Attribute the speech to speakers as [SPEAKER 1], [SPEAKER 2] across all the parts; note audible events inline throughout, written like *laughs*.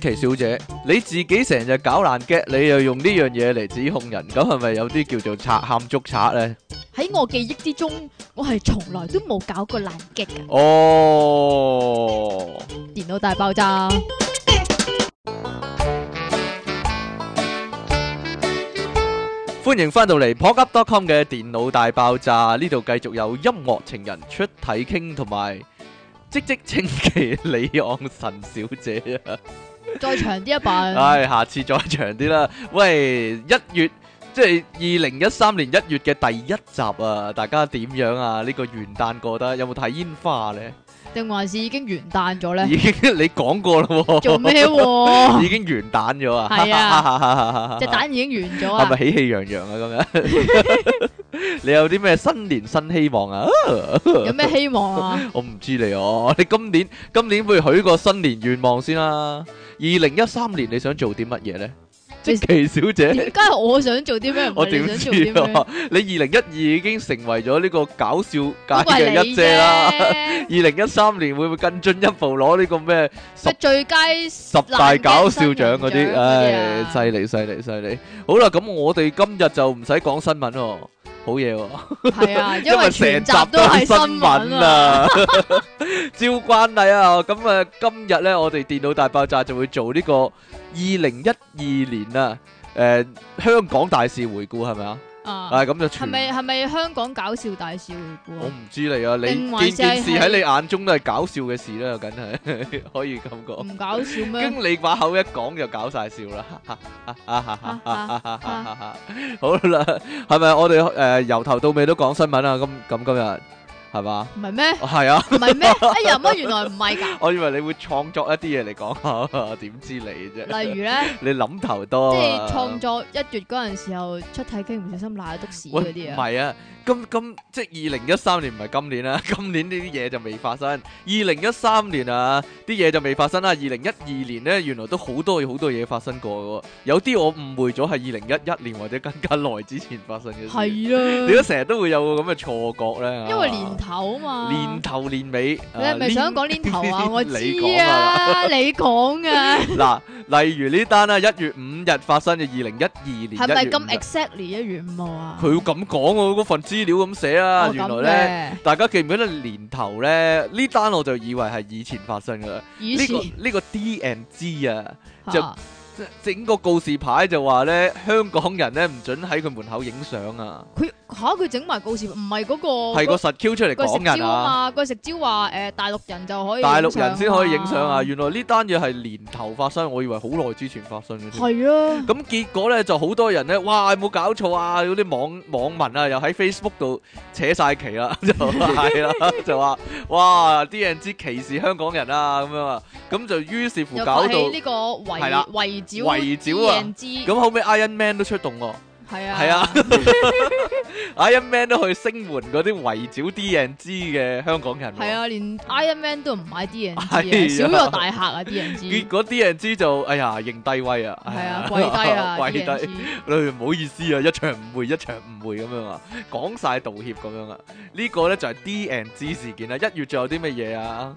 [SPEAKER 1] 奇小姐，你自己成日搞爛 get，你又用呢樣嘢嚟指控人，咁係咪有啲叫做賊喊捉賊咧？
[SPEAKER 2] 喺我記憶之中，我係從來都冇搞過爛擊嘅
[SPEAKER 1] 哦，
[SPEAKER 2] 電腦大爆炸。
[SPEAKER 1] 歡迎翻到嚟 p o c u p c o m 嘅電腦大爆炸，呢度繼續有音樂情人出體傾同埋即即稱奇李昂臣小姐啊！
[SPEAKER 2] 再長啲一版，
[SPEAKER 1] *laughs* 唉，下次再長啲啦。喂，一月即係二零一三年一月嘅第一集啊，大家點樣啊？呢、個元旦過得有冇睇煙花呢？
[SPEAKER 2] 定還是已經元旦咗咧？
[SPEAKER 1] 已經你講過啦喎，
[SPEAKER 2] 做咩
[SPEAKER 1] *laughs*
[SPEAKER 2] 喎？
[SPEAKER 1] 已經元旦咗啊！*laughs*
[SPEAKER 2] 係
[SPEAKER 1] 啊
[SPEAKER 2] 隻蛋已經完
[SPEAKER 1] 係
[SPEAKER 2] 咗
[SPEAKER 1] 咪
[SPEAKER 2] 啊！
[SPEAKER 1] 喜氣洋洋啊？今日 *laughs* 你有啲咩新年新希望啊？ *laughs*
[SPEAKER 2] 有咩希望啊？
[SPEAKER 1] 我唔知你哦， *laughs* 你今年今年不如許個新年願望先啦。二零一三年你想做啲乜嘢呢？即
[SPEAKER 2] 你
[SPEAKER 1] 奇小姐。
[SPEAKER 2] 點解我想做啲咩？唔
[SPEAKER 1] 我
[SPEAKER 2] 係
[SPEAKER 1] 點
[SPEAKER 2] 你想
[SPEAKER 1] 知
[SPEAKER 2] 做啲咩
[SPEAKER 1] 啊？？ *laughs* 你二零一二已經成為咗呢個搞笑
[SPEAKER 2] 嗰個
[SPEAKER 1] 界
[SPEAKER 2] 係
[SPEAKER 1] 嘅
[SPEAKER 2] 你
[SPEAKER 1] 一姐啦。
[SPEAKER 2] 啫
[SPEAKER 1] 二。零一三年會唔會更進一步攞呢個咩
[SPEAKER 2] 咩最佳
[SPEAKER 1] 十大搞笑獎嗰
[SPEAKER 2] 爛雞
[SPEAKER 1] 啲？
[SPEAKER 2] 新人獎
[SPEAKER 1] 唉，
[SPEAKER 2] 啊
[SPEAKER 1] 犀利犀利犀利！好啦，咁我哋今日就唔使講新聞喎，好嘢喎，
[SPEAKER 2] 係啊，因
[SPEAKER 1] 因
[SPEAKER 2] 為
[SPEAKER 1] 為成
[SPEAKER 2] 全集
[SPEAKER 1] 集
[SPEAKER 2] 都
[SPEAKER 1] 都
[SPEAKER 2] 係
[SPEAKER 1] 係
[SPEAKER 2] 新
[SPEAKER 1] 新
[SPEAKER 2] 聞
[SPEAKER 1] 聞
[SPEAKER 2] 啊。
[SPEAKER 1] 啊！ *laughs* 照慣例啊，咁啊，今日咧我哋電腦大爆炸就會做呢個二零一二年啊，誒香港大事回顧係咪啊？
[SPEAKER 2] 啊，
[SPEAKER 1] 啊咁就
[SPEAKER 2] 係
[SPEAKER 1] 全
[SPEAKER 2] 咪係咪香港搞笑大事回顧
[SPEAKER 1] 我
[SPEAKER 2] 啊？
[SPEAKER 1] 唔知你啊，
[SPEAKER 2] 定
[SPEAKER 1] 你
[SPEAKER 2] 還
[SPEAKER 1] 件件
[SPEAKER 2] 是
[SPEAKER 1] 事
[SPEAKER 2] 係
[SPEAKER 1] 喺你眼中都係搞笑嘅事啦，梗係 *laughs* 可以咁講。
[SPEAKER 2] 唔搞笑咩？
[SPEAKER 1] 經理把口一講就搞晒笑啦，好啦，係咪我哋誒由頭到尾都講新聞啊？咁咁今日係嘛？
[SPEAKER 2] 唔係咩？
[SPEAKER 1] 係啊， *laughs*
[SPEAKER 2] 唔係咩？ *laughs* 哎呀，乜原來唔係㗎。
[SPEAKER 1] 我以為你會創作一啲嘢嚟講， *laughs* 點知你啫？
[SPEAKER 2] 例如咧，
[SPEAKER 1] 你諗頭
[SPEAKER 2] 即
[SPEAKER 1] 多啊，
[SPEAKER 2] 係創作一月嗰陣時候出體傾唔小心賴篤屎
[SPEAKER 1] 喂，
[SPEAKER 2] 嗰啲
[SPEAKER 1] 唔
[SPEAKER 2] 啊，
[SPEAKER 1] 係啊，今今即係二零一三年唔係今年 *laughs* 啦，今年呢啲嘢就未發生。二零一三年啊，啲嘢就未發生啦。二零一二年呢，原來都好多好多嘢發生過嘅喎。有啲我誤會咗係二零一一年或者更加耐之前發生嘅事。
[SPEAKER 2] 係
[SPEAKER 1] 你都
[SPEAKER 2] 啦，
[SPEAKER 1] 成日都會有個咁嘅錯覺咧，
[SPEAKER 2] 因為年頭啊嘛，
[SPEAKER 1] 年頭年尾，
[SPEAKER 2] 你係咪想講年頭
[SPEAKER 1] *laughs*
[SPEAKER 2] 啊？我知
[SPEAKER 1] 你講
[SPEAKER 2] 啊，
[SPEAKER 1] 啊
[SPEAKER 2] *laughs* 你講啊，
[SPEAKER 1] 嗱，例如呢單啦，一月五日發生嘅二零一二 *laughs* 年，
[SPEAKER 2] 係咪咁
[SPEAKER 1] 1月
[SPEAKER 2] exactly 一月五號啊？
[SPEAKER 1] 佢會咁講喎，嗰份資料咁寫啊，
[SPEAKER 2] 哦
[SPEAKER 1] 原來
[SPEAKER 2] 咁
[SPEAKER 1] 咧。
[SPEAKER 2] 嘅
[SPEAKER 1] 大家記唔記得年頭咧？呢單我就以為係以前發生噶啦。
[SPEAKER 2] 以
[SPEAKER 1] 呢、
[SPEAKER 2] 前
[SPEAKER 1] 個呢、個 D and G 啊，就
[SPEAKER 2] 嚇
[SPEAKER 1] 即整個告示牌就話咧，香港人咧唔准喺佢門口影相啊，
[SPEAKER 2] 佢嚇佢整埋告示，唔係哦嗰個
[SPEAKER 1] 係個實 Q 出嚟
[SPEAKER 2] 個食
[SPEAKER 1] 講人
[SPEAKER 2] 招
[SPEAKER 1] 啊，
[SPEAKER 2] 啊嘛，個食招話誒大陸人就可以
[SPEAKER 1] 大
[SPEAKER 2] 影
[SPEAKER 1] 陸
[SPEAKER 2] 相啊
[SPEAKER 1] 人先可以影相啊。
[SPEAKER 2] 嘛
[SPEAKER 1] 原來呢單嘢係年頭發生，我以為好耐之前發生嘅添。
[SPEAKER 2] 係啊，
[SPEAKER 1] 咁結果咧就好多人咧，哇有冇搞錯啊！嗰啲網網民啊，又喺 Facebook 度扯晒旗啦， *laughs* 就係啦，
[SPEAKER 2] *laughs*
[SPEAKER 1] 就話哇啲人知歧視香港人啊咁樣啊，咁就於是乎
[SPEAKER 2] 又
[SPEAKER 1] 搞
[SPEAKER 2] 發
[SPEAKER 1] 到
[SPEAKER 2] 起呢個圍
[SPEAKER 1] 係啦
[SPEAKER 2] 圍剿
[SPEAKER 1] 圍剿啊
[SPEAKER 2] D&G
[SPEAKER 1] 咁後尾 Iron Man 都出動喎、
[SPEAKER 2] 係啊
[SPEAKER 1] 係啊 Iron Man 都去聲援嗰啲圍剿 D&G 嘅香港人、
[SPEAKER 2] 係，啊，連 Iron Man 都唔買 D N
[SPEAKER 1] *laughs*
[SPEAKER 2] G
[SPEAKER 1] 係
[SPEAKER 2] 啊，
[SPEAKER 1] 啊
[SPEAKER 2] 少咗大客啊 D N
[SPEAKER 1] 結
[SPEAKER 2] G，
[SPEAKER 1] 果 D&G 就哎呀認低威啊，*laughs*
[SPEAKER 2] 係啊，跪低啊
[SPEAKER 1] 跪
[SPEAKER 2] D
[SPEAKER 1] 低
[SPEAKER 2] N G，
[SPEAKER 1] 誒唔好意思啊，一場誤會一場誤會咁樣啊，講晒道歉咁樣啊，呢、個咧就係 D and G 事件啦。一月仲有啲乜嘢啊？啊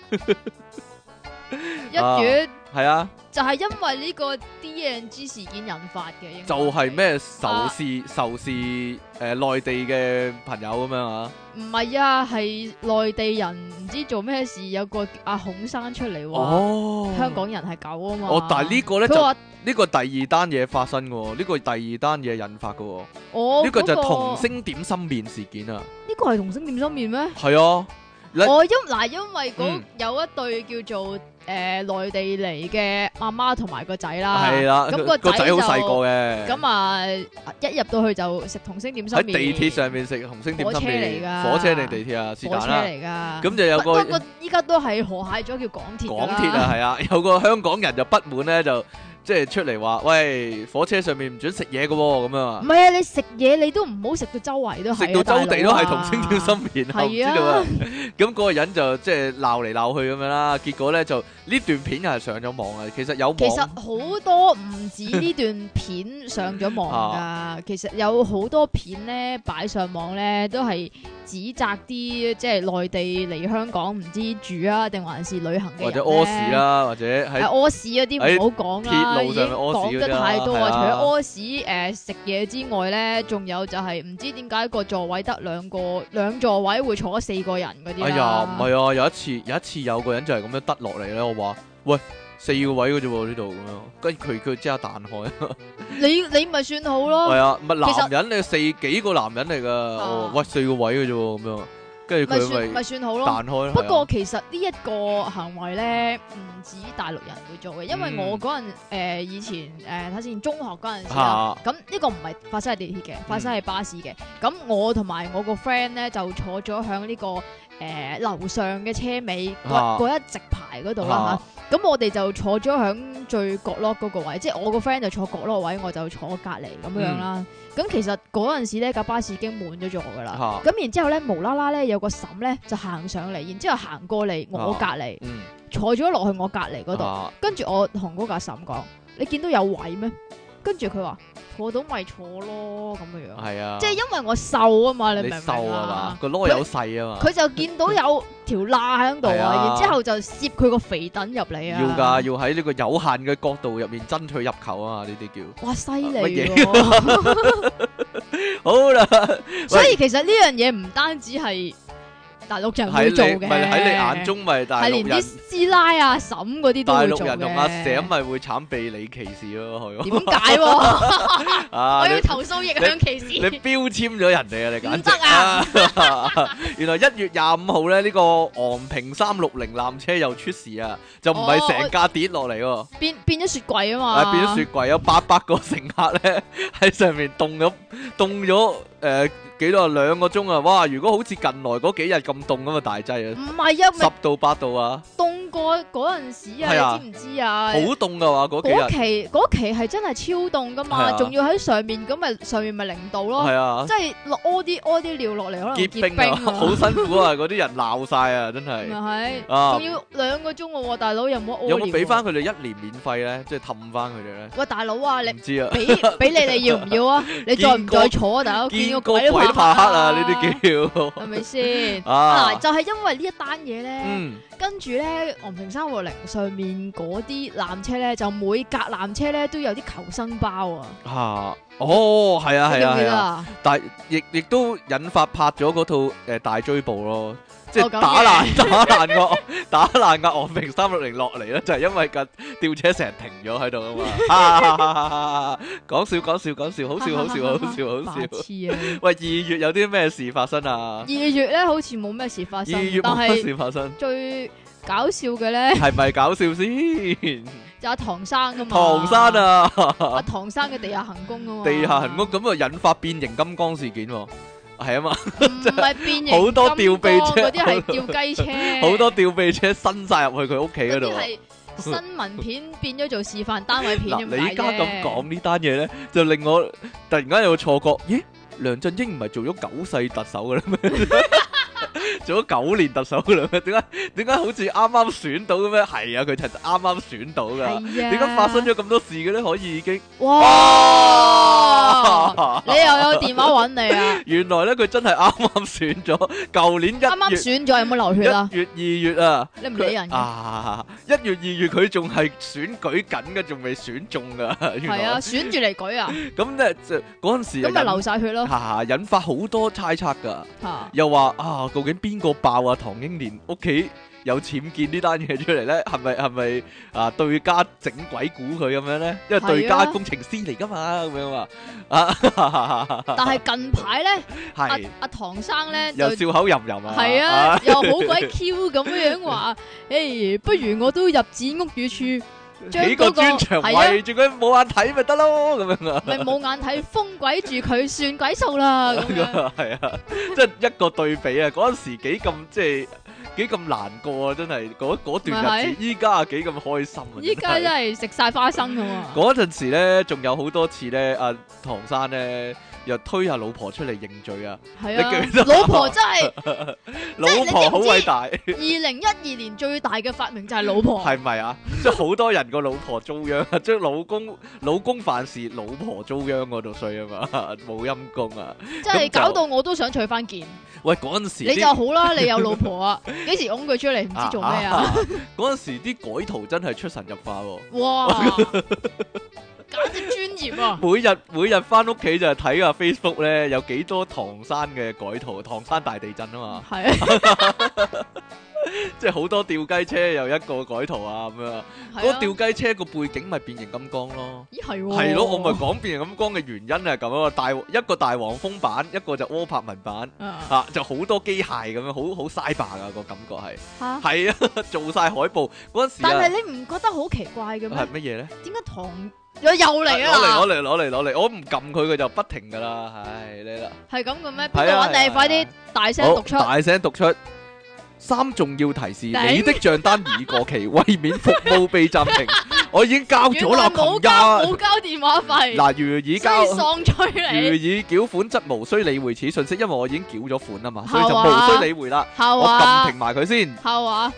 [SPEAKER 2] 一月
[SPEAKER 1] 係啊，
[SPEAKER 2] 就係因為呢個 D N G 事件引發嘅，應該
[SPEAKER 1] 就係？咩
[SPEAKER 2] 啊
[SPEAKER 1] 仇視仇視誒內地嘅朋友咁樣啊，
[SPEAKER 2] 唔係啊，係內地人唔知做咩事，有個阿孔生出嚟話
[SPEAKER 1] 哦，
[SPEAKER 2] 香港人係狗啊嘛。
[SPEAKER 1] 哦，但係呢個咧
[SPEAKER 2] 佢
[SPEAKER 1] 就
[SPEAKER 2] 話
[SPEAKER 1] 呢個第二單嘢發生嘅喎，呢、個第二單嘢引發嘅喎，呢、
[SPEAKER 2] 我
[SPEAKER 1] 個就係
[SPEAKER 2] 哦嗰
[SPEAKER 1] 童星點心面事件啊，
[SPEAKER 2] 呢個係同性點心面咩？
[SPEAKER 1] 係啊，你
[SPEAKER 2] 我因嗱，因為嗰
[SPEAKER 1] 嗯
[SPEAKER 2] 有一對叫做誒內地嚟嘅阿媽同埋個仔啦，
[SPEAKER 1] 係啦，
[SPEAKER 2] 啊咁個
[SPEAKER 1] 個仔好
[SPEAKER 2] 就
[SPEAKER 1] 細個嘅，
[SPEAKER 2] 咁啊，一入到去就食同星點心
[SPEAKER 1] 喺
[SPEAKER 2] 面，
[SPEAKER 1] 地鐵上面食紅星點心面，
[SPEAKER 2] 火
[SPEAKER 1] 火
[SPEAKER 2] 車
[SPEAKER 1] 車
[SPEAKER 2] 嚟㗎
[SPEAKER 1] 定地鐵啊？是
[SPEAKER 2] 火
[SPEAKER 1] 但
[SPEAKER 2] 車
[SPEAKER 1] 啦。
[SPEAKER 2] 嚟噶。
[SPEAKER 1] 咁就有個
[SPEAKER 2] 不過依家都係河蟹咗叫港鐵㗎
[SPEAKER 1] 港
[SPEAKER 2] 啦
[SPEAKER 1] 啊鐵啊，係啊，有個香港人就不滿咧，就即係出嚟話，喂，火車上面唔准食嘢嘅喎，咁樣啊
[SPEAKER 2] 唔，係啊，你食嘢你都唔好食到周圍都係啊，
[SPEAKER 1] 食到周地都係同星跳
[SPEAKER 2] 心。
[SPEAKER 1] 心片啊，我唔知
[SPEAKER 2] 係啊
[SPEAKER 1] 道啊。咁嗰個人就即係鬧嚟鬧去咁樣啦，結果咧就呢段片又係上咗網啊，其實有
[SPEAKER 2] 其實
[SPEAKER 1] 網
[SPEAKER 2] 好多唔止呢段片上
[SPEAKER 1] *laughs*
[SPEAKER 2] 咗網
[SPEAKER 1] 啊
[SPEAKER 2] 㗎，其實有好多片咧擺上網咧都係指責啲即係內地嚟香港唔知住啊定還是旅行嘅人
[SPEAKER 1] 或者屙屎
[SPEAKER 2] 啦。
[SPEAKER 1] 啦，或者
[SPEAKER 2] 係
[SPEAKER 1] 喺
[SPEAKER 2] 屙屎嗰啲唔好講
[SPEAKER 1] 喺鐵
[SPEAKER 2] 啦，已
[SPEAKER 1] 路
[SPEAKER 2] 經
[SPEAKER 1] 上面屙屎嗰
[SPEAKER 2] 講
[SPEAKER 1] 啲啦
[SPEAKER 2] 得太多
[SPEAKER 1] 係
[SPEAKER 2] 啊！除
[SPEAKER 1] 啊
[SPEAKER 2] 咗屙屎、誒食嘢之外咧，仲有就係唔知點解個座位得兩個兩座位會坐四個人嗰啲
[SPEAKER 1] 哎呀，唔係
[SPEAKER 2] 係
[SPEAKER 1] 啊，有一次有一次有個人就係咁樣得落嚟咧，我話喂四個位嘅啫喎呢度咁樣，跟住佢佢即刻彈開，
[SPEAKER 2] 你你咪算好
[SPEAKER 1] 係
[SPEAKER 2] 咯，
[SPEAKER 1] 啊，唔係
[SPEAKER 2] 其實
[SPEAKER 1] 男人你四幾個男人嚟㗎，我話喂四個位嘅啫喎咁樣，跟住
[SPEAKER 2] 咪算
[SPEAKER 1] 佢咪
[SPEAKER 2] 咪算好咯。
[SPEAKER 1] 彈開咯。
[SPEAKER 2] 不
[SPEAKER 1] 係
[SPEAKER 2] 過
[SPEAKER 1] 啊
[SPEAKER 2] 其實呢一個行為咧，唔止大陸人會做嘅，因為
[SPEAKER 1] 嗯
[SPEAKER 2] 我嗰陣誒以前呃誒睇先中學嗰陣時
[SPEAKER 1] 啊
[SPEAKER 2] 啦，咁呢個唔係發生喺地鐵嘅，發生喺巴士嘅。
[SPEAKER 1] 嗯
[SPEAKER 2] 咁我同埋我個 friend 咧就坐咗響呢個誒樓上嘅車尾
[SPEAKER 1] 啊
[SPEAKER 2] 嗰嗰一直排嗰度啦嚇。咁我哋就坐咗響最角落嗰個位，即係我個 friend 就坐角落位，我就坐隔離咁樣
[SPEAKER 1] 嗯
[SPEAKER 2] 啦。咁其實嗰陣時咧架巴士已經滿咗座㗎啦。
[SPEAKER 1] 嚇
[SPEAKER 2] 咁然之後咧，無啦啦咧有個嬸咧就行上嚟，然之後行過嚟我隔離，
[SPEAKER 1] 嗯
[SPEAKER 2] 坐咗落去我隔離嗰度。
[SPEAKER 1] 啊
[SPEAKER 2] 跟住我同嗰個阿嬸講：你見到有位咩？跟住佢話坐到咪坐咯咁嘅樣。
[SPEAKER 1] 係啊，
[SPEAKER 2] 即係因為我瘦啊嘛，你
[SPEAKER 1] 你
[SPEAKER 2] 明唔
[SPEAKER 1] 瘦
[SPEAKER 2] 明
[SPEAKER 1] 啊嘛
[SPEAKER 2] 啊，？
[SPEAKER 1] 個籮柚細啊嘛，
[SPEAKER 2] 佢就見到有條罅喺度
[SPEAKER 1] 係啊
[SPEAKER 2] 啊，然之後就攝佢個肥趸入嚟啊！
[SPEAKER 1] 要㗎，要喺呢個有限嘅角度入面爭取入球啊嘛，呢
[SPEAKER 2] *laughs*
[SPEAKER 1] 啲叫。
[SPEAKER 2] 哇，犀
[SPEAKER 1] 乜
[SPEAKER 2] 利 *laughs* 喎！
[SPEAKER 1] 好啦，
[SPEAKER 2] 所以其實呢樣嘢唔單止係大陸人
[SPEAKER 1] 喺
[SPEAKER 2] 會做嘅，
[SPEAKER 1] 你咪喺你眼中咪大
[SPEAKER 2] 係
[SPEAKER 1] 陸
[SPEAKER 2] 連
[SPEAKER 1] 人
[SPEAKER 2] 啲。師奶啊、嬸嗰啲都
[SPEAKER 1] 大
[SPEAKER 2] 會
[SPEAKER 1] 陸
[SPEAKER 2] 做嘅。
[SPEAKER 1] 人同阿啊舍咪會慘被你歧視咯，係咯
[SPEAKER 2] 點解喎？
[SPEAKER 1] *laughs* 啊！
[SPEAKER 2] 我要
[SPEAKER 1] 你
[SPEAKER 2] 投訴逆向歧視。
[SPEAKER 1] *laughs* 你標籤咗人哋啊！你簡直
[SPEAKER 2] 唔得啊！
[SPEAKER 1] *laughs* 原來一月廿五號咧，呢個昂平三六零纜車又出事啊，就唔係成架跌落嚟喎，
[SPEAKER 2] 變變咗雪櫃啊
[SPEAKER 1] 啊
[SPEAKER 2] 嘛。
[SPEAKER 1] 變咗雪櫃，有八百個乘客咧 *laughs* 喺上面凍咗凍咗誒幾多啊兩個鐘啊！哇！如果好似近來嗰幾日咁凍咁啊，大劑啊，
[SPEAKER 2] 唔係啊，
[SPEAKER 1] 十
[SPEAKER 2] 咪
[SPEAKER 1] 度八度啊，
[SPEAKER 2] 凍過嗰陣時
[SPEAKER 1] 係啊
[SPEAKER 2] 啊，你知唔知啊
[SPEAKER 1] 好？凍啊！話嗰幾
[SPEAKER 2] 嗰
[SPEAKER 1] 日
[SPEAKER 2] 期嗰期係真係超凍噶
[SPEAKER 1] 係
[SPEAKER 2] 嘛
[SPEAKER 1] 啊，
[SPEAKER 2] 仲要喺上面咁咪上面咪零度咯
[SPEAKER 1] 係，啊
[SPEAKER 2] 即。係落屙啲屙啲尿落嚟可能
[SPEAKER 1] 結
[SPEAKER 2] 結
[SPEAKER 1] 冰
[SPEAKER 2] 冰
[SPEAKER 1] 啊，
[SPEAKER 2] 啊，
[SPEAKER 1] *laughs* 好辛苦啊！嗰啲人鬧晒啊，真係
[SPEAKER 2] 咪係，
[SPEAKER 1] 啊
[SPEAKER 2] 仲！要兩個鐘喎，大佬有冇屙
[SPEAKER 1] 有冇
[SPEAKER 2] 尿
[SPEAKER 1] 俾翻
[SPEAKER 2] 喎？
[SPEAKER 1] 佢哋一年免費咧？即係氹翻佢哋咧？
[SPEAKER 2] 喂，大佬啊，你
[SPEAKER 1] 唔知啊，
[SPEAKER 2] 俾俾你哋要唔
[SPEAKER 1] *laughs*
[SPEAKER 2] 要啊？你再唔再坐啊，大佬？見
[SPEAKER 1] 見
[SPEAKER 2] 個
[SPEAKER 1] 個鬼
[SPEAKER 2] 鬼
[SPEAKER 1] 都
[SPEAKER 2] 都
[SPEAKER 1] 怕
[SPEAKER 2] 怕
[SPEAKER 1] 黑
[SPEAKER 2] 黑
[SPEAKER 1] 啊！呢啲
[SPEAKER 2] 係 *laughs*
[SPEAKER 1] 叫
[SPEAKER 2] 咪先？
[SPEAKER 1] *laughs* 啊
[SPEAKER 2] 嗱，，就係因為呢一單嘢咧，
[SPEAKER 1] 嗯，
[SPEAKER 2] 跟住咧，昂平三六零上面嗰啲纜車咧，就每架纜車咧都有啲求生包啊，
[SPEAKER 1] 啊，哦，係啊，係
[SPEAKER 2] 你記唔
[SPEAKER 1] 啊，
[SPEAKER 2] 記
[SPEAKER 1] 係
[SPEAKER 2] 得
[SPEAKER 1] 啊，
[SPEAKER 2] 啊？
[SPEAKER 1] 但係亦亦都引發拍咗嗰套誒大追捕咯，即
[SPEAKER 2] 哦
[SPEAKER 1] 係
[SPEAKER 2] 咁嘅
[SPEAKER 1] 打爛 *laughs* 打爛個打爛個昂平三六零落嚟咧，就係因為架吊車成日停咗喺度啊嘛
[SPEAKER 2] *laughs*
[SPEAKER 1] 啊！ *laughs* 講笑講笑講笑，好笑好笑好笑好
[SPEAKER 2] 白
[SPEAKER 1] 笑。
[SPEAKER 2] 痴啊！
[SPEAKER 1] 喂，二月有啲咩事發生啊
[SPEAKER 2] 二？月咧好似冇咩事發
[SPEAKER 1] 二
[SPEAKER 2] 生
[SPEAKER 1] 月，
[SPEAKER 2] 但
[SPEAKER 1] 冇乜
[SPEAKER 2] 係
[SPEAKER 1] 事發生，
[SPEAKER 2] 最搞笑嘅咧
[SPEAKER 1] 係咪搞笑
[SPEAKER 2] *laughs*
[SPEAKER 1] 先？
[SPEAKER 2] 就阿唐生噶嘛，
[SPEAKER 1] 唐山，啊，
[SPEAKER 2] 阿唐生嘅地下行宮啊嘛，
[SPEAKER 1] 地下行屋咁啊，引發變形金剛事件喎，係啊
[SPEAKER 2] *laughs*
[SPEAKER 1] 嘛， *laughs*
[SPEAKER 2] 唔係變形金剛，
[SPEAKER 1] 好多吊臂車
[SPEAKER 2] 嗰啲係吊雞
[SPEAKER 1] *laughs*
[SPEAKER 2] 車，
[SPEAKER 1] 好多吊臂車伸晒入去佢屋企嗰
[SPEAKER 2] 嗰
[SPEAKER 1] 度
[SPEAKER 2] 啲
[SPEAKER 1] 啊。
[SPEAKER 2] 係新聞片變咗做示範單位
[SPEAKER 1] *laughs*
[SPEAKER 2] 片
[SPEAKER 1] 嗱，
[SPEAKER 2] 咁
[SPEAKER 1] 你依
[SPEAKER 2] 解
[SPEAKER 1] 家咁
[SPEAKER 2] 啫
[SPEAKER 1] 講呢
[SPEAKER 2] *laughs*
[SPEAKER 1] 單嘢咧，就令我突然間有個錯覺，咦？梁振英唔係做咗九世特首嘅啦咩？做咗九年特首嘅啦咩？點解點解好似啱啱選到嘅咩？係啊，佢就啱啱選到噶。
[SPEAKER 2] 係啊，
[SPEAKER 1] 點解發生咗咁多事嘅咧？可以已經
[SPEAKER 2] 哇！ *laughs* 你又有電話
[SPEAKER 1] *laughs*
[SPEAKER 2] 揾你啊？
[SPEAKER 1] *laughs* 原來咧，佢真係啱啱選咗，舊年
[SPEAKER 2] 啱啱
[SPEAKER 1] 一
[SPEAKER 2] 選咗有冇流
[SPEAKER 1] 月
[SPEAKER 2] 血啊？
[SPEAKER 1] 一月二月啊，
[SPEAKER 2] 你唔理人
[SPEAKER 1] 佢
[SPEAKER 2] 嘅
[SPEAKER 1] 啊！一月二月佢仲係選舉緊嘅，仲未選中噶。 *laughs* 原
[SPEAKER 2] 係啊，
[SPEAKER 1] 來
[SPEAKER 2] 選住嚟
[SPEAKER 1] *laughs*
[SPEAKER 2] 舉啊，
[SPEAKER 1] 咁咧就嗰陣時
[SPEAKER 2] 咁咪
[SPEAKER 1] 又
[SPEAKER 2] 流
[SPEAKER 1] 引
[SPEAKER 2] 晒血咯
[SPEAKER 1] 啊引發好多猜測噶，
[SPEAKER 2] 嚇！
[SPEAKER 1] 又話啊，究竟邊個爆啊？唐英年屋企有僭建呢單嘢出嚟咧，係咪係咪啊對家整鬼估佢咁樣咧？因為對
[SPEAKER 2] 係
[SPEAKER 1] 家
[SPEAKER 2] 啊
[SPEAKER 1] 工程師嚟噶嘛，咁樣啊 *laughs* 啊，
[SPEAKER 2] 但係近排咧，阿
[SPEAKER 1] 係。
[SPEAKER 2] 阿唐生咧就
[SPEAKER 1] 又。笑口吟吟啊！
[SPEAKER 2] 係啊，又好
[SPEAKER 1] *laughs*
[SPEAKER 2] 鬼 Q 咁樣樣話，誒，不如我都入紙屋宇處，將
[SPEAKER 1] 幾個
[SPEAKER 2] 嗰個
[SPEAKER 1] 專場
[SPEAKER 2] 係啊，
[SPEAKER 1] 圍住佢冇眼睇咪得咯，咁樣啊，
[SPEAKER 2] 咪冇眼睇封鬼住佢，
[SPEAKER 1] *laughs*
[SPEAKER 2] 算鬼數啦咁樣。
[SPEAKER 1] 係啊，即係一個對比啊！嗰陣時幾咁即係幾咁難過啊！真係嗰嗰段日
[SPEAKER 2] 咪係
[SPEAKER 1] 子，依家啊幾咁開心啊！
[SPEAKER 2] 依家
[SPEAKER 1] 真係
[SPEAKER 2] 真係食晒花生噶嘛，
[SPEAKER 1] 嗰陣時咧，仲有好多次咧，阿、唐生咧又推下老婆出嚟認罪啊！
[SPEAKER 2] 係
[SPEAKER 1] 你記得
[SPEAKER 2] 啊，老婆真係
[SPEAKER 1] *laughs* 老婆好偉大，
[SPEAKER 2] 二零一二年最大嘅發明就係老婆，
[SPEAKER 1] 係咪啊？即係好多人個老婆遭殃，啊即係老公老公犯事，老婆遭殃嗰度衰啊嘛， *laughs* 冇陰公啊！
[SPEAKER 2] 即係搞到我都想娶翻件，
[SPEAKER 1] 喂，嗰陣時
[SPEAKER 2] 你就
[SPEAKER 1] 啲
[SPEAKER 2] 好
[SPEAKER 1] *laughs*
[SPEAKER 2] 啦，你有老婆啊，幾時擁佢出嚟唔知做咩啊？！
[SPEAKER 1] 嗰陣時啲改圖真係出神入化喎， *laughs*
[SPEAKER 2] 哇，簡直專業啊！
[SPEAKER 1] 每日每日翻屋企就係睇下 Facebook 咧有幾多唐山嘅改圖，唐山大地震啊
[SPEAKER 2] *laughs*
[SPEAKER 1] 嘛！
[SPEAKER 2] 係啊，
[SPEAKER 1] 即係好多吊雞車又一個改圖啊咁樣，
[SPEAKER 2] 係
[SPEAKER 1] 嗰
[SPEAKER 2] 啊，
[SPEAKER 1] 吊雞車個背景咪變形金剛咯，
[SPEAKER 2] 咦係喎，
[SPEAKER 1] 係咯，我咪講變形金剛嘅原因係咁啊，大一個大黃蜂版，一個就柯柏文版。
[SPEAKER 2] 啊
[SPEAKER 1] 啊，就好多機械咁樣，好好 cyber 噶個感覺係，
[SPEAKER 2] 嚇
[SPEAKER 1] 係啊， *laughs* 做晒海報嗰陣時
[SPEAKER 2] 但
[SPEAKER 1] 啊，
[SPEAKER 2] 係你唔覺得好奇怪嘅
[SPEAKER 1] 係
[SPEAKER 2] 咩？
[SPEAKER 1] 乜嘢咧？
[SPEAKER 2] 點解唐又又嚟
[SPEAKER 1] 攞
[SPEAKER 2] 啊？
[SPEAKER 1] 嚟攞嚟攞嚟攞嚟，我唔撳佢佢就不停噶啦，唉你啦，
[SPEAKER 2] 係咁嘅咩？邊
[SPEAKER 1] 係啊
[SPEAKER 2] 個
[SPEAKER 1] 係啊
[SPEAKER 2] 揾你？快啲大聲
[SPEAKER 1] 好
[SPEAKER 2] 讀出！
[SPEAKER 1] 大聲讀出三重要提示，
[SPEAKER 2] 頂
[SPEAKER 1] 你的帳單已過期，為免服務被暫
[SPEAKER 2] *laughs*
[SPEAKER 1] 停，我已經交
[SPEAKER 2] 原
[SPEAKER 1] 咗啦，琴
[SPEAKER 2] 來冇
[SPEAKER 1] 日
[SPEAKER 2] 交冇交電話費，
[SPEAKER 1] 嗱，如已
[SPEAKER 2] 真係
[SPEAKER 1] 交。
[SPEAKER 2] 喪吹
[SPEAKER 1] 如
[SPEAKER 2] 你
[SPEAKER 1] 已繳款，則無需理會此信息，因為我已經繳咗款啊嘛，所以就
[SPEAKER 2] 係嘛
[SPEAKER 1] 無需理會啦。
[SPEAKER 2] 係
[SPEAKER 1] 我撳
[SPEAKER 2] 話
[SPEAKER 1] 停埋佢先。
[SPEAKER 2] 係話。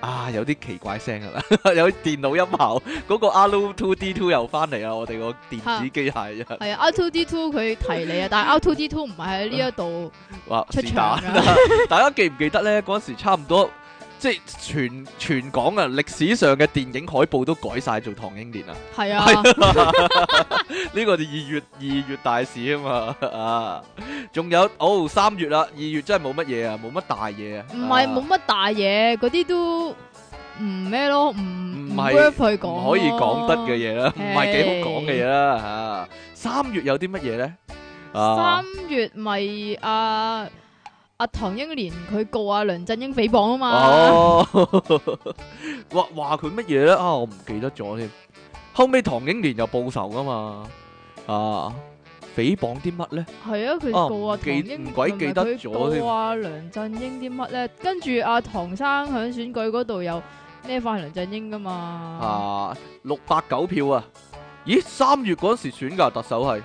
[SPEAKER 1] 啊，有啲奇怪聲啊， *laughs* 有啲電腦音效，嗰、個 R Two D Two 又翻嚟啊！我哋個電子機械啊，
[SPEAKER 2] 系啊，R two D two 佢提你啊，但系 R two D two 唔系喺呢一度
[SPEAKER 1] 哇，
[SPEAKER 2] 出
[SPEAKER 1] 是
[SPEAKER 2] 場啊
[SPEAKER 1] 但
[SPEAKER 2] 㗎
[SPEAKER 1] 啦 *laughs* 大家記唔記得咧？嗰陣時差唔多，即係全全港啊，歷史上嘅電影海報都改晒做唐英年啊！ *laughs*
[SPEAKER 2] 係啊，
[SPEAKER 1] 呢個就二月二月大事啊嘛， *laughs* 啊，仲有哦三月啦，二月真係冇乜嘢啊，冇乜大嘢啊，
[SPEAKER 2] 唔係
[SPEAKER 1] 啊
[SPEAKER 2] 冇乜大嘢，嗰啲都唔咩咯，唔唔
[SPEAKER 1] 係
[SPEAKER 2] worth 去講咯
[SPEAKER 1] 唔可以講得嘅。嘢啦，唔
[SPEAKER 2] 唉
[SPEAKER 1] 係幾好講嘅嘢啦嚇。三月有啲乜嘢咧？啊，
[SPEAKER 2] 三月咪阿阿唐英年佢告阿梁振英誹謗啊嘛，
[SPEAKER 1] *laughs* 哦，話話佢乜嘢咧？啊，我唔記得咗添。後尾唐英年又報仇噶嘛？啊，誹謗啲乜咧？
[SPEAKER 2] 係啊，佢
[SPEAKER 1] 哦
[SPEAKER 2] 告阿
[SPEAKER 1] 唔
[SPEAKER 2] 唐
[SPEAKER 1] 記
[SPEAKER 2] 英
[SPEAKER 1] 唔鬼記得咗
[SPEAKER 2] 同埋佢告阿梁振英啲乜咧？跟住阿唐生喺選舉嗰度又孭翻梁振英噶嘛，
[SPEAKER 1] 啊，六百九票啊！咦，三月嗰時選㗎特首係，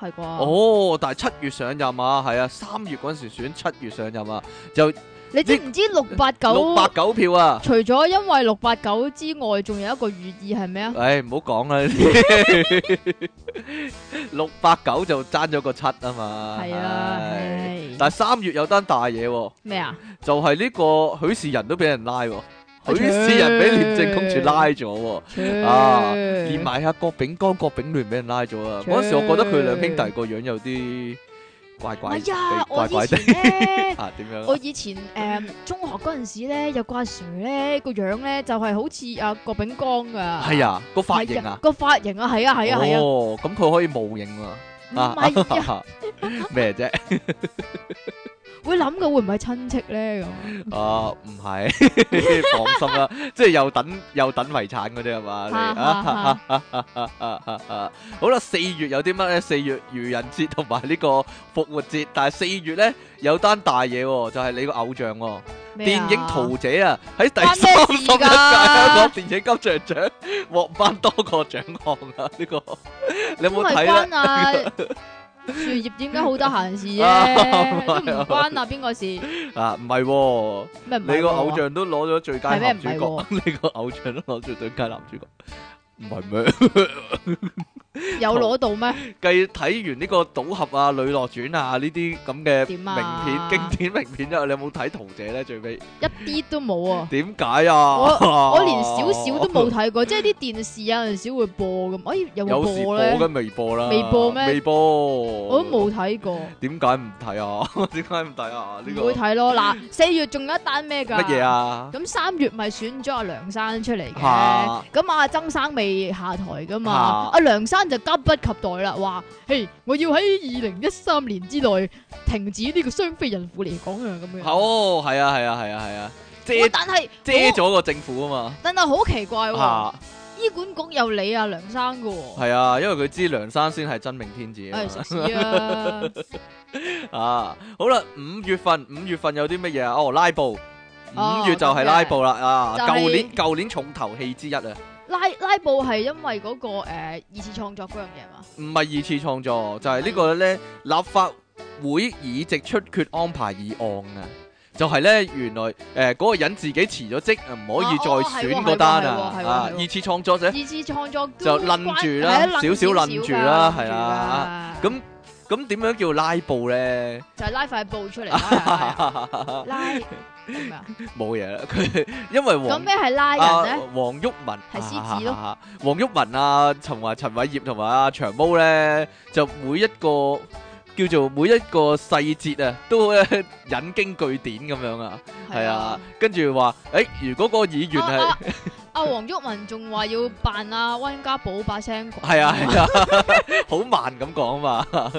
[SPEAKER 2] 係啩？
[SPEAKER 1] 哦，但係七月上任啊，係啊，三月嗰時選，七月上任啊，
[SPEAKER 2] 你知唔知六八九
[SPEAKER 1] 六百九票啊！
[SPEAKER 2] 除咗因為六八九之外，仲有一個寓意係咩啊？
[SPEAKER 1] 唉，唔好講啦呢啲， *laughs* 六百九就爭咗個七啊嘛。
[SPEAKER 2] 係
[SPEAKER 1] 唉
[SPEAKER 2] 啊，唉
[SPEAKER 1] 但係三月有單大嘢喎，
[SPEAKER 2] 咩啊？
[SPEAKER 1] 就係呢個許仕仁都俾人拉喎，
[SPEAKER 2] 啊
[SPEAKER 1] 許仕仁俾廉政公署拉咗喎，啊連
[SPEAKER 2] 切
[SPEAKER 1] 埋阿郭炳江、郭炳聯俾人拉咗啊！
[SPEAKER 2] 切
[SPEAKER 1] 嗰陣時我覺得佢兩兄弟個樣有啲怪怪地
[SPEAKER 2] 唔係啊，我
[SPEAKER 1] 怪怪
[SPEAKER 2] 以
[SPEAKER 1] 地，
[SPEAKER 2] 前咧
[SPEAKER 1] *laughs* 啊點樣
[SPEAKER 2] 我
[SPEAKER 1] 啊？
[SPEAKER 2] 以前誒中學嗰陣時咧，有個阿 Sir 咧個樣咧就係好似阿郭炳江噶，
[SPEAKER 1] 係啊，個髮型
[SPEAKER 2] 係啊
[SPEAKER 1] 啊，
[SPEAKER 2] 個髮型啊，係啊，係啊，係啊，
[SPEAKER 1] 哦，咁佢可以模型啊。
[SPEAKER 2] 唔係啊， *laughs*
[SPEAKER 1] 啊 *laughs* 咩啫？
[SPEAKER 2] 會諗嘅會唔係親戚咧咁啊？
[SPEAKER 1] 啊，唔係， *laughs* 放心啦，即係又等又等遺產嗰啲係啊嘛？你
[SPEAKER 2] 哈哈
[SPEAKER 1] 啊好啦，四月有啲乜咧？四月愚人節同埋呢個復活節，但係四月咧有單大嘢喎，就係你個偶像喎，
[SPEAKER 2] 咩啊
[SPEAKER 1] 電影桃姐啊，喺第
[SPEAKER 2] 關
[SPEAKER 1] 三十一
[SPEAKER 2] 咩事
[SPEAKER 1] 屆
[SPEAKER 2] 㗎
[SPEAKER 1] 香港電影金像獎 *laughs* 獲頒多個獎項啊！呢個你有
[SPEAKER 2] 都
[SPEAKER 1] 冇
[SPEAKER 2] 係
[SPEAKER 1] 睇咧？*laughs*
[SPEAKER 2] 關啊樹葉點解好得閒事
[SPEAKER 1] 啊
[SPEAKER 2] 啫？都唔關啊邊個事
[SPEAKER 1] 啊，唔係喎。
[SPEAKER 2] 咩唔係啊
[SPEAKER 1] 你個
[SPEAKER 2] 喎
[SPEAKER 1] 偶像都攞咗最佳
[SPEAKER 2] 係咩
[SPEAKER 1] 男主角， *laughs* 你個偶像都攞咗最佳男主角，唔係咩？
[SPEAKER 2] 有攞到咩？
[SPEAKER 1] 繼睇完呢個賭俠啊、女落轉啊呢啲咁嘅
[SPEAKER 2] 點
[SPEAKER 1] 名
[SPEAKER 2] 啊
[SPEAKER 1] 片、經典名片之後，你有冇睇桃姐咧？最尾
[SPEAKER 2] 一啲都冇啊！
[SPEAKER 1] 點解啊？
[SPEAKER 2] 我
[SPEAKER 1] 我
[SPEAKER 2] 連少少都冇睇
[SPEAKER 1] *laughs*
[SPEAKER 2] 過，即係啲電視有陣時會播咁，哎有冇
[SPEAKER 1] 有時
[SPEAKER 2] 播
[SPEAKER 1] 播
[SPEAKER 2] 咧？
[SPEAKER 1] 嘅微播啦，
[SPEAKER 2] 未播咩
[SPEAKER 1] 微播
[SPEAKER 2] 我都冇。睇過，
[SPEAKER 1] 點解唔睇啊？ *laughs* 點解唔睇啊？呢
[SPEAKER 2] 唔
[SPEAKER 1] 個
[SPEAKER 2] 會睇咯。嗱，四月仲有一單咩㗎？
[SPEAKER 1] 乜嘢？啊？
[SPEAKER 2] 咁三月咪選咗阿梁生出嚟嘅，
[SPEAKER 1] 嚇
[SPEAKER 2] 咁阿曾生未下台噶嘛
[SPEAKER 1] 嚇，
[SPEAKER 2] 阿梁生就急不及待啦，話：，嘿，我要喺二零一三年之內停止呢個雙非孕婦嚟講啊，咁樣。
[SPEAKER 1] 哦，係啊，係啊，係啊，係啊，遮
[SPEAKER 2] 喂但係
[SPEAKER 1] 遮咗個政府啊嘛
[SPEAKER 2] 但係好奇怪喎，
[SPEAKER 1] 啊！
[SPEAKER 2] 二醫管局有你啊，梁生噶喎。
[SPEAKER 1] 係啊，因為佢知梁生先係真命天子啊
[SPEAKER 2] 唉，
[SPEAKER 1] *laughs*
[SPEAKER 2] 食屎啊！
[SPEAKER 1] 嘛。啊，好啦，五月份五月份有啲乜嘢啊？哦，拉布，
[SPEAKER 2] 哦
[SPEAKER 1] 五月就係拉布啦啊！
[SPEAKER 2] 就係
[SPEAKER 1] 舊年舊年重頭戲之一啊，
[SPEAKER 2] 拉拉布係因為嗰個誒二次創作嗰樣嘢嘛？
[SPEAKER 1] 唔係二次創作，就係呢個咧立法會議席出缺安排議案啊。就係咧，原來誒嗰、個人自己辭咗職，唔可以
[SPEAKER 2] 哦哦
[SPEAKER 1] 再
[SPEAKER 2] 係喎
[SPEAKER 1] 選嗰單
[SPEAKER 2] 係喎係
[SPEAKER 1] 啊！
[SPEAKER 2] 喎
[SPEAKER 1] 啊
[SPEAKER 2] 係，喎
[SPEAKER 1] 二次創作者
[SPEAKER 2] 二次創作都
[SPEAKER 1] 就
[SPEAKER 2] 關
[SPEAKER 1] 撚住啦
[SPEAKER 2] 係啊
[SPEAKER 1] 少少撚住啦係啊
[SPEAKER 2] 啊撚㗎
[SPEAKER 1] 咁咁點樣叫拉布咧？
[SPEAKER 2] 就係拉塊布出嚟啦係啊。
[SPEAKER 1] *laughs*
[SPEAKER 2] 拉咁啊
[SPEAKER 1] 冇嘢啦，佢因為
[SPEAKER 2] 咁
[SPEAKER 1] 黃
[SPEAKER 2] 咩係拉
[SPEAKER 1] 啊
[SPEAKER 2] 人咧？
[SPEAKER 1] 黃毓民
[SPEAKER 2] 係獅子咯
[SPEAKER 1] 啊黃毓民啊，陳華、陳偉業同埋啊長毛咧，就每一個叫做每一個細節啊，都咧引經據典咁樣啊，係啊，跟住話誒，如果個議員
[SPEAKER 2] 啊
[SPEAKER 1] 係
[SPEAKER 2] 啊阿黃毓民仲話要扮阿温家寶把聲講，
[SPEAKER 1] 係啊係啊，好慢咁講啊嘛，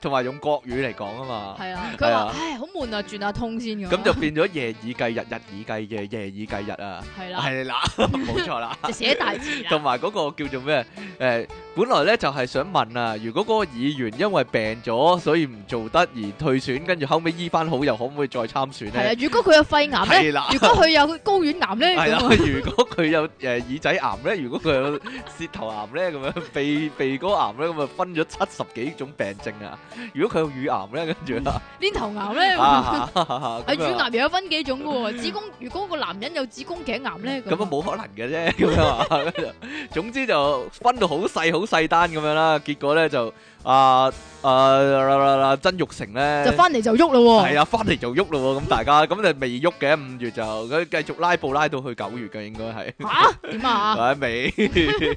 [SPEAKER 1] 同埋用國語嚟講啊嘛。
[SPEAKER 2] 係啊，
[SPEAKER 1] 係
[SPEAKER 2] 佢
[SPEAKER 1] 啊
[SPEAKER 2] 話唉好悶啊，轉下通先咁啊，
[SPEAKER 1] 咁就變咗夜以繼日，日以繼夜，夜以繼日啊！
[SPEAKER 2] 係啦，
[SPEAKER 1] 係啦，冇錯啦。
[SPEAKER 2] 就寫大字啦
[SPEAKER 1] 同，埋嗰個叫做咩？誒、本來咧就係、想問啊，如果嗰個議員因為病咗，所以唔做得而退選，跟住後尾醫翻好，又可唔可以再參選
[SPEAKER 2] 係
[SPEAKER 1] 咧？
[SPEAKER 2] 啊，如果佢有肺癌
[SPEAKER 1] 係
[SPEAKER 2] 咧，
[SPEAKER 1] 啦，
[SPEAKER 2] 如果佢有高丸癌咧，
[SPEAKER 1] 係啦。
[SPEAKER 2] 咁啊
[SPEAKER 1] *laughs* 如果佢有誒、耳仔癌咧，如果佢有舌頭癌咧，咁樣 *laughs* 鼻鼻哥癌咧，咁啊分咗七十幾種病症啊。如果佢有乳癌咧，跟住啊，
[SPEAKER 2] 黏頭癌咧，
[SPEAKER 1] 啊
[SPEAKER 2] 嗯係
[SPEAKER 1] 咁
[SPEAKER 2] 乳
[SPEAKER 1] 啊
[SPEAKER 2] 癌又有分幾種嘅喎，子宮如果個男人有子宮頸癌咧，
[SPEAKER 1] 咁啊冇可能嘅 *laughs* 啫，咁樣啊，跟住總之就分到好細好細單咁樣啦，結果咧就啊啊啦啦啦曾玉成咧
[SPEAKER 2] 就翻嚟就喐咯喎，
[SPEAKER 1] 係啊，翻嚟就喐咯喎，咁大家咁就未喐嘅，五月就佢繼續拉布拉到去九月嘅應該係。
[SPEAKER 2] 嚇點啊？
[SPEAKER 1] 係 *laughs* 未？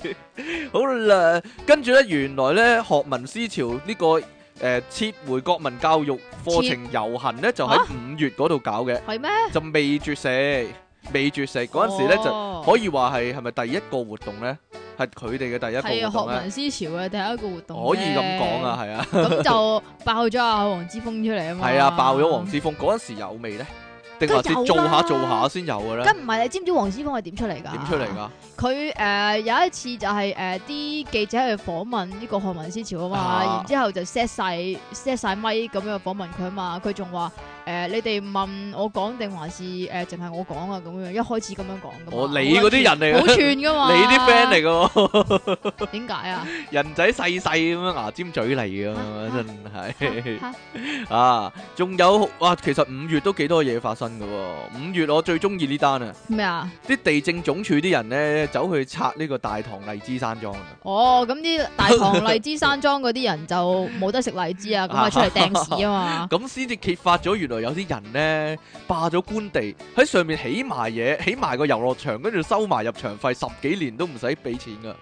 [SPEAKER 1] 好啦，跟住咧，原來咧學民思潮呢、個誒、呃撤回國民教育課程遊行咧，就喺
[SPEAKER 2] 啊
[SPEAKER 1] 五月嗰度搞嘅，
[SPEAKER 2] 係咩？
[SPEAKER 1] 就未絕食，未絕食嗰陣時咧就。
[SPEAKER 2] 哦
[SPEAKER 1] 可以話係係咪第一個活動咧？係佢哋嘅第一
[SPEAKER 2] 係
[SPEAKER 1] 個
[SPEAKER 2] 啊，
[SPEAKER 1] 活動
[SPEAKER 2] 學
[SPEAKER 1] 咧？
[SPEAKER 2] 民思潮嘅第一個活動，
[SPEAKER 1] 可以咁講啊，！係啊，
[SPEAKER 2] 咁就爆咗阿黃之峰出嚟啊嘛，
[SPEAKER 1] 係啊，爆咗黃之峰嗰陣時有未咧？定還是
[SPEAKER 2] 梗有
[SPEAKER 1] 做下
[SPEAKER 2] 啦
[SPEAKER 1] 做下先有嘅咧？
[SPEAKER 2] 咁唔係，你知唔知黃之峰係點出嚟㗎？
[SPEAKER 1] 點出嚟？㗎？
[SPEAKER 2] 佢誒、呃有一次就係誒啲記者去訪問呢個學民思潮啊嘛，
[SPEAKER 1] 啊
[SPEAKER 2] 然之後就 set 晒 set 曬咪咁樣訪問佢啊嘛，佢仲話誒你哋問我講定還是誒淨係我講啊咁樣，一開始咁樣講噶嘛。
[SPEAKER 1] 我哦你嗰啲人嚟
[SPEAKER 2] 好
[SPEAKER 1] 嘅，
[SPEAKER 2] 串噶
[SPEAKER 1] *laughs*
[SPEAKER 2] 嘛，
[SPEAKER 1] 你啲 friend 嚟嘅喎，
[SPEAKER 2] 嚟，點解啊？
[SPEAKER 1] 人仔細細咁樣牙尖嘴利嘅
[SPEAKER 2] 啊，
[SPEAKER 1] 真係
[SPEAKER 2] 啊
[SPEAKER 1] 啊！仲有哇，其實五月都幾多嘢發生嘅喎。五月我最中意呢單啊，
[SPEAKER 2] 咩啊？
[SPEAKER 1] 啲地政總署啲人咧走去拆呢個大棠荔枝山莊啊。，
[SPEAKER 2] 哦，咁啲大棠荔枝山莊嗰啲人就冇得食荔枝啊，咁啊出嚟掟屎啊
[SPEAKER 1] *laughs*
[SPEAKER 2] 嘛
[SPEAKER 1] 咁先至揭發咗，原來有啲人呢霸咗官地喺上面起埋嘢，起埋個遊樂場，跟住收埋入場費，十幾年都唔使俾錢噶，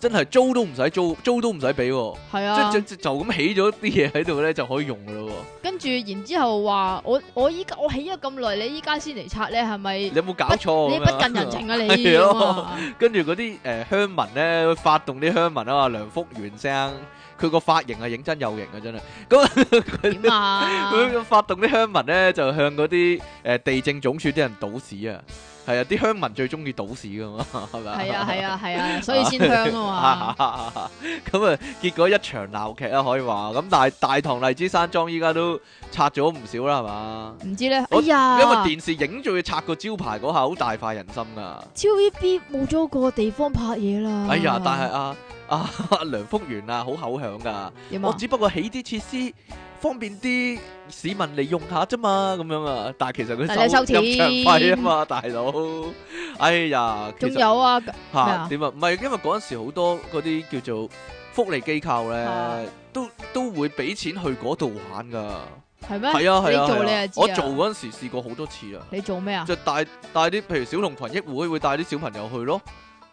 [SPEAKER 1] 真係租都唔使租，租都唔使俾喎，
[SPEAKER 2] 係
[SPEAKER 1] 即
[SPEAKER 2] 啊
[SPEAKER 1] 係。就就咁起咗啲嘢喺度呢，就可以用噶咯喎。
[SPEAKER 2] 跟住然之後話我我依家我起咗咁耐，你依家先嚟拆咧，係咪
[SPEAKER 1] 你有冇搞錯？
[SPEAKER 2] 你不近人。情啊你？
[SPEAKER 1] *laughs* 係咯
[SPEAKER 2] 咁啊
[SPEAKER 1] 跟住嗰啲誒鄉民呢，發動啲鄉民啊嘛，梁福元生，佢個髮型係認真有型啊，真係。
[SPEAKER 2] 點
[SPEAKER 1] *laughs*
[SPEAKER 2] 啊？
[SPEAKER 1] 佢發動啲鄉民咧，就向嗰啲誒地政總署啲人倒屎啊！係啊，啲鄉民最中意倒屎噶嘛， *laughs* 係咪
[SPEAKER 2] 係啊係啊係啊，所以先香啊嘛。
[SPEAKER 1] *laughs* 啊！咁啊，結果一場鬧劇啊，可以話咁。但係大棠荔枝山莊依家都拆咗唔少啦，係嘛？
[SPEAKER 2] 唔知咧，哎
[SPEAKER 1] 我
[SPEAKER 2] 呀，
[SPEAKER 1] 因為電視影住佢拆個招牌嗰下，好大快人心
[SPEAKER 2] 啊
[SPEAKER 1] 噶。
[SPEAKER 2] TVB 冇咗個地方拍嘢啦。
[SPEAKER 1] 哎呀，但係啊啊梁福源啊，好口響噶。
[SPEAKER 2] 點
[SPEAKER 1] 我
[SPEAKER 2] 啊？
[SPEAKER 1] 只不過起啲設施方便啲市民嚟用下啫嘛，咁樣啊。但係其實佢
[SPEAKER 2] 但係你
[SPEAKER 1] 收
[SPEAKER 2] 收
[SPEAKER 1] 入場費啊
[SPEAKER 2] 錢
[SPEAKER 1] 嘛， *laughs* 大佬。哎呀，其
[SPEAKER 2] 仲
[SPEAKER 1] 實
[SPEAKER 2] 有啊，咩
[SPEAKER 1] 嚇
[SPEAKER 2] 啊
[SPEAKER 1] 點啊？唔係因為嗰陣時好多嗰啲叫做福利機構
[SPEAKER 2] 啊
[SPEAKER 1] 咧，都都會俾錢去嗰度玩噶。
[SPEAKER 2] 係咩？
[SPEAKER 1] 係啊係
[SPEAKER 2] 你
[SPEAKER 1] 啊
[SPEAKER 2] 做
[SPEAKER 1] 係
[SPEAKER 2] 你
[SPEAKER 1] 啊
[SPEAKER 2] 就，知
[SPEAKER 1] 我
[SPEAKER 2] 啊
[SPEAKER 1] 做嗰陣時試過好多次啊，
[SPEAKER 2] 你做咩啊？
[SPEAKER 1] 就帶帶啲譬如小童群益會會帶啲小朋友去咯，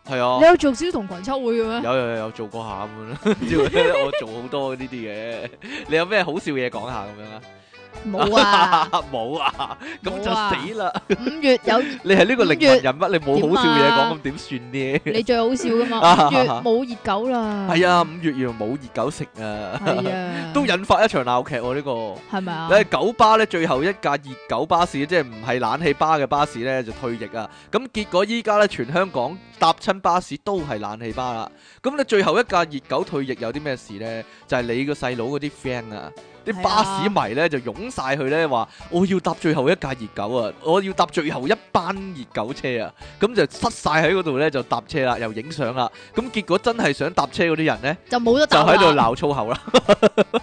[SPEAKER 1] 係啊
[SPEAKER 2] 你。有做小童群秋會嘅咩？
[SPEAKER 1] *laughs* 有有有有做過 *laughs* 下咁樣啦，之後咧我做好多呢啲嘅。你有咩好笑嘢講下咁樣啊？ *laughs*
[SPEAKER 2] 冇啊，
[SPEAKER 1] 冇啊， *laughs* 咁
[SPEAKER 2] 冇啊
[SPEAKER 1] 就死啦！
[SPEAKER 2] 五月有
[SPEAKER 1] 你係呢個靈魂人物，你
[SPEAKER 2] 點
[SPEAKER 1] 冇好笑嘢
[SPEAKER 2] 啊
[SPEAKER 1] 講，咁點算呢？
[SPEAKER 2] 你最好笑噶嘛？五月冇熱狗啦，
[SPEAKER 1] 係啊，五月要冇熱狗食啊，
[SPEAKER 2] 係
[SPEAKER 1] *laughs*
[SPEAKER 2] 啊，
[SPEAKER 1] 都引發一場鬧劇喎呢個。
[SPEAKER 2] 係咪啊？
[SPEAKER 1] 咧九巴咧最後一架熱狗巴士，即係唔係冷氣巴嘅巴士咧就退役啊！咁結果依家咧全香港搭親巴士都係冷氣巴啦。咁你最後一架熱狗退役有啲咩事咧？就係、你個細佬嗰啲 friend 啊，啲
[SPEAKER 2] 係
[SPEAKER 1] 巴
[SPEAKER 2] 啊
[SPEAKER 1] 士迷咧就湧晒去咧話：我要搭最後一架熱狗啊！我要搭最後一班熱狗車啊！咁就塞晒喺嗰度咧就搭車啦，又影相啦。咁結果真係想搭車嗰啲人咧。
[SPEAKER 2] 就冇得
[SPEAKER 1] 就
[SPEAKER 2] 答啦
[SPEAKER 1] 喺度鬧粗口啦， *laughs*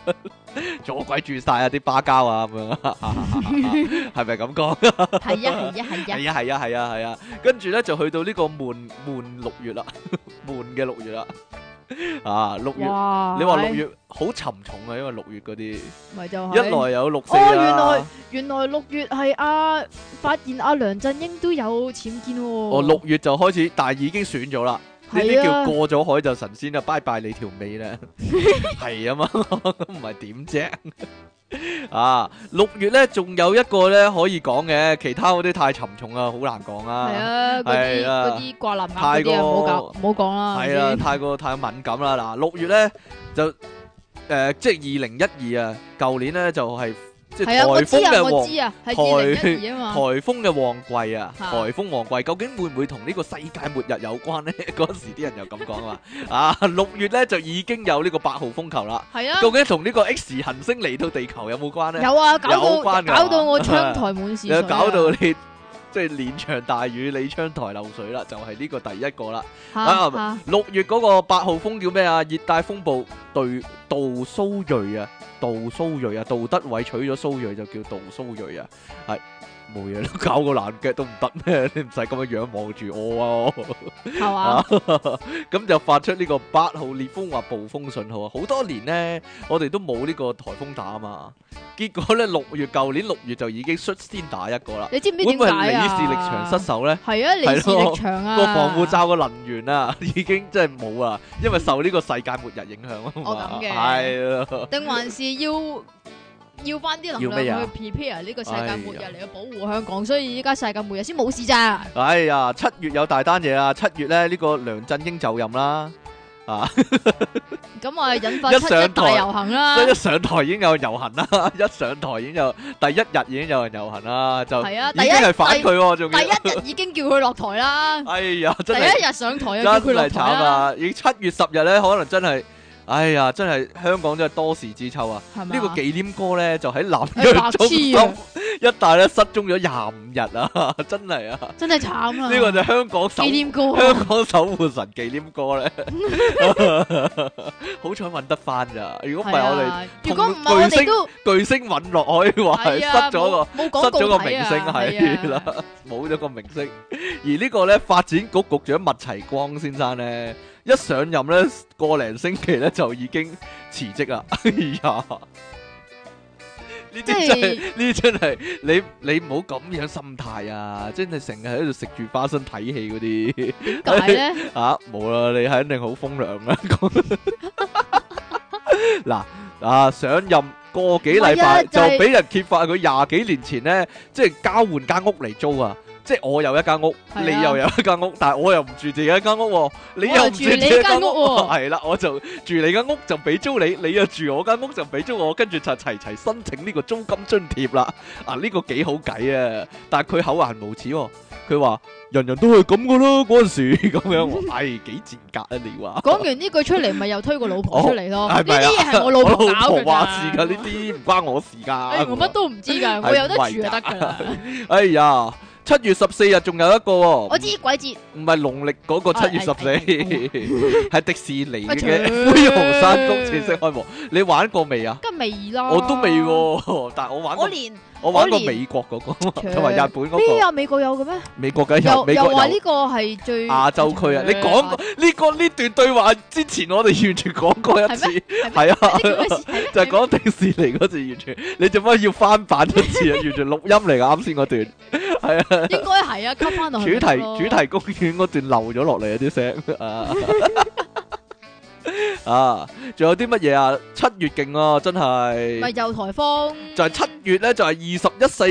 [SPEAKER 1] 阻鬼住晒啊啲巴交啊咁樣啊， *laughs* 係咪咁講？
[SPEAKER 2] *laughs* 係啊係啊係啊，
[SPEAKER 1] *laughs* 係啊係啊係啊係啊，跟住咧就去到呢個悶悶六月啦， *laughs* 悶嘅六月啦，啊六月，
[SPEAKER 2] 哇！
[SPEAKER 1] 你話六月好沉重啊，因為六月嗰啲一
[SPEAKER 2] 咪就係
[SPEAKER 1] 來有六四啊
[SPEAKER 2] 哦原來
[SPEAKER 1] 啦，
[SPEAKER 2] 原來六月係啊，發現阿梁振英都有僭建喎。
[SPEAKER 1] 哦六月就開始，但係已經選咗啦。呢
[SPEAKER 2] 係
[SPEAKER 1] 啲
[SPEAKER 2] 啊
[SPEAKER 1] 叫過咗海就神仙啦，拜拜你條尾 *laughs* 啦，係 *laughs* 啊嘛，唔係點 *laughs* 啫？啊，六月咧仲有一個咧可以講嘅，其他嗰啲太沉重啊，好難講
[SPEAKER 2] 係
[SPEAKER 1] 啊，
[SPEAKER 2] 啊，嗰啲
[SPEAKER 1] 係啊
[SPEAKER 2] 嗰啲掛藍牙嗰啲
[SPEAKER 1] 太
[SPEAKER 2] 啊，
[SPEAKER 1] 過
[SPEAKER 2] 唔好講唔好講啦。
[SPEAKER 1] 係啊，太過太敏感啦。嗱，六月咧就誒，即係二零一二啊，舊年咧就係即係
[SPEAKER 2] 係啊，我
[SPEAKER 1] 颱
[SPEAKER 2] 知
[SPEAKER 1] 風
[SPEAKER 2] 啊，
[SPEAKER 1] 嘅
[SPEAKER 2] 我
[SPEAKER 1] 旺
[SPEAKER 2] 知啊，係二
[SPEAKER 1] 颱
[SPEAKER 2] 零一二啊嘛。
[SPEAKER 1] 颱風嘅旺季啊，
[SPEAKER 2] 嚇
[SPEAKER 1] 颱風旺季究竟會唔會同呢個世界末日有關 *laughs* 呢？嗰陣時啲人又咁講啊嘛，啊六月咧就已經有呢個八號風球啦。
[SPEAKER 2] 係
[SPEAKER 1] *laughs*
[SPEAKER 2] 啊，
[SPEAKER 1] 究竟同呢個 X 行星嚟到地球有冇關呢？
[SPEAKER 2] 有啊，搞
[SPEAKER 1] 有
[SPEAKER 2] 到
[SPEAKER 1] 關㗎嘛
[SPEAKER 2] 搞到我窗台
[SPEAKER 1] *laughs*
[SPEAKER 2] 滿是水啊。
[SPEAKER 1] 又搞到你即係連場大雨，你窗台漏水啦，就係、呢個第一個啦。
[SPEAKER 2] 嚇
[SPEAKER 1] 啊
[SPEAKER 2] 嚇
[SPEAKER 1] 六月嗰個八號風叫咩啊？熱帶風暴對杜蘇芮啊，杜蘇芮啊，杜德偉娶咗蘇芮就叫杜蘇芮啊，係冇嘢啦， *laughs* 搞個爛腳都唔得咩？你唔使咁樣樣望住我啊！
[SPEAKER 2] 係嘛
[SPEAKER 1] *laughs* 啊，咁就發出呢個八號烈風或暴風信號啊！好多年呢，我哋都冇呢個颱風打啊嘛。結果呢，六月舊年六月就已經率先打一個啦。
[SPEAKER 2] 你知唔
[SPEAKER 1] 會
[SPEAKER 2] 知
[SPEAKER 1] 唔
[SPEAKER 2] 點
[SPEAKER 1] 會係
[SPEAKER 2] 解
[SPEAKER 1] 李
[SPEAKER 2] 啊？
[SPEAKER 1] 氏力場失手呢？
[SPEAKER 2] 係啊，李氏
[SPEAKER 1] 係咯
[SPEAKER 2] 力場啊，
[SPEAKER 1] 個防護罩個能源啊， *laughs* 已經真係冇啊，因為受呢個世界末日影響啊嘛。
[SPEAKER 2] 哦咁嘅
[SPEAKER 1] 係啊，
[SPEAKER 2] 定還是要要翻啲
[SPEAKER 1] 要
[SPEAKER 2] 能
[SPEAKER 1] 咩啊
[SPEAKER 2] 量去 prepare 呢個世界末日
[SPEAKER 1] 哎呀
[SPEAKER 2] 嚟去保護香港，所以依家世界末日先冇事咋。
[SPEAKER 1] 哎呀，七月有大單嘢啊！七月呢，呢個梁振英就任啦，*laughs*
[SPEAKER 2] 咁啊，引發
[SPEAKER 1] 一
[SPEAKER 2] 七
[SPEAKER 1] 上台
[SPEAKER 2] 一大遊行
[SPEAKER 1] *laughs*
[SPEAKER 2] 啦
[SPEAKER 1] 所以，一上台已經有人遊行啦， *laughs* 一上台已經有第一日已經有人遊行啦，就。
[SPEAKER 2] 係啊，
[SPEAKER 1] 已
[SPEAKER 2] 第一
[SPEAKER 1] 經係反
[SPEAKER 2] 第
[SPEAKER 1] 佢喎，仲 *laughs* 要
[SPEAKER 2] 第一日已經叫佢落台啦，
[SPEAKER 1] 哎呀，
[SPEAKER 2] 第
[SPEAKER 1] *laughs* 真係
[SPEAKER 2] 一日上台
[SPEAKER 1] 真
[SPEAKER 2] 就叫佢落
[SPEAKER 1] 係慘
[SPEAKER 2] 台啦，
[SPEAKER 1] 啊！已經七月十日咧，可能真係，哎呀，真係香港真係多事之秋啊！
[SPEAKER 2] 係咪
[SPEAKER 1] 呢
[SPEAKER 2] 啊？
[SPEAKER 1] 個忌廉哥咧就喺南
[SPEAKER 2] 哎白
[SPEAKER 1] 洋中
[SPEAKER 2] 痴啊
[SPEAKER 1] 心一帶咧失蹤咗廿五日啊！ *laughs* 真係啊！
[SPEAKER 2] 真係慘
[SPEAKER 1] 呢
[SPEAKER 2] 啊！
[SPEAKER 1] 個就係香港守
[SPEAKER 2] 紀念歌啊，
[SPEAKER 1] 香港守護神忌廉哥咧， *laughs* 好彩揾得翻咋！如果唔
[SPEAKER 2] 係
[SPEAKER 1] 係
[SPEAKER 2] 啊
[SPEAKER 1] 我
[SPEAKER 2] 如果唔係我哋都
[SPEAKER 1] 哋巨星揾落，可以話係
[SPEAKER 2] 係啊，
[SPEAKER 1] 失咗個。
[SPEAKER 2] 冇冇
[SPEAKER 1] 失
[SPEAKER 2] 廣
[SPEAKER 1] 咗個
[SPEAKER 2] 告
[SPEAKER 1] 明
[SPEAKER 2] 睇
[SPEAKER 1] 星
[SPEAKER 2] 啊，
[SPEAKER 1] 係啦
[SPEAKER 2] 啊，
[SPEAKER 1] 冇咗個明星。而呢個咧，發展局局長麥齊光先生咧，一上任咧個零星期咧就已經辭職啦。 *laughs* 哎呀，呢啲
[SPEAKER 2] 即
[SPEAKER 1] 真係
[SPEAKER 2] 係
[SPEAKER 1] 呢啲真係你你唔好咁樣心態啊！真係成日喺度食住花生睇戲嗰啲。
[SPEAKER 2] 點解咧？
[SPEAKER 1] 啊，冇啦，你肯定好風涼啦。 *laughs* 嗱啊，上任個幾禮拜
[SPEAKER 2] 唔係啊就係
[SPEAKER 1] 就俾人揭發佢廿幾年前咧，即係交換間屋嚟租啊！即係我有一間屋，
[SPEAKER 2] 係啊
[SPEAKER 1] 你又有一間屋，但係我又唔住自己一間屋喎，你又唔住自己一間屋
[SPEAKER 2] 我又住你間屋
[SPEAKER 1] 喎，
[SPEAKER 2] 喎
[SPEAKER 1] 係啦，我就住你間屋就俾租你，你又住我間屋就俾租我，跟住就齊齊申請呢個租金津貼啦。啊，呢個幾好計啊！但係佢厚顏無恥喎，佢話人人都係咁噶啦，嗰陣時咁
[SPEAKER 2] *laughs*
[SPEAKER 1] 樣喎，唉，幾賤格啊！你話
[SPEAKER 2] 講完呢句出嚟，咪又推個老婆出嚟咯。呢
[SPEAKER 1] 係咪啊
[SPEAKER 2] 啲嘢係我老婆搞
[SPEAKER 1] 我
[SPEAKER 2] 嘅
[SPEAKER 1] 老婆話事
[SPEAKER 2] 咋
[SPEAKER 1] 㗎，呢啲唔關我事㗎。
[SPEAKER 2] *laughs* 哎我乜都唔知㗎，我有得住就得㗎啦。
[SPEAKER 1] 哎呀，七月十四日仲有一個喎，
[SPEAKER 2] 我知鬼節，
[SPEAKER 1] 唔係農曆嗰個
[SPEAKER 2] 哎
[SPEAKER 1] 七月十
[SPEAKER 2] 哎
[SPEAKER 1] 四， *laughs* 係迪士尼
[SPEAKER 2] 咪
[SPEAKER 1] 嘅 *laughs*
[SPEAKER 2] 除
[SPEAKER 1] 灰熊山谷正式開幕。你玩過未啊？
[SPEAKER 2] 跟未啦。
[SPEAKER 1] 我都未，喎， *laughs* 但係我玩
[SPEAKER 2] 我
[SPEAKER 1] 過，
[SPEAKER 2] 連
[SPEAKER 1] 我玩過
[SPEAKER 2] 我連
[SPEAKER 1] 美國嗰個 *laughs*
[SPEAKER 2] 除
[SPEAKER 1] 同埋日本嗰
[SPEAKER 2] 呢
[SPEAKER 1] 個，
[SPEAKER 2] 有美國有嘅咩？
[SPEAKER 1] 美國梗有，
[SPEAKER 2] 又
[SPEAKER 1] 美
[SPEAKER 2] 又
[SPEAKER 1] 國
[SPEAKER 2] 話
[SPEAKER 1] 有
[SPEAKER 2] 呢。個係最
[SPEAKER 1] 亞洲區啊！你
[SPEAKER 2] *laughs*
[SPEAKER 1] 講過呢個呢段對話之前，我哋完全講過一次，係
[SPEAKER 2] 呢個咩
[SPEAKER 1] 啊， *laughs*
[SPEAKER 2] 事係咩
[SPEAKER 1] 就係講迪士尼嗰次完全，你做乜要翻版一次啊？完全錄音嚟噶，啱先嗰段
[SPEAKER 2] 應該係啊，吸翻落
[SPEAKER 1] 主
[SPEAKER 2] 去
[SPEAKER 1] 題
[SPEAKER 2] 咯 *laughs*
[SPEAKER 1] 主題公園嗰段漏咗落嚟啊啲聲啊，啊，仲有啲乜嘢啊？七月勁啊，真係
[SPEAKER 2] 咪又颱風？
[SPEAKER 1] 就係七月咧，就係二十一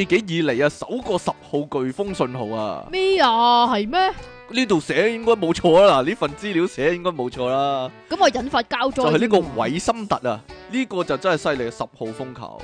[SPEAKER 1] 世紀以嚟啊首個十號颶風信號啊！
[SPEAKER 2] 咩啊？係咩？
[SPEAKER 1] 呢度寫應該冇錯啦，嗱呢份資料寫應該冇錯啦。
[SPEAKER 2] 咁我引發膠災
[SPEAKER 1] 就係呢個
[SPEAKER 2] 添喎
[SPEAKER 1] 韋森特啊，呢、個就真係犀利，十號風球。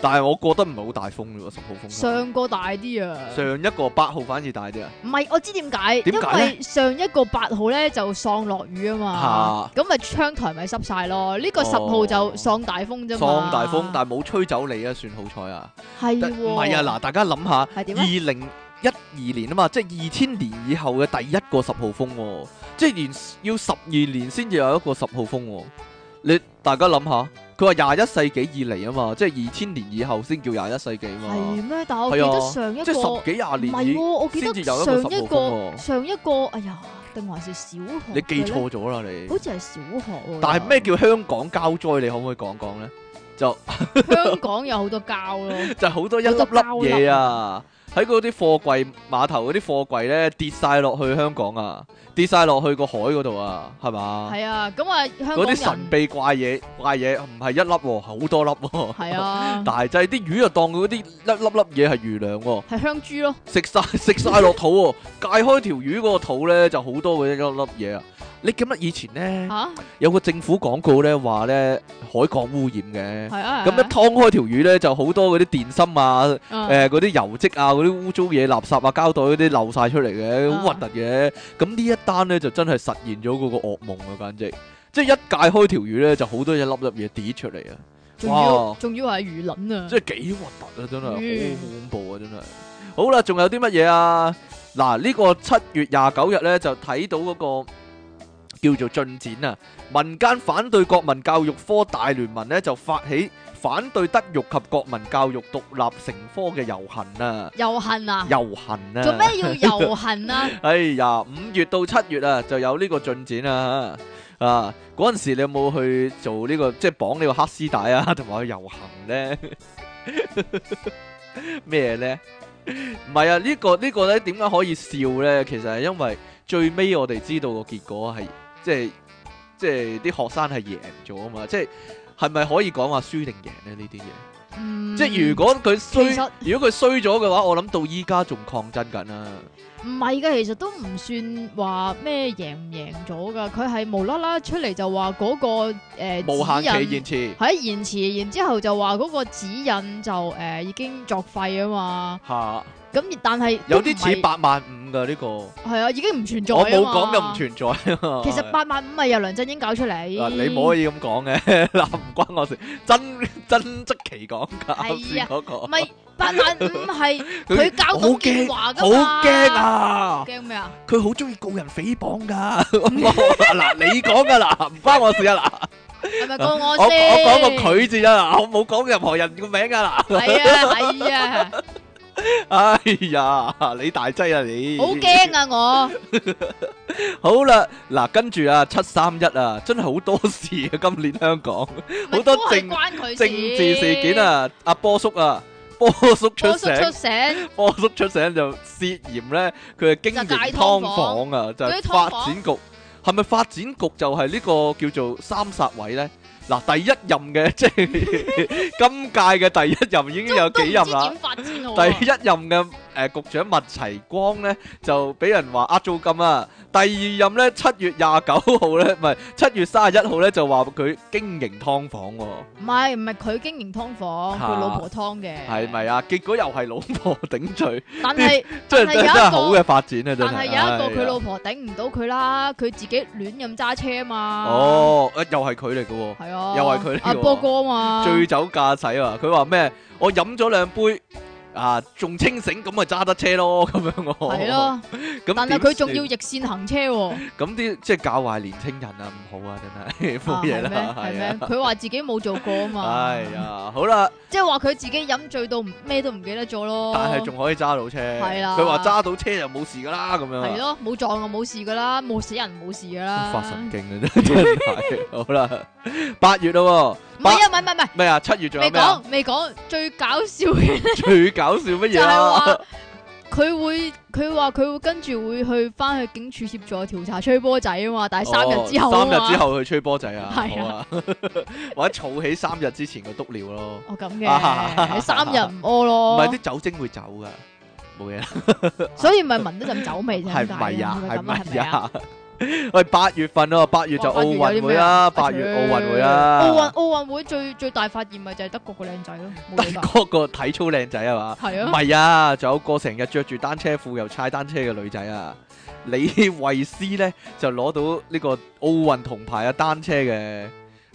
[SPEAKER 1] 但係我覺得唔係好大風啫喎，十號風球。
[SPEAKER 2] 上個大啲啊！
[SPEAKER 1] 上一個八號反而大啲啊，
[SPEAKER 2] 唔係，我知點解，
[SPEAKER 1] 點
[SPEAKER 2] 因
[SPEAKER 1] 解呢
[SPEAKER 2] 為上一個八號咧就喪落雨啊嘛，咁咪窗台咪濕晒咯。呢個十號就喪大風啫嘛，
[SPEAKER 1] 放大風，但係冇吹走你啊，算好彩啊。
[SPEAKER 2] 係
[SPEAKER 1] 但
[SPEAKER 2] 喎，
[SPEAKER 1] 唔係啊，嗱，大家諗下，
[SPEAKER 2] 係點
[SPEAKER 1] 二
[SPEAKER 2] 啊？
[SPEAKER 1] 零一二年啊嘛，即係二千年以後嘅第一個十號風喎，即係連要十二年先至有一個十號風喎。你大家諗下，佢話廿一世紀以嚟啊嘛，即係二千年以後先叫廿一世紀嘛，
[SPEAKER 2] 係咩？但係我記
[SPEAKER 1] 係
[SPEAKER 2] 得
[SPEAKER 1] 啊
[SPEAKER 2] 上一
[SPEAKER 1] 即
[SPEAKER 2] 個
[SPEAKER 1] 係
[SPEAKER 2] 唔
[SPEAKER 1] 十幾廿年
[SPEAKER 2] 係
[SPEAKER 1] 已
[SPEAKER 2] 喎，我記
[SPEAKER 1] 先至
[SPEAKER 2] 得
[SPEAKER 1] 有一個
[SPEAKER 2] 上
[SPEAKER 1] 十
[SPEAKER 2] 一
[SPEAKER 1] 號
[SPEAKER 2] 個
[SPEAKER 1] 風喎
[SPEAKER 2] 上一個，哎呀，定還是小學？
[SPEAKER 1] 你記，錯咗啦你
[SPEAKER 2] 好。似係小學喎。
[SPEAKER 1] 但係咩叫香港膠災？你可唔可以講講呢？就
[SPEAKER 2] 香港有好多膠咯，
[SPEAKER 1] 就係好多一粒粒嘢啊，喺嗰啲貨櫃碼頭嗰啲貨櫃咧跌晒落去香港啊，跌晒落去個海嗰度 *laughs* 啊，係嘛？
[SPEAKER 2] 係啊，咁啊，香
[SPEAKER 1] 嗰
[SPEAKER 2] 港
[SPEAKER 1] 啲神
[SPEAKER 2] 人
[SPEAKER 1] 秘怪嘢怪嘢唔係一粒喎，好多粒喎。
[SPEAKER 2] 係，
[SPEAKER 1] *laughs*
[SPEAKER 2] 啊，
[SPEAKER 1] 但係就係啲魚就當嗰啲粒粒粒嘢係魚糧喎，
[SPEAKER 2] 係香豬咯，
[SPEAKER 1] 食晒 *laughs* 食晒落肚喎，解開條魚嗰個肚咧就好多嗰啲粒粒嘢啊！你記唔記得以前咧
[SPEAKER 2] 吓
[SPEAKER 1] 有個政府廣告咧話咧海港污染嘅，
[SPEAKER 2] 係啊，
[SPEAKER 1] 咁一劏開條魚咧就好多嗰啲電芯啊。
[SPEAKER 2] 誒
[SPEAKER 1] 誒嗰啲油漬啊、嗰啲污糟嘢、垃圾啊、膠袋嗰啲漏晒出嚟嘅，好
[SPEAKER 2] 啊
[SPEAKER 1] 核突嘅。咁呢一單咧就真係實現咗嗰個噩夢啊，簡直！即係一解開條魚咧，就好多一粒粒嘢跌出嚟啊！
[SPEAKER 2] 仲要
[SPEAKER 1] 哇
[SPEAKER 2] 仲要係魚卵啊
[SPEAKER 1] 即！係幾核突啊，真係
[SPEAKER 2] 嗯
[SPEAKER 1] 好恐怖啊，真係。好啦，仲有啲乜嘢啊？嗱，呢個七月廿九日咧就睇到嗰個叫做進展啊，民間反對國民教育科大聯盟咧就發起反對德育及國民教育獨立成科嘅遊行啊。
[SPEAKER 2] 遊行啊？
[SPEAKER 1] 遊行啊！
[SPEAKER 2] 做咩要遊行啊？
[SPEAKER 1] *laughs* 哎呀，五月到七月啊，就有呢個進展啦、啊。啊，嗰陣時你有冇去做呢、個即係綁呢個黑絲帶啊， *laughs* 同埋去遊行咧？ *laughs* 咩咧？唔係啊，呢、個呢、個咧點解可以笑咧？其實係因為最尾我哋知道個結果係即係即係啲學生係贏咗啊嘛，即係係咪可以講話輸定贏咧？呢啲嘢？
[SPEAKER 2] 嗯
[SPEAKER 1] 即係如果佢衰
[SPEAKER 2] 其實，
[SPEAKER 1] 如果佢衰咗嘅話，我諗到依家仲抗爭緊啊啦。
[SPEAKER 2] 唔係嘅，其實都唔算話咩贏唔贏咗㗎，佢係無啦啦出嚟就話嗰個誒
[SPEAKER 1] 無限期延
[SPEAKER 2] 指
[SPEAKER 1] 遲
[SPEAKER 2] 引喺延遲，然之後就話嗰個指引就誒已經作廢啊嘛。
[SPEAKER 1] 嚇，
[SPEAKER 2] 咁但係
[SPEAKER 1] 有
[SPEAKER 2] 都唔
[SPEAKER 1] 啲似
[SPEAKER 2] 係
[SPEAKER 1] 八萬五㗎呢個，我
[SPEAKER 2] 係啊，已經唔存在啊
[SPEAKER 1] 冇
[SPEAKER 2] 嘛
[SPEAKER 1] 講就唔存在啊嘛。
[SPEAKER 2] 其實八萬五係由梁振英搞出嚟。
[SPEAKER 1] 嗱，啊你唔可以咁講嘅， *laughs* 嗱唔關我事。真真則其講㗎，
[SPEAKER 2] 啊
[SPEAKER 1] 啱先嗰個
[SPEAKER 2] 唔，係八萬五
[SPEAKER 1] *laughs*
[SPEAKER 2] 係
[SPEAKER 1] 佢
[SPEAKER 2] 佢搞
[SPEAKER 1] 好
[SPEAKER 2] 董
[SPEAKER 1] 驚
[SPEAKER 2] 建華
[SPEAKER 1] 好
[SPEAKER 2] 㗎嘛？
[SPEAKER 1] 驚！啊！
[SPEAKER 2] 驚咩啊？
[SPEAKER 1] 佢好中意告人誹謗㗎。 *laughs* 嗱，你講㗎嗱，唔關我事啊嗱。
[SPEAKER 2] 係咪個
[SPEAKER 1] 我
[SPEAKER 2] 我
[SPEAKER 1] 啊我
[SPEAKER 2] 先？
[SPEAKER 1] 講個佢字啊嗱，我冇講任何人個名㗎嗱。
[SPEAKER 2] 係啊係啊，
[SPEAKER 1] 哎呀，你大劑啊你！
[SPEAKER 2] 好驚啊
[SPEAKER 1] *laughs*
[SPEAKER 2] 我！
[SPEAKER 1] 好啦，嗱，跟住啊，七三一啊，真係好多事啊！今年香
[SPEAKER 2] *laughs*
[SPEAKER 1] 港好
[SPEAKER 2] 咪
[SPEAKER 1] 多
[SPEAKER 2] 都係
[SPEAKER 1] 政
[SPEAKER 2] 關佢
[SPEAKER 1] 政治事件！啊，阿波叔啊，波叔出
[SPEAKER 2] 波叔
[SPEAKER 1] 醒，
[SPEAKER 2] 出醒，
[SPEAKER 1] 波叔出醒就涉嫌咧，佢係經營
[SPEAKER 2] 就戒劏
[SPEAKER 1] 劏房啊，就係
[SPEAKER 2] 嗰啲劏
[SPEAKER 1] 發
[SPEAKER 2] 房
[SPEAKER 1] 展局，係咪發展局就係呢個叫做三殺位咧？嗱，第一任嘅即係 *laughs* 今屆嘅第一任已經有
[SPEAKER 2] 都都唔
[SPEAKER 1] 幾任
[SPEAKER 2] 知
[SPEAKER 1] 啦
[SPEAKER 2] 點。發展好啊。
[SPEAKER 1] 第一任嘅誒、呃局長麥齊光咧就俾人話呃租金啊，第二任咧七月廿九號咧，唔係七月三十一號咧就話佢經營劏房喎、
[SPEAKER 2] 唔係唔係佢經營劏房，
[SPEAKER 1] 嚇
[SPEAKER 2] 佢老婆劏嘅。
[SPEAKER 1] 係咪？啊？結果又係老婆頂罪，
[SPEAKER 2] 但係
[SPEAKER 1] 真係
[SPEAKER 2] 但係有
[SPEAKER 1] 真
[SPEAKER 2] 一個
[SPEAKER 1] 係好嘅發展啊！真
[SPEAKER 2] 但係有一個佢老
[SPEAKER 1] 婆
[SPEAKER 2] 婆頂唔到佢啦，佢自己亂咁揸車啊嘛。，
[SPEAKER 1] 哦，呃又係佢嚟嘅喎。
[SPEAKER 2] 係啊，
[SPEAKER 1] 又係佢呢個
[SPEAKER 2] 阿波哥啊嘛。
[SPEAKER 1] 醉酒駕駛啊！佢話咩？我飲咗兩杯啊，仲清醒咁咪揸得車咯，咁樣我
[SPEAKER 2] 係，咯，
[SPEAKER 1] 哦咁
[SPEAKER 2] 但係
[SPEAKER 1] 點
[SPEAKER 2] 佢仲
[SPEAKER 1] 算
[SPEAKER 2] 要逆線行車喎。
[SPEAKER 1] 咁啲即係教壞年青人啊，唔好啊，真係 *laughs* 冇
[SPEAKER 2] 啊
[SPEAKER 1] 嘢
[SPEAKER 2] 係咩
[SPEAKER 1] 啦，
[SPEAKER 2] 係
[SPEAKER 1] 係
[SPEAKER 2] 咩？
[SPEAKER 1] 啊，
[SPEAKER 2] 佢話自己冇做過啊嘛。
[SPEAKER 1] 哎呀，好啦，
[SPEAKER 2] 即係話佢自己飲醉到唔咩都唔記得咗咯。
[SPEAKER 1] 但係仲可以揸到車，
[SPEAKER 2] 哦係啦
[SPEAKER 1] 佢話揸到車就冇事噶啦，咁樣啊
[SPEAKER 2] 係，咯，冇撞我冇事噶啦，冇死人冇事噶啦。
[SPEAKER 1] 發神經啊，真係，
[SPEAKER 2] *laughs*
[SPEAKER 1] 好啦，八月咯
[SPEAKER 2] 唔係啊，唔係唔係唔係，
[SPEAKER 1] 喎，咩啊？七月仲有
[SPEAKER 2] 未
[SPEAKER 1] 咩啊？
[SPEAKER 2] 講未講，最搞笑嘅
[SPEAKER 1] 最搞笑乜
[SPEAKER 2] 就
[SPEAKER 1] 嘢
[SPEAKER 2] 係
[SPEAKER 1] 啊？
[SPEAKER 2] 話佢會佢佢話佢會跟住會去翻去警署協助調查吹波仔啊嘛，但係三
[SPEAKER 1] 哦
[SPEAKER 2] 日之後啊
[SPEAKER 1] 三日之
[SPEAKER 2] 嘛，
[SPEAKER 1] 後去吹波仔啊，
[SPEAKER 2] 係
[SPEAKER 1] 好啊， *laughs* 或者儲起三日之前嘅篤尿咯，
[SPEAKER 2] 哦咁嘅，你三日唔屙
[SPEAKER 1] 啊唔
[SPEAKER 2] 咯
[SPEAKER 1] 係，啲酒精會走噶，冇嘢啦，
[SPEAKER 2] 所以咪聞得陣酒味啫，
[SPEAKER 1] 係咪呀？係
[SPEAKER 2] 係咪
[SPEAKER 1] 咪
[SPEAKER 2] 咁啊？
[SPEAKER 1] 呀？ *laughs* 喂，八月份啊，八月就
[SPEAKER 2] 哇八
[SPEAKER 1] 奧
[SPEAKER 2] 月有啲
[SPEAKER 1] 運會
[SPEAKER 2] 咩
[SPEAKER 1] 啦，
[SPEAKER 2] 啊
[SPEAKER 1] 八月奧運會啊
[SPEAKER 2] 奧運
[SPEAKER 1] *laughs* 啦，
[SPEAKER 2] 奧運會啊最最大發現咪就係德國個靚仔咯，冇嘢
[SPEAKER 1] 德
[SPEAKER 2] 㗎，
[SPEAKER 1] 國個體操靚仔啊嘛。
[SPEAKER 2] 係
[SPEAKER 1] 唔
[SPEAKER 2] 啊，
[SPEAKER 1] 係啊，仲有個成日着住單車褲又踩單車嘅女仔啊，李慧詩呢，就攞到呢個奧運銅牌啊，單車嘅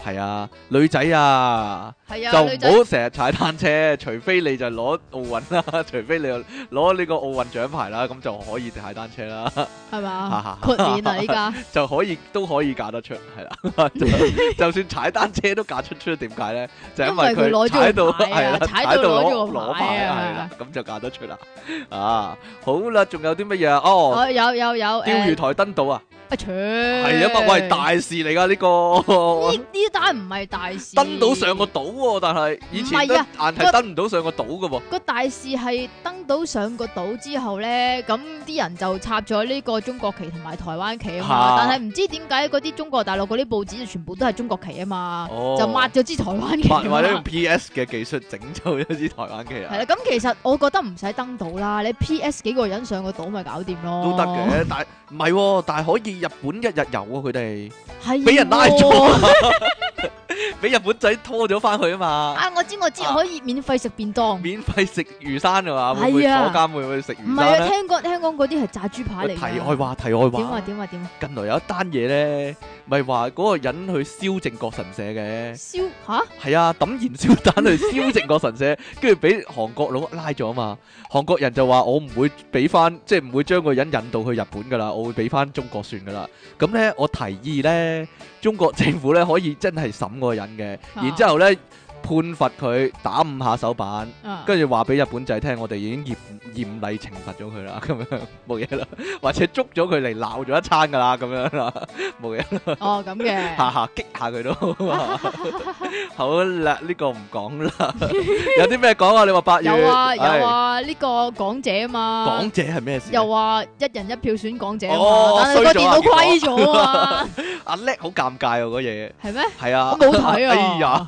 [SPEAKER 1] 係啊，女仔啊，
[SPEAKER 2] 係
[SPEAKER 1] 就
[SPEAKER 2] 啊，女仔
[SPEAKER 1] 唔好成日踩單車，除非你就攞奧運啦， *laughs* 除非你就攞呢個奧運獎牌啦，咁就可以踩單車啦，，
[SPEAKER 2] 係嘛豁免啊依家，
[SPEAKER 1] 就可以都可以嫁得出，係
[SPEAKER 2] *laughs*
[SPEAKER 1] 啦，就就算踩單車都嫁出出，點解呢？就
[SPEAKER 2] 因
[SPEAKER 1] 為
[SPEAKER 2] 為佢攞
[SPEAKER 1] 佢踩
[SPEAKER 2] 咗個
[SPEAKER 1] 到
[SPEAKER 2] 牌啊
[SPEAKER 1] *laughs* 係啦，
[SPEAKER 2] 踩
[SPEAKER 1] 踩
[SPEAKER 2] 到
[SPEAKER 1] 到攞
[SPEAKER 2] 攞咗個
[SPEAKER 1] 攞
[SPEAKER 2] 牌
[SPEAKER 1] 牌
[SPEAKER 2] 啊
[SPEAKER 1] 係啦，咁就嫁得出啦。啊，好啦，仲有啲乜嘢啊？ *laughs* 哦，
[SPEAKER 2] 哦有有有，
[SPEAKER 1] 釣魚
[SPEAKER 2] 誒，
[SPEAKER 1] 台登島啊，
[SPEAKER 2] 阿卓，
[SPEAKER 1] 係
[SPEAKER 2] 係
[SPEAKER 1] 啊嘛，喂，大事嚟噶呢個
[SPEAKER 2] 呢。呢單唔係大事，
[SPEAKER 1] *laughs* 登到上個島喎，但係以前都
[SPEAKER 2] 唔係
[SPEAKER 1] 硬
[SPEAKER 2] 啊
[SPEAKER 1] 係登唔到上個島噶喎。
[SPEAKER 2] 個大事係登到上個島之後咧，咁啲人就插咗呢個中國旗同埋台灣旗啊嘛，
[SPEAKER 1] 啊
[SPEAKER 2] 但係唔知點解嗰啲中國大陸嗰啲報紙就全部都係中國旗啊嘛，
[SPEAKER 1] 哦
[SPEAKER 2] 就抹咗支台灣旗啊
[SPEAKER 1] 或
[SPEAKER 2] 嘛
[SPEAKER 1] 或者用 PS 嘅技術整走一支台灣旗
[SPEAKER 2] 係
[SPEAKER 1] 啊
[SPEAKER 2] 啦，，咁其實我覺得唔使登島啦，你 P.S. 幾個人上個島咪搞掂咯，
[SPEAKER 1] 都得，嘅。但係唔係喎，但係可以日本一日遊喎，佢哋
[SPEAKER 2] 係
[SPEAKER 1] 俾人拉咗
[SPEAKER 2] 喎
[SPEAKER 1] 啊，俾日本仔拖咗翻去啊嘛。
[SPEAKER 2] *laughs* 啊！我知我知，
[SPEAKER 1] 啊
[SPEAKER 2] 可以免費食便當，唔
[SPEAKER 1] 免費食魚生嘅嘛，會唔會
[SPEAKER 2] 係
[SPEAKER 1] 坐
[SPEAKER 2] 啊
[SPEAKER 1] 監會唔會食魚
[SPEAKER 2] 係啊，
[SPEAKER 1] 生咧？
[SPEAKER 2] 聽講聽講嗰啲係炸豬扒
[SPEAKER 1] 喂
[SPEAKER 2] 嚟㗎，
[SPEAKER 1] 題外話，題外
[SPEAKER 2] 點啊
[SPEAKER 1] 話，
[SPEAKER 2] 點啊點啊，
[SPEAKER 1] 近來有一單嘢咧，咪話嗰個人去燒靖國神社嘅，
[SPEAKER 2] 燒吓
[SPEAKER 1] 係啊，抌燃燒彈去燒靖國神社， *laughs* 跟住俾韓國佬拉咗啊嘛。韓國人就話我唔會俾翻，即係唔會將個人引渡去日本噶啦，我會俾翻中國算噶啦。咁咧，我提議咧，中國政府咧可以真係審嗰個人嘅，
[SPEAKER 2] 啊
[SPEAKER 1] 然之後咧判罰佢打五下手板。
[SPEAKER 2] 啊
[SPEAKER 1] *laughs* 跟住話俾日本仔聽，我哋已經嚴嚴厲懲罰咗佢啦，咁樣 *laughs* 冇嘢啦，或者捉咗佢嚟鬧咗一餐噶啦，咁 *laughs* 樣啦，冇嘢啦，
[SPEAKER 2] 哦咁嘅。
[SPEAKER 1] 下下激下
[SPEAKER 2] *laughs*
[SPEAKER 1] 佢都。好啦，呢、個唔
[SPEAKER 2] *laughs*
[SPEAKER 1] 講啦，有啲咩講啊？你話八月
[SPEAKER 2] 有啊有
[SPEAKER 1] 唉
[SPEAKER 2] 啊，呢個港姐啊嘛
[SPEAKER 1] 港，姐係咩事？
[SPEAKER 2] 又話一人一票選港姐啊
[SPEAKER 1] 哦
[SPEAKER 2] 嘛，但係
[SPEAKER 1] 衰
[SPEAKER 2] 個
[SPEAKER 1] 咗
[SPEAKER 2] 電
[SPEAKER 1] 啊
[SPEAKER 2] 腦虧咗啊嘛，
[SPEAKER 1] 阿叻好尷尬啊，嗰嘢
[SPEAKER 2] *laughs* 係咩？
[SPEAKER 1] 係啊，
[SPEAKER 2] 我冇睇
[SPEAKER 1] *laughs*
[SPEAKER 2] 啊
[SPEAKER 1] 哎呀，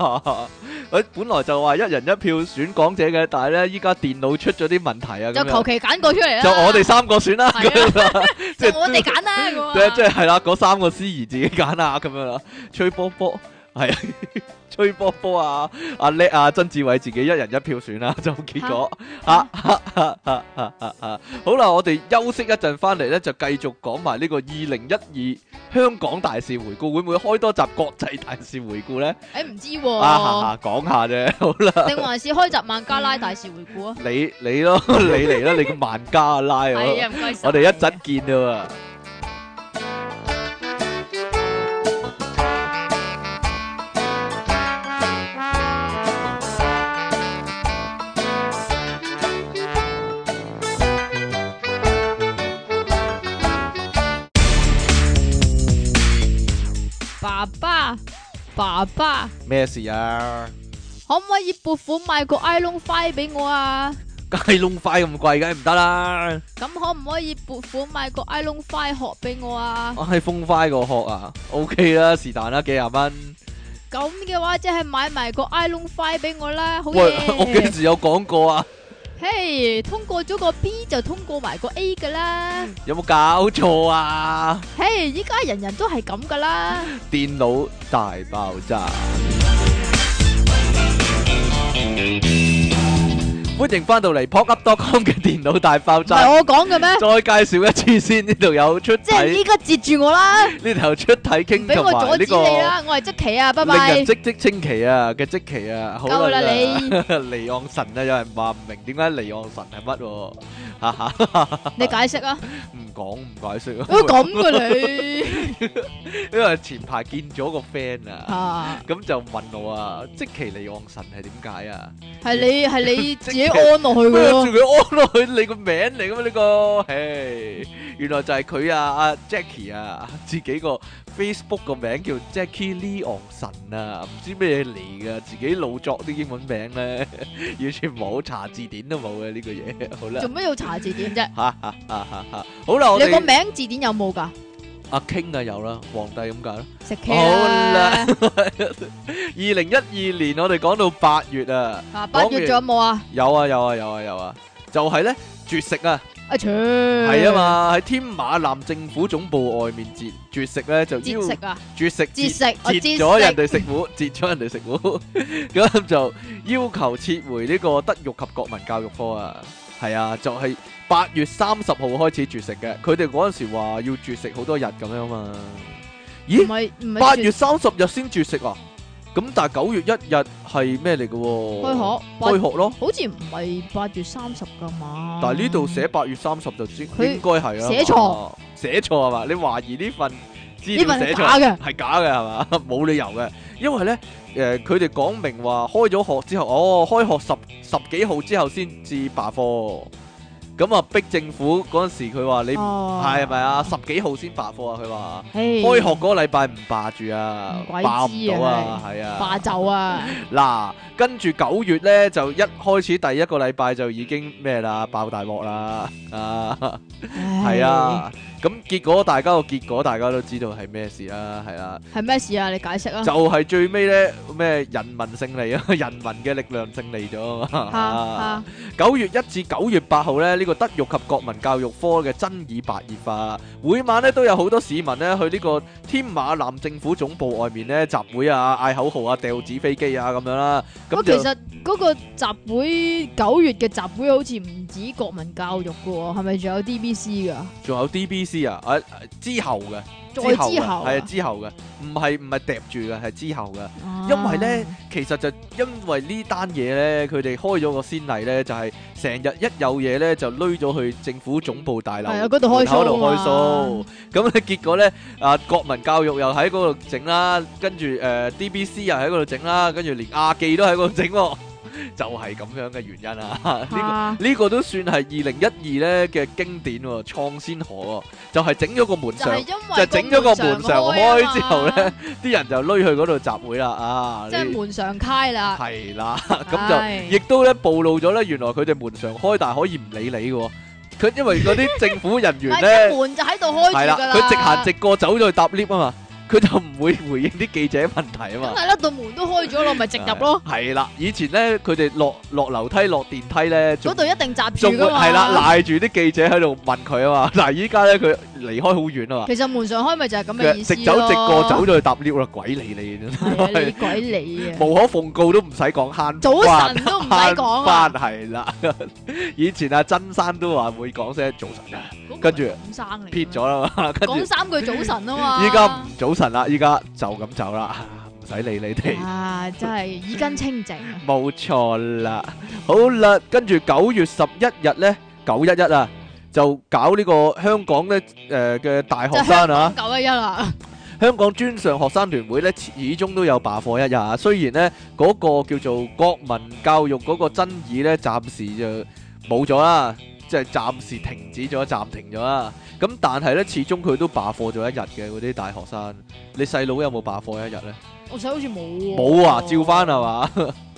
[SPEAKER 1] 佢本來就話一人一票選港姐嘅，但係咧依家電腦出咗啲問題啊，咁
[SPEAKER 2] 就
[SPEAKER 1] 樣
[SPEAKER 2] 求其揀個出嚟啦，
[SPEAKER 1] 就我哋三個選啦，
[SPEAKER 2] 係啊
[SPEAKER 1] 咁樣啦即
[SPEAKER 2] 就
[SPEAKER 1] 係
[SPEAKER 2] 我哋揀啦咁啊
[SPEAKER 1] *laughs* 即即係啦，嗰三個司儀自己揀啊，咁樣啦，吹波波係啊， *laughs* 吹波波啊，阿叻啊，曾志偉自己一人一票選啦、 *laughs* 就結果啊啊啊啊啊啊啊！好啦，我哋休息一陣，翻嚟咧就繼續講埋呢個二零一二香港大事回顧，會唔會開多集國際大事回顧咧？
[SPEAKER 2] 誒唔知
[SPEAKER 1] 啊哈
[SPEAKER 2] 喎，
[SPEAKER 1] 哈，講下啫， *laughs* 好啦，
[SPEAKER 2] 定還是開集孟加拉大事回顧啊？
[SPEAKER 1] 你你
[SPEAKER 2] *laughs*
[SPEAKER 1] 咯，你嚟啦，你個萬家拉啊！
[SPEAKER 2] 係啊，唔該晒
[SPEAKER 1] 我哋一陣見啦喎。
[SPEAKER 2] 爸爸，爸爸，
[SPEAKER 1] 咩事啊？
[SPEAKER 2] 可唔可以撥款買個 iPhone Five 俾我啊？
[SPEAKER 1] 街窿快咁貴，梗係唔得啦！
[SPEAKER 2] 咁可唔可以撥款買個 iPhone Five 殼俾我啊？
[SPEAKER 1] 我係風花個殼啊，OK 啦，是但啦，幾廿蚊。
[SPEAKER 2] 咁嘅話即係買埋個 iPhone Five 俾我啦，好
[SPEAKER 1] 喂， *laughs* 我幾
[SPEAKER 2] 嘢！
[SPEAKER 1] 時有講過啊？
[SPEAKER 2] 嘿，通過咗個 B 就通過埋個 A 噶啦。
[SPEAKER 1] 有冇搞錯啊？
[SPEAKER 2] 嘿，依家人人都係咁噶啦。
[SPEAKER 1] 電腦大爆炸！歡迎翻到嚟 pocket.com 嘅 *laughs* 電腦大爆
[SPEAKER 2] 唔係
[SPEAKER 1] 炸，
[SPEAKER 2] 我講嘅咩？
[SPEAKER 1] 再介紹一次先，呢度有出
[SPEAKER 2] 即係你
[SPEAKER 1] 體，
[SPEAKER 2] 依家截住我啦，
[SPEAKER 1] 呢度有出體
[SPEAKER 2] 唔
[SPEAKER 1] 傾
[SPEAKER 2] 俾
[SPEAKER 1] 同
[SPEAKER 2] 我阻
[SPEAKER 1] 埋呢
[SPEAKER 2] 止你
[SPEAKER 1] 個
[SPEAKER 2] 啦。我係即奇啊，拜
[SPEAKER 1] 令
[SPEAKER 2] 拜
[SPEAKER 1] 人。即即清奇啊嘅即奇啊，好
[SPEAKER 2] 夠啦
[SPEAKER 1] 真係 *laughs*
[SPEAKER 2] 你，
[SPEAKER 1] 離岸神啊！有人話唔明點解離岸神係乜喎？哈哈，
[SPEAKER 2] 你解
[SPEAKER 1] *laughs*
[SPEAKER 2] 釋啊。
[SPEAKER 1] 唔講唔解 *laughs* 釋
[SPEAKER 2] 喂，
[SPEAKER 1] 咯。
[SPEAKER 2] 咁嘅你
[SPEAKER 1] 因為前排見咗個 friend 啊，
[SPEAKER 2] 啊，
[SPEAKER 1] 咁就問我啊，即其離岸神係點解啊？
[SPEAKER 2] 係你係你自己安落去
[SPEAKER 1] 咩
[SPEAKER 2] 嘅
[SPEAKER 1] 住
[SPEAKER 2] 咯。
[SPEAKER 1] 佢安落去你個名嚟噶嘛？呢個，唉，原來就係佢啊，阿 Jackie 啊，自己個 Facebook 個名叫 Jackie Leon 神啊，唔知咩嚟噶，自己老作啲英文名咧， *laughs* 完全冇查字典都冇嘅呢個嘢， *laughs* 好啦
[SPEAKER 2] 做，乜要查字典啫？
[SPEAKER 1] 哈哈哈哈哈， *laughs* 好啦，我
[SPEAKER 2] 你個
[SPEAKER 1] 哋
[SPEAKER 2] 名字典有冇噶？
[SPEAKER 1] 阿 King 啊有啦，皇帝咁解啦。
[SPEAKER 2] 食茄
[SPEAKER 1] 好啦
[SPEAKER 2] 啦，，
[SPEAKER 1] 二零一二年我哋講到八月啊，
[SPEAKER 2] 啊八月仲有冇啊？
[SPEAKER 1] 有啊有啊有啊有啊，就係咧絕食啊！
[SPEAKER 2] 啊，切，係
[SPEAKER 1] 係啊，嘛，喺天馬南政府總部外面截絕食咧，就要
[SPEAKER 2] 節食啊，
[SPEAKER 1] 絕食
[SPEAKER 2] 節
[SPEAKER 1] 截
[SPEAKER 2] 食，我
[SPEAKER 1] 截
[SPEAKER 2] 節
[SPEAKER 1] 咗人
[SPEAKER 2] 食
[SPEAKER 1] 哋食糊， *laughs* 截咗人哋食糊， *laughs* 咁就要求撤回呢個德育及國民教育科啊。係啊，就係八月三十號開始絕食嘅，佢哋嗰陣時話要絕食好多日咁樣嘛。
[SPEAKER 2] 唔
[SPEAKER 1] 咦，
[SPEAKER 2] 係唔係
[SPEAKER 1] 八
[SPEAKER 2] 節
[SPEAKER 1] 月三十日先絕食啊？咁但係九月一日係咩嚟嘅喎？
[SPEAKER 2] 開學，八
[SPEAKER 1] 開學咯。
[SPEAKER 2] 好似唔係八月三十噶嘛？
[SPEAKER 1] 但係呢度寫八月三十就知應
[SPEAKER 2] 佢
[SPEAKER 1] 該係啊，
[SPEAKER 2] 寫錯
[SPEAKER 1] 寫錯係嘛？你懷疑呢份資
[SPEAKER 2] 呢
[SPEAKER 1] 料
[SPEAKER 2] 份
[SPEAKER 1] 寫
[SPEAKER 2] 係
[SPEAKER 1] 錯
[SPEAKER 2] 假嘅，
[SPEAKER 1] 係假嘅係嘛？ *laughs* 冇理由嘅，因為咧誒佢哋講明話開咗學之後，哦開學十十幾號之後先至罷課，咁啊逼政府嗰陣時佢話你
[SPEAKER 2] 哦，
[SPEAKER 1] 係咪啊？十幾號先罷課啊？佢話
[SPEAKER 2] 唉？
[SPEAKER 1] 開學嗰個禮拜唔罷住啊，
[SPEAKER 2] 唔鬼知啊
[SPEAKER 1] 罷唔到啊，係啊。
[SPEAKER 2] 霸就啊，
[SPEAKER 1] 嗱，跟住九月咧就一開始第一個禮拜就已經咩啦，爆大鑊啦，啊，*laughs*
[SPEAKER 2] 係
[SPEAKER 1] 係，啊，咁結果大家個結果大家都知道係咩事啦，係啦，
[SPEAKER 2] 係咩事啊？你解釋啊
[SPEAKER 1] 就，係最尾咧咩人民勝利啊， *laughs* 人民嘅力量勝利咗啊
[SPEAKER 2] 嚇
[SPEAKER 1] 嘛
[SPEAKER 2] 嚇，
[SPEAKER 1] 九月一至九月八號咧，呢、個德育及國民教育科嘅爭議白熱化，每晚咧都有好多市民咧去呢個天馬南政府總部外面咧集會啊，嗌口號啊，掉紙飛機啊咁樣啦，咁
[SPEAKER 2] 咁
[SPEAKER 1] 就
[SPEAKER 2] 其。實嗰個集會九月嘅集會好似唔止國民教育噶喎，係咪仲有 DBC 噶？
[SPEAKER 1] 仲有 DBC 啊，啊之後嘅，
[SPEAKER 2] 再
[SPEAKER 1] 之後
[SPEAKER 2] 之
[SPEAKER 1] 嘅
[SPEAKER 2] 後
[SPEAKER 1] 係啊，之後嘅，唔係唔係揼住嘅，係之後嘅。
[SPEAKER 2] 啊，
[SPEAKER 1] 因為咧，其實就因為呢單嘢咧，佢哋開咗個先例咧，就係成日一有嘢咧就攏咗去政府總部大樓
[SPEAKER 2] 係啊嗰度開
[SPEAKER 1] 門口
[SPEAKER 2] show
[SPEAKER 1] 度開
[SPEAKER 2] 啊
[SPEAKER 1] show，咁咧結果咧啊國民教育又喺嗰度整啦，跟住誒 DBC 又喺嗰度整啦，跟住連亞記都喺嗰度整喎， *laughs* 就係咁樣嘅原因啊！呢個
[SPEAKER 2] 啊
[SPEAKER 1] 呢個都算係二零一二咧嘅經典喎，創先河喎，就係整咗個門
[SPEAKER 2] 就
[SPEAKER 1] 上
[SPEAKER 2] 係，因為
[SPEAKER 1] 就整咗個門上開之後
[SPEAKER 2] 啊
[SPEAKER 1] 咧
[SPEAKER 2] 嘛，，
[SPEAKER 1] *laughs* 啲人就攏去嗰度集會啦啊！
[SPEAKER 2] 即係門上開啦，
[SPEAKER 1] 係啦，咁
[SPEAKER 2] 唉
[SPEAKER 1] 就亦都咧暴露咗咧，原來佢哋門上開，但係可以唔理你嘅喎。佢因為嗰啲政府人員
[SPEAKER 2] 但 *laughs* 係
[SPEAKER 1] 咧，
[SPEAKER 2] 一門就喺度開
[SPEAKER 1] 係
[SPEAKER 2] 住
[SPEAKER 1] 啦，
[SPEAKER 2] 噶啦，
[SPEAKER 1] 佢直行直過走咗去搭 lift 啊嘛，佢就唔會回應啲記者問題啊嘛
[SPEAKER 2] 梗。係啦，道門都開咗咯，咪直入咯，
[SPEAKER 1] 係啦，以前咧佢哋落落樓梯落電梯咧，仲
[SPEAKER 2] 嗰度一定閘
[SPEAKER 1] 仲會
[SPEAKER 2] 住噶嘛，
[SPEAKER 1] 係啦，賴住啲記者喺度問佢啊嘛。 *laughs* 嗱，依家咧佢離開好遠啊嘛，
[SPEAKER 2] 其實門上開咪就係咁嘅
[SPEAKER 1] 佢
[SPEAKER 2] 意思
[SPEAKER 1] 直走直過走
[SPEAKER 2] 咯
[SPEAKER 1] 咗去搭 lift 啦，鬼理你 *laughs* 真
[SPEAKER 2] 係啊你
[SPEAKER 1] 係，
[SPEAKER 2] 鬼理啊！
[SPEAKER 1] 無可奉告都唔使講慳
[SPEAKER 2] 早
[SPEAKER 1] 關
[SPEAKER 2] 晨都唔使講
[SPEAKER 1] 慳
[SPEAKER 2] 啊，
[SPEAKER 1] 關係啦。 *laughs* 以前阿曾生都話會講聲早晨啊，
[SPEAKER 2] 嗰個
[SPEAKER 1] 跟住
[SPEAKER 2] 咪咁生嚟㗎，
[SPEAKER 1] 撇咗啦嘛，跟住
[SPEAKER 2] 講三句早晨啊嘛，
[SPEAKER 1] 依家唔早晨啦，依家就咁走啦， *laughs* 唔使理你哋。
[SPEAKER 2] 啊真係耳根清淨啊，
[SPEAKER 1] 冇錯啦，好啦，跟住九月十一日咧，九一一啊，就搞呢個香港咧誒嘅大學生
[SPEAKER 2] 就香
[SPEAKER 1] 啊
[SPEAKER 2] 港，九一一啦，
[SPEAKER 1] 香港專上學生聯會咧始終都有罷課一日啊，雖然咧嗰、個叫做國民教育嗰個爭議咧暫時就冇咗啦，即係暫時停止咗、暫停咗啦。咁但係咧，始終佢都罷課咗一日嘅嗰啲大學生，你細佬有冇罷課一日咧？
[SPEAKER 2] 我細佬好似冇喎
[SPEAKER 1] 冇啊，照翻係？嘛？ *laughs*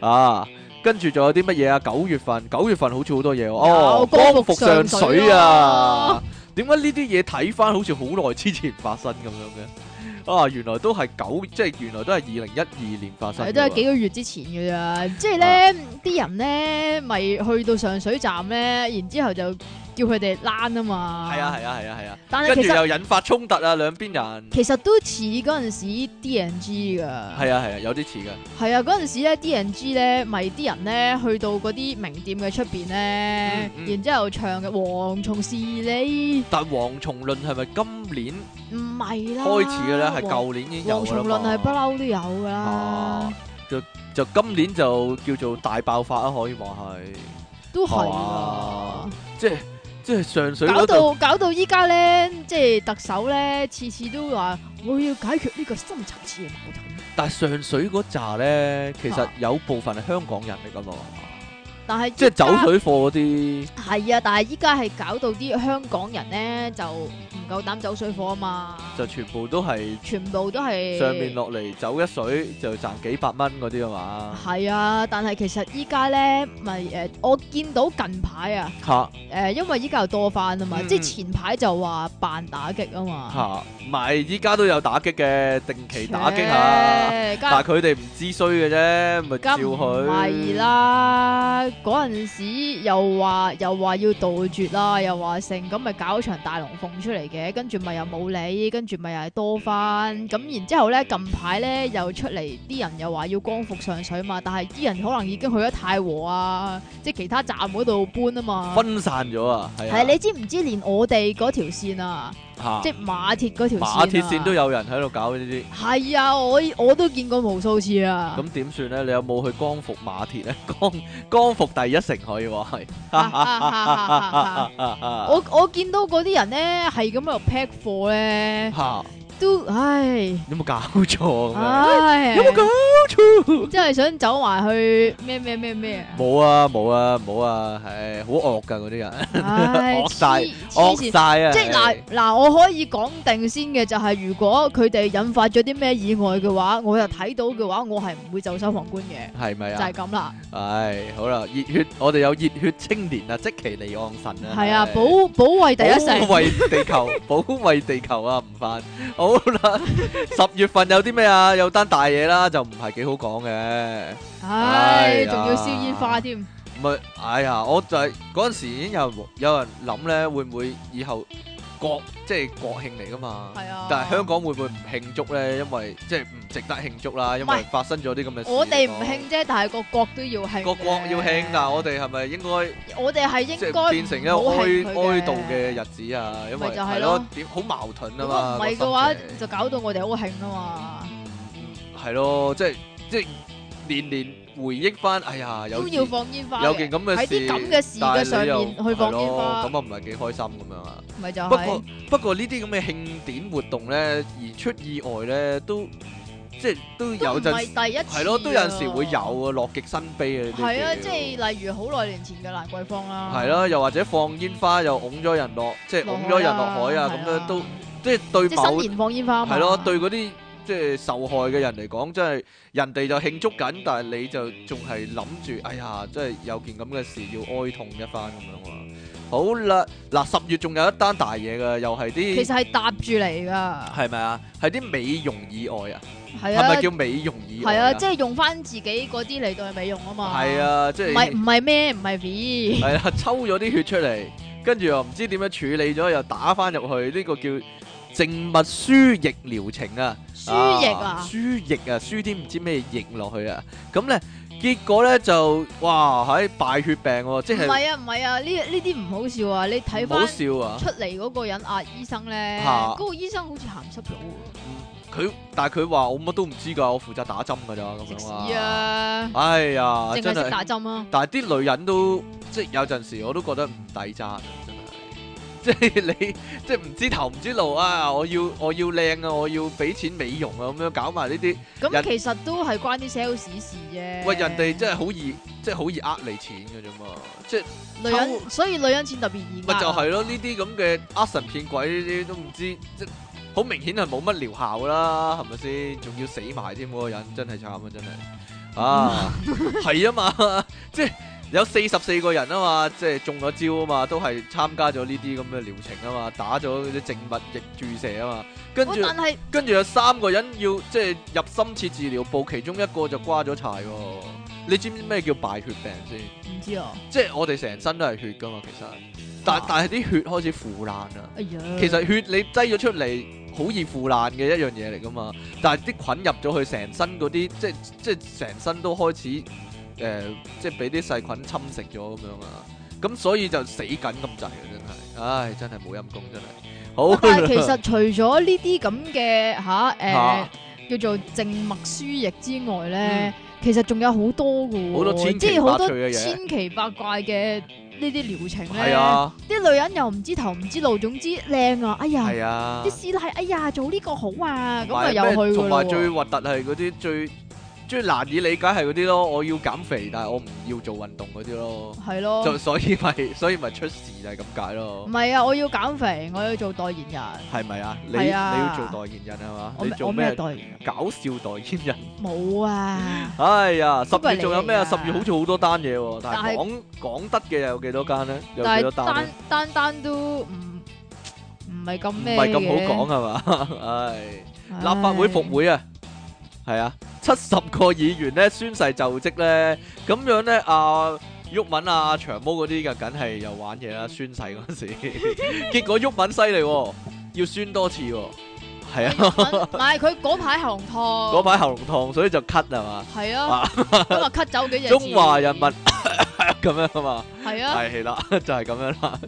[SPEAKER 1] 啊，跟住仲有啲乜嘢啊？九月份，九月份好似好多嘢喎。哦
[SPEAKER 2] 有，
[SPEAKER 1] 光
[SPEAKER 2] 光
[SPEAKER 1] 復
[SPEAKER 2] 復
[SPEAKER 1] 上
[SPEAKER 2] 上
[SPEAKER 1] 水
[SPEAKER 2] 水
[SPEAKER 1] 啊
[SPEAKER 2] 啊！
[SPEAKER 1] 點解呢啲嘢睇翻好似好耐之前發生咁樣嘅？啊，原來都係九，即係原來都係二零一二年發生嘅
[SPEAKER 2] 係
[SPEAKER 1] 喎。
[SPEAKER 2] 都係幾個月之前嘅咋，即係咧啲人咧咪去到上水站咧，然之後就叫佢哋躝啊嘛。
[SPEAKER 1] 係啊，係啊，係啊，係啊！
[SPEAKER 2] 但係
[SPEAKER 1] 跟住
[SPEAKER 2] 其實
[SPEAKER 1] 又引發衝突啊，兩邊人。
[SPEAKER 2] 其實都似嗰陣時 D N G 噶。
[SPEAKER 1] 係啊，係啊，有啲似嘅。
[SPEAKER 2] 係啊，嗰陣時咧 D N G 咧咪啲人咧去到嗰啲名店嘅出邊咧
[SPEAKER 1] 嗯，嗯
[SPEAKER 2] 然之後唱嘅《蝗蟲是你》
[SPEAKER 1] 但蝗蟲論係咪今年
[SPEAKER 2] 唔係啦，
[SPEAKER 1] 開始嘅咧？係舊年已經有
[SPEAKER 2] 蝗
[SPEAKER 1] 㗎啦
[SPEAKER 2] 蟲
[SPEAKER 1] 嘛
[SPEAKER 2] 論係不嬲都有噶啦
[SPEAKER 1] 啊，，就就今年就叫做大爆發啊，可以話係。
[SPEAKER 2] 都係
[SPEAKER 1] 啊
[SPEAKER 2] 噶。
[SPEAKER 1] 即係即係上水
[SPEAKER 2] 搞
[SPEAKER 1] 嗰度
[SPEAKER 2] 到搞到依家咧，即係特首咧，次次都話我要解決呢個深層次嘅矛盾。
[SPEAKER 1] 但係上水嗰扎咧，其實
[SPEAKER 2] 啊
[SPEAKER 1] 有部分係香港人嚟噶嘛，
[SPEAKER 2] 但係
[SPEAKER 1] 即係
[SPEAKER 2] 依家
[SPEAKER 1] 走水貨嗰啲，
[SPEAKER 2] 係啊，但係依家係搞到啲香港人咧就唔夠膽走水貨啊嘛，
[SPEAKER 1] 就全部都係
[SPEAKER 2] 全部都係
[SPEAKER 1] 上面落嚟走一水就賺幾百蚊嗰啲啊嘛。
[SPEAKER 2] 係啊，但係其實依家咧咪誒，我見到近排啊
[SPEAKER 1] 嚇
[SPEAKER 2] 誒、因為依家又多翻啊嘛，
[SPEAKER 1] 嗯
[SPEAKER 2] 即係前排就話扮打擊啊嘛，
[SPEAKER 1] 嚇，唔係依家都有打擊嘅，定期打擊下。
[SPEAKER 2] 切
[SPEAKER 1] 但係
[SPEAKER 2] 梗
[SPEAKER 1] 佢哋唔知衰嘅啫，咪照
[SPEAKER 2] 梗
[SPEAKER 1] 佢。
[SPEAKER 2] 唔係啦，嗰陣時又話又話要杜絕啦，又話成咁咪搞場大龍鳳出嚟嘅，跟住咪又冇理，跟住咪又係多翻，咁然之後咧近排咧又出嚟啲人又話要光復上水嘛，但係啲人可能已經去咗太和啊，即係其他站嗰度搬啊嘛。
[SPEAKER 1] 分散咗啊，係啊
[SPEAKER 2] 係你知唔知連我哋嗰條線啊，
[SPEAKER 1] 嚇
[SPEAKER 2] 即係馬鐵嗰條線、啊，
[SPEAKER 1] 馬鐵線都有人喺度搞呢啲，
[SPEAKER 2] 係啊，我我都見過無數次啊。
[SPEAKER 1] 咁點算咧？你有冇去光復馬鐵咧？ *laughs* 光光復第一城可以話係。啊
[SPEAKER 2] 我我見到嗰啲人咧係咁喺度 pack 貨咧，
[SPEAKER 1] 嚇！
[SPEAKER 2] 都唉
[SPEAKER 1] 有冇搞錯啊咁
[SPEAKER 2] 啊
[SPEAKER 1] 樣？
[SPEAKER 2] 唉，
[SPEAKER 1] 有冇搞錯？
[SPEAKER 2] 真係想走埋去咩咩咩咩啊！
[SPEAKER 1] 冇啊冇啊冇啊！唉，好惡噶嗰啲人，
[SPEAKER 2] 唉，
[SPEAKER 1] *laughs* 惡晒
[SPEAKER 2] 黐黐
[SPEAKER 1] 惡
[SPEAKER 2] 線。
[SPEAKER 1] 晒啊！
[SPEAKER 2] 即係
[SPEAKER 1] 唉
[SPEAKER 2] 嗱嗱，我可以講定先嘅就係，如果佢哋引發咗啲咩意外嘅話，我又睇到嘅話，我係唔會袖手旁觀嘅，
[SPEAKER 1] 係咪
[SPEAKER 2] 就
[SPEAKER 1] 啊
[SPEAKER 2] 係？咁啦。
[SPEAKER 1] 唉，好啦，熱血，我哋有熱血青年啊，即其離岸神啊，
[SPEAKER 2] 係啊，
[SPEAKER 1] 唉
[SPEAKER 2] 保保衛第一城。
[SPEAKER 1] 保衛地
[SPEAKER 2] *laughs*
[SPEAKER 1] 球，保衛地球啊，唔翻好啦。十月份有啲咩啊？有單大嘢啦，就唔係幾好講嘅。
[SPEAKER 2] 唉，
[SPEAKER 1] 哎呀
[SPEAKER 2] 仲要燒煙花添，
[SPEAKER 1] 唔係，哎呀，我就係嗰陣時已經有人有人諗咧，會唔會以後國即係國慶嚟噶嘛？
[SPEAKER 2] 係啊。
[SPEAKER 1] 但係香港會唔會唔慶祝咧？因為即係唔值得慶祝啦，因
[SPEAKER 2] 唔
[SPEAKER 1] 為
[SPEAKER 2] 係
[SPEAKER 1] 發生咗啲咁嘅事。
[SPEAKER 2] 我哋唔慶。啫，但係個國都要慶嘅。
[SPEAKER 1] 哦個國要慶，但係我哋係咪應該
[SPEAKER 2] 我哋係
[SPEAKER 1] 即
[SPEAKER 2] 應
[SPEAKER 1] 係
[SPEAKER 2] 該
[SPEAKER 1] 變成一個
[SPEAKER 2] 唔好
[SPEAKER 1] 哀
[SPEAKER 2] 慶佢
[SPEAKER 1] 哀悼嘅日子啊？因為
[SPEAKER 2] 咪就係咯
[SPEAKER 1] 咯，點好矛盾啊
[SPEAKER 2] 如果
[SPEAKER 1] 嘛
[SPEAKER 2] 唔。係嘅話，
[SPEAKER 1] 個心情
[SPEAKER 2] 就搞到我哋好慶啊嘛，
[SPEAKER 1] 係咯，即係即係年年回憶翻，哎呀，有
[SPEAKER 2] 都
[SPEAKER 1] 時
[SPEAKER 2] 要放煙花嘅。
[SPEAKER 1] 有件咁嘅
[SPEAKER 2] 喺
[SPEAKER 1] 事，
[SPEAKER 2] 啲咁嘅事
[SPEAKER 1] 但
[SPEAKER 2] 嘅
[SPEAKER 1] 係
[SPEAKER 2] 上
[SPEAKER 1] 你又
[SPEAKER 2] 面去放煙
[SPEAKER 1] 係咯
[SPEAKER 2] 花，
[SPEAKER 1] 咁啊唔係幾開心咁樣啊。
[SPEAKER 2] 咪就
[SPEAKER 1] 不過
[SPEAKER 2] 係
[SPEAKER 1] 不過呢啲咁嘅慶典活動咧，而出意外咧，都即係都
[SPEAKER 2] 都
[SPEAKER 1] 有
[SPEAKER 2] 唔
[SPEAKER 1] 陣
[SPEAKER 2] 係第一次。
[SPEAKER 1] 係咯，都有陣時會有。啊，樂極生悲啊呢啲叫。
[SPEAKER 2] 係啊，即係例如好耐年前嘅蘭桂坊啦。
[SPEAKER 1] 係咯，又或者放煙花又擁咗人落，即係
[SPEAKER 2] 落
[SPEAKER 1] 擁
[SPEAKER 2] 海啦，
[SPEAKER 1] 咗人落海啊，咁
[SPEAKER 2] 係啦
[SPEAKER 1] 樣都即係對
[SPEAKER 2] 即係新
[SPEAKER 1] 某
[SPEAKER 2] 年放煙花嘛。
[SPEAKER 1] 係咯，對嗰啲即係受害嘅人嚟講，真係人哋就慶祝緊，但係你就仲係諗住，哎呀，真係有件咁嘅事要哀痛一番咁樣喎。好啦，嗱十月仲有一單大嘢㗎，又係
[SPEAKER 2] 其
[SPEAKER 1] 啲
[SPEAKER 2] 實係搭住嚟㗎，
[SPEAKER 1] 係咪啊？係啲美容意外啊？
[SPEAKER 2] 係
[SPEAKER 1] 係
[SPEAKER 2] 啊
[SPEAKER 1] 咪，叫美容意外
[SPEAKER 2] 係啊，即係用翻自己嗰啲嚟到去美容啊嘛。
[SPEAKER 1] 係，啊，即係
[SPEAKER 2] 唔係唔係咩？唔係 V。
[SPEAKER 1] 係啦，抽咗啲血出嚟，跟住又唔知點樣處理咗，又打翻入去，呢個叫靜脈輸液療程啊。
[SPEAKER 2] 輸液啊，
[SPEAKER 1] 輸液啊，輸啲唔知咩液落去啊，咁咧結果咧就哇喺敗血病喎、即
[SPEAKER 2] 唔
[SPEAKER 1] 係
[SPEAKER 2] 係啊，唔係啊，呢呢啲唔好笑啊！你睇
[SPEAKER 1] 唔好
[SPEAKER 2] 翻
[SPEAKER 1] 笑啊！
[SPEAKER 2] 出嚟嗰個人啊，醫生咧，
[SPEAKER 1] 嚇
[SPEAKER 2] 嗰個醫生好似鹹濕佬
[SPEAKER 1] 佢但係佢話我乜都唔知㗎，我負責打針㗎咋咁
[SPEAKER 2] 喎，食
[SPEAKER 1] 樣
[SPEAKER 2] 屎
[SPEAKER 1] 啊！
[SPEAKER 2] 啊！
[SPEAKER 1] 哎呀，
[SPEAKER 2] 淨
[SPEAKER 1] 真
[SPEAKER 2] 係識
[SPEAKER 1] 係，
[SPEAKER 2] 打針啊！
[SPEAKER 1] 但係啲女人都即係有陣時我都覺得唔抵爭啊，真 *laughs* 係。即係你，即係唔知頭唔知路啊！我要我要靚啊！我要俾錢美容啊！咁樣搞埋呢啲，人
[SPEAKER 2] 咁其實都係關啲 sales 事啫。
[SPEAKER 1] 喂人哋真係好易，即係好易呃你錢㗎啫嘛！即係
[SPEAKER 2] 女人，所以女人錢特別易
[SPEAKER 1] 咪就
[SPEAKER 2] 呃
[SPEAKER 1] 係咯，呢啲咁嘅呃神騙鬼呢啲都唔知，即好明顯係冇乜療效啦，係咪先？仲要死埋添嗰個人，真係慘啊！真係啊，係啊嘛， *laughs* 即係有四十四個人啊嘛，即係中咗招啊嘛，都係參加咗呢啲咁嘅療程啊嘛，打咗嗰啲靜脈液注射啊嘛，跟住
[SPEAKER 2] 喂但係
[SPEAKER 1] 跟住有三個人要即係入深切治療部，其中一個就瓜咗柴喎。你知唔知咩叫敗血病先？
[SPEAKER 2] 唔知啊，
[SPEAKER 1] 即係我哋成身都係血噶嘛，其實，但
[SPEAKER 2] 啊
[SPEAKER 1] 但係啲血開始腐爛啦。
[SPEAKER 2] 哎呀，
[SPEAKER 1] 其實血你擠咗出嚟，好易腐爛嘅一樣嘢嚟噶嘛。但係啲菌入咗去，成身嗰啲即係即係成身都開始誒、呃即係俾啲細菌侵蝕咗咁樣啊。咁所以就死緊咁滯啊！真係，唉，真係冇陰功，真係好
[SPEAKER 2] 喂。但係其
[SPEAKER 1] *laughs*
[SPEAKER 2] 實除咗呢啲咁嘅吓誒
[SPEAKER 1] 嚇嗯
[SPEAKER 2] 叫做靜脈輸液之外咧，其實仲有好多嘅喎，
[SPEAKER 1] 好多千奇
[SPEAKER 2] 即係好
[SPEAKER 1] 百
[SPEAKER 2] 多
[SPEAKER 1] 趣嘅嘢
[SPEAKER 2] 千奇百怪嘅呢啲療程
[SPEAKER 1] 係
[SPEAKER 2] 咧。
[SPEAKER 1] 啊，
[SPEAKER 2] 啲女人又唔知頭唔知路，總之靚啊！哎呀，
[SPEAKER 1] 係啊
[SPEAKER 2] 啲。師奶哎呀做呢個好啊，咁
[SPEAKER 1] 同埋
[SPEAKER 2] 啊又
[SPEAKER 1] 咩
[SPEAKER 2] 去
[SPEAKER 1] 同埋
[SPEAKER 2] 噶
[SPEAKER 1] 最
[SPEAKER 2] 咯。
[SPEAKER 1] 核突係嗰啲最最難以理解係嗰啲咯，我要減肥，但係我唔要做運動嗰啲咯，
[SPEAKER 2] 係咯，
[SPEAKER 1] 就 *laughs* 所以咪所以咪出事就係咁解
[SPEAKER 2] 唔
[SPEAKER 1] 咯，
[SPEAKER 2] 係啊，我要減肥，我要做代言
[SPEAKER 1] *laughs*
[SPEAKER 2] 人，
[SPEAKER 1] 係咪啊？你你
[SPEAKER 2] 係
[SPEAKER 1] 要
[SPEAKER 2] 啊
[SPEAKER 1] 做代言人係嘛？
[SPEAKER 2] 我
[SPEAKER 1] 你
[SPEAKER 2] 咩
[SPEAKER 1] 做
[SPEAKER 2] 我咩
[SPEAKER 1] 咩？
[SPEAKER 2] 代言人？
[SPEAKER 1] 搞笑代言人， *laughs*
[SPEAKER 2] 冇啊，
[SPEAKER 1] 哎呀，十
[SPEAKER 2] 都係
[SPEAKER 1] 月
[SPEAKER 2] 你
[SPEAKER 1] 仲有咩啊？
[SPEAKER 2] 嚟㗎
[SPEAKER 1] 十月好似好多單嘢喎，但係
[SPEAKER 2] 但係
[SPEAKER 1] 講講得嘅有幾多間咧？有
[SPEAKER 2] 但
[SPEAKER 1] 幾多
[SPEAKER 2] 係
[SPEAKER 1] 單
[SPEAKER 2] 單
[SPEAKER 1] 咧？
[SPEAKER 2] 單單都唔唔係咁
[SPEAKER 1] 唔
[SPEAKER 2] 咩
[SPEAKER 1] 係咁
[SPEAKER 2] 嘅
[SPEAKER 1] 好講係嘛？ *laughs* 唉。立
[SPEAKER 2] 唉
[SPEAKER 1] 法會復會啊，係啊，七十個議員咧宣誓就職咧，咁樣咧啊。鬱敏啊、長毛嗰啲嘅，梗係又玩嘢啦！宣誓嗰陣時，結果鬱敏犀利喎，要宣多次喎，係啊，
[SPEAKER 2] 唔係佢嗰排喉嚨痛，
[SPEAKER 1] *laughs* 嗰排喉嚨痛，所以就咳係嘛，
[SPEAKER 2] 係啊，咁啊咳走幾隻字。
[SPEAKER 1] 中華人民 *laughs* 咁樣啊嘛，
[SPEAKER 2] 係啊，
[SPEAKER 1] 係啦， *laughs* 就係咁樣啦。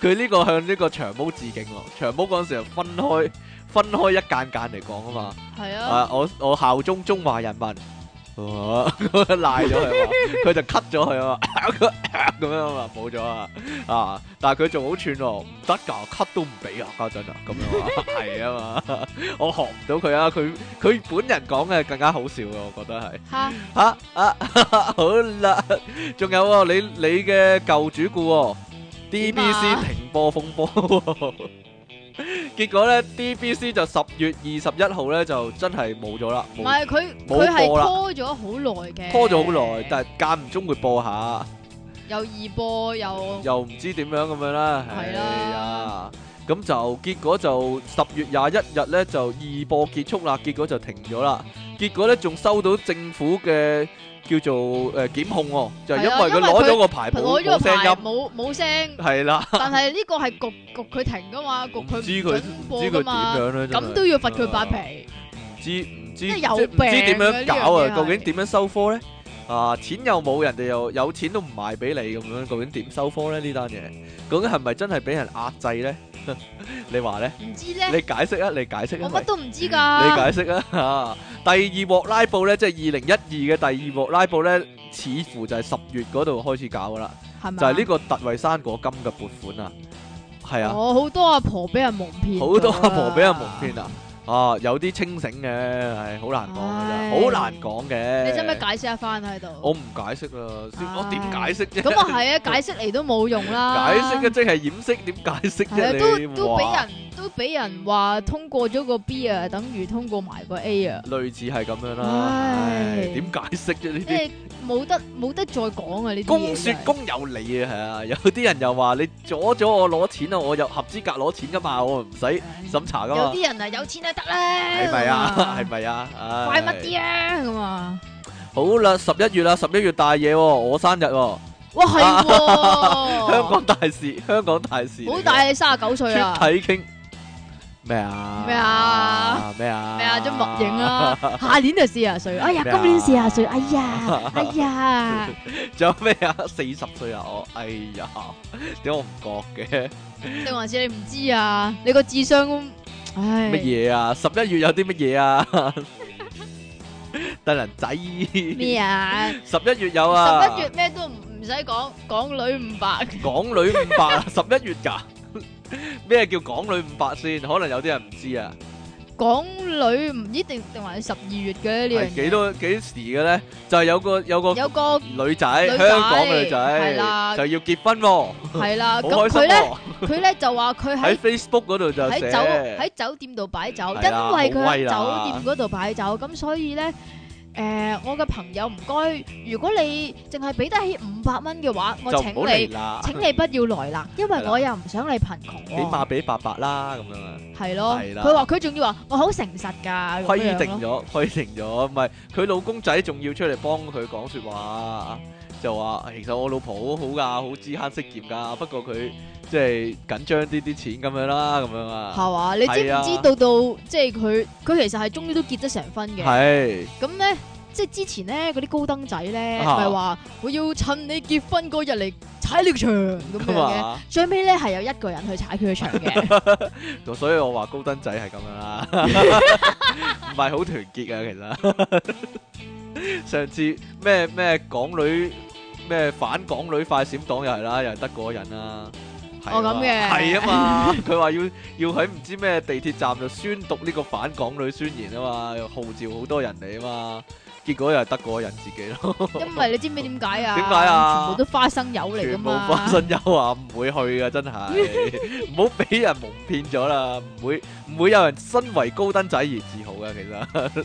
[SPEAKER 1] 佢呢個向呢個長毛致敬喎，長毛嗰陣時係分開分開一間間嚟講啊嘛。
[SPEAKER 2] 係啊，
[SPEAKER 1] 啊！我我效忠中華人民， *laughs* 哦賴咗佢啊
[SPEAKER 2] *laughs*
[SPEAKER 1] 嘛，佢就 cut 咗佢啊嘛， *laughs* 咁樣啊嘛，冇咗啊啊！但係佢仲好串喎，唔得㗎，cut 都唔俾啊，家陣啊，咁樣
[SPEAKER 2] *laughs*
[SPEAKER 1] 啊，係啊嘛，我學唔到佢啊，佢佢本人講嘅更加好笑嘅，我覺得係。
[SPEAKER 2] 嚇
[SPEAKER 1] 啊啊，好啦，仲有啊，你你嘅舊主顧、喎 DBC 停播風波、喎， *laughs* 結果咧 DBC 就十月二十一號咧就真係冇咗啦，
[SPEAKER 2] 唔
[SPEAKER 1] 冇
[SPEAKER 2] 係佢
[SPEAKER 1] 冇
[SPEAKER 2] 佢係
[SPEAKER 1] 播啦
[SPEAKER 2] 拖咗好耐嘅，
[SPEAKER 1] 拖咗好耐，但係間唔中會播下，
[SPEAKER 2] 又易播又
[SPEAKER 1] 又唔知點樣咁樣啦，
[SPEAKER 2] 係啦
[SPEAKER 1] 哎呀，咁就結果就十月廿一日咧就二播結束啦，結果就停咗啦，結果咧仲收到政府嘅。叫做誒、呃、檢控喎、就係、
[SPEAKER 2] 係啊
[SPEAKER 1] 因為佢
[SPEAKER 2] 因為
[SPEAKER 1] 攞
[SPEAKER 2] 佢
[SPEAKER 1] 咗個牌冇
[SPEAKER 2] 攞咗個
[SPEAKER 1] 冇聲
[SPEAKER 2] 牌
[SPEAKER 1] 音，
[SPEAKER 2] 冇冇聲，
[SPEAKER 1] 系啦，
[SPEAKER 2] 但係呢個係焗焗佢停噶嘛，焗
[SPEAKER 1] 唔
[SPEAKER 2] *laughs* 佢
[SPEAKER 1] 知佢
[SPEAKER 2] 準
[SPEAKER 1] 唔
[SPEAKER 2] 播
[SPEAKER 1] 知佢
[SPEAKER 2] 噶
[SPEAKER 1] 點
[SPEAKER 2] 嘛，
[SPEAKER 1] 樣咧，真係
[SPEAKER 2] 咁都要罰佢八，皮。
[SPEAKER 1] 唔知唔知
[SPEAKER 2] 係
[SPEAKER 1] 即
[SPEAKER 2] 有
[SPEAKER 1] 係唔知點樣搞
[SPEAKER 2] 病嘅呢樣嘢
[SPEAKER 1] 啊？
[SPEAKER 2] 係
[SPEAKER 1] 究竟點樣收科咧？啊，錢又冇，人哋又有錢都唔賣俾你咁樣，究竟點收科咧？呢單嘢究竟係咪真係俾人壓制咧？ *laughs* 你話咧？
[SPEAKER 2] 唔知
[SPEAKER 1] 你
[SPEAKER 2] 咧，
[SPEAKER 1] 解釋啊！你解釋
[SPEAKER 2] 我
[SPEAKER 1] 啊！
[SPEAKER 2] 乜
[SPEAKER 1] 咪
[SPEAKER 2] 都唔知
[SPEAKER 1] 你解
[SPEAKER 2] 㗎。
[SPEAKER 1] 釋啊！ *laughs* 啊第二鑊拉布咧，即係二零一二嘅第二鑊拉布咧，似乎就係十月嗰度開始搞噶啦，
[SPEAKER 2] 係咪
[SPEAKER 1] 就
[SPEAKER 2] 啊？
[SPEAKER 1] 係呢個特惠生果金嘅撥款啊，係啊。
[SPEAKER 2] 我好多阿婆俾人蒙騙，
[SPEAKER 1] 好多阿婆俾人蒙騙！啊！啊，有啲清醒嘅，係好難講
[SPEAKER 2] 唉
[SPEAKER 1] 嘅啫，好難講嘅。
[SPEAKER 2] 你使唔使解釋一番喺度？
[SPEAKER 1] 我唔解釋啦，先
[SPEAKER 2] 唉
[SPEAKER 1] 我點解釋啫？
[SPEAKER 2] 咁啊係啊，解釋嚟都冇用啦。
[SPEAKER 1] 解釋嘅即係掩飾，點解釋
[SPEAKER 2] 係啊，
[SPEAKER 1] 啫？
[SPEAKER 2] 都
[SPEAKER 1] 你
[SPEAKER 2] 都俾
[SPEAKER 1] 話
[SPEAKER 2] 人都俾人話通過咗個 B 啊，等於通過埋個 A à. 啊，
[SPEAKER 1] 類似係咁樣啦，
[SPEAKER 2] 唉
[SPEAKER 1] 唉點解釋啫？呢
[SPEAKER 2] 即
[SPEAKER 1] 啲
[SPEAKER 2] 係冇得冇得再講啊！呢啲
[SPEAKER 1] 公
[SPEAKER 2] 嘢
[SPEAKER 1] 説
[SPEAKER 2] 真係
[SPEAKER 1] 公有理啊，係啊！有啲人又話你阻咗我攞錢啊，我有合資格攞錢噶嘛，我唔使
[SPEAKER 2] Dạ,
[SPEAKER 1] 審查噶
[SPEAKER 2] 有
[SPEAKER 1] 嘛，
[SPEAKER 2] 啲人啊有錢就得啦，
[SPEAKER 1] 係咪啊？ *laughs*
[SPEAKER 2] 咁
[SPEAKER 1] 係咪啊？唉
[SPEAKER 2] 快乜啲啊
[SPEAKER 1] *laughs*
[SPEAKER 2] 咁啊！
[SPEAKER 1] 好啦，十一月啦，十一月大嘢喎，我生日喎。
[SPEAKER 2] 哇係喎，
[SPEAKER 1] 香港大事，香港大事嚟㗎，
[SPEAKER 2] 好大你三十九歲啊！
[SPEAKER 1] 出體傾咩啊？
[SPEAKER 2] 咩啊？
[SPEAKER 1] 咩啊？
[SPEAKER 2] 咩啊？張默影！啊，下年就四啊
[SPEAKER 1] *laughs*
[SPEAKER 2] 歲，哎呀，
[SPEAKER 1] 咩啊
[SPEAKER 2] 今年四啊歲，哎
[SPEAKER 1] *laughs*
[SPEAKER 2] 呀，哎呀，
[SPEAKER 1] 仲有咩啊？四十歲啊！我哎呀，點解我唔覺嘅？
[SPEAKER 2] 定還是你唔知啊？你個智商都，唉，
[SPEAKER 1] 乜嘢啊？十一月有啲乜嘢啊？ *laughs* 得人仔 *laughs*
[SPEAKER 2] 咩啊？
[SPEAKER 1] 十一月有啊？
[SPEAKER 2] 十一月咩都唔唔使講，港女五百，
[SPEAKER 1] 港女五
[SPEAKER 2] *laughs*
[SPEAKER 1] 百啊！十一月㗎？咩叫港女五百先？可能有啲人唔知啊。
[SPEAKER 2] 港女唔一定定還是十二月嘅呢樣
[SPEAKER 1] 係幾
[SPEAKER 2] 嘢。
[SPEAKER 1] 多幾時嘅咧？就係有個有個
[SPEAKER 2] 有個
[SPEAKER 1] 女仔，
[SPEAKER 2] 女仔
[SPEAKER 1] 香港嘅女仔
[SPEAKER 2] 係啦
[SPEAKER 1] 就要結婚喎，
[SPEAKER 2] 係啦，
[SPEAKER 1] 好
[SPEAKER 2] 咁
[SPEAKER 1] 開心
[SPEAKER 2] 佢咧
[SPEAKER 1] 喎！
[SPEAKER 2] 佢咧就話佢
[SPEAKER 1] 喺
[SPEAKER 2] 喺
[SPEAKER 1] Facebook 嗰度就
[SPEAKER 2] 喺
[SPEAKER 1] 寫
[SPEAKER 2] 酒喺酒店度擺酒，因為
[SPEAKER 1] 係啦
[SPEAKER 2] 佢
[SPEAKER 1] 好威
[SPEAKER 2] 喺
[SPEAKER 1] 啦
[SPEAKER 2] 酒店嗰度擺酒，咁所以咧。誒、我嘅朋友唔該，如果你淨係俾得起五百蚊嘅話，我
[SPEAKER 1] 就
[SPEAKER 2] 請
[SPEAKER 1] 唔好
[SPEAKER 2] 你
[SPEAKER 1] 嚟啦，
[SPEAKER 2] 請你不要來啦，因
[SPEAKER 1] 係
[SPEAKER 2] 為
[SPEAKER 1] 啦
[SPEAKER 2] 我又唔想你貧窮
[SPEAKER 1] 起
[SPEAKER 2] 喎、
[SPEAKER 1] 碼俾八百啦咁樣啊，
[SPEAKER 2] 係咯，
[SPEAKER 1] 係啦
[SPEAKER 2] 佢話佢仲要話我好誠實㗎，咁
[SPEAKER 1] 規
[SPEAKER 2] 樣
[SPEAKER 1] 定
[SPEAKER 2] 咯
[SPEAKER 1] 咗， *laughs* 規定咗，唔係佢老公仔仲要出嚟幫佢講説話，就話其實我老婆好好㗎，好知慳識儉㗎，不過佢即係緊張啲啲錢咁樣啦，咁樣啊，
[SPEAKER 2] 係嘛？你知唔
[SPEAKER 1] 係啊
[SPEAKER 2] 知道到即係佢佢其實係終於都結得成婚嘅，
[SPEAKER 1] 係
[SPEAKER 2] 咁咧即係之前咧嗰啲高登仔咧
[SPEAKER 1] 啊
[SPEAKER 2] 咪話我要趁你結婚嗰日嚟踩你個場咁樣
[SPEAKER 1] 咁
[SPEAKER 2] 嘅。
[SPEAKER 1] 啊，
[SPEAKER 2] 最尾咧係有一個人去踩佢嘅場
[SPEAKER 1] *laughs*
[SPEAKER 2] 嘅，
[SPEAKER 1] 所以我話高登仔係咁樣
[SPEAKER 2] *laughs*
[SPEAKER 1] 啦，唔係好團結啊，其實。 *laughs* 上次咩咩港女咩反港女快閃黨又係啦，又係得嗰個人啦。係啊
[SPEAKER 2] 哦咁嘅
[SPEAKER 1] 係啊嘛，佢話要要喺唔知咩地鐵站度宣讀呢個反港女宣言啊嘛，又號召好多人嚟啊嘛，結果又係得嗰個人自己咯，
[SPEAKER 2] 因為你知唔知點解啊？
[SPEAKER 1] 點解啊
[SPEAKER 2] 全部都花生油嚟噶
[SPEAKER 1] 全部
[SPEAKER 2] 嘛，
[SPEAKER 1] 花生友啊，唔會去噶，真
[SPEAKER 2] *laughs*
[SPEAKER 1] 係唔好俾人蒙騙咗啦，唔會唔會有人身為高登仔而自豪噶，其
[SPEAKER 2] *laughs*
[SPEAKER 1] 實嚇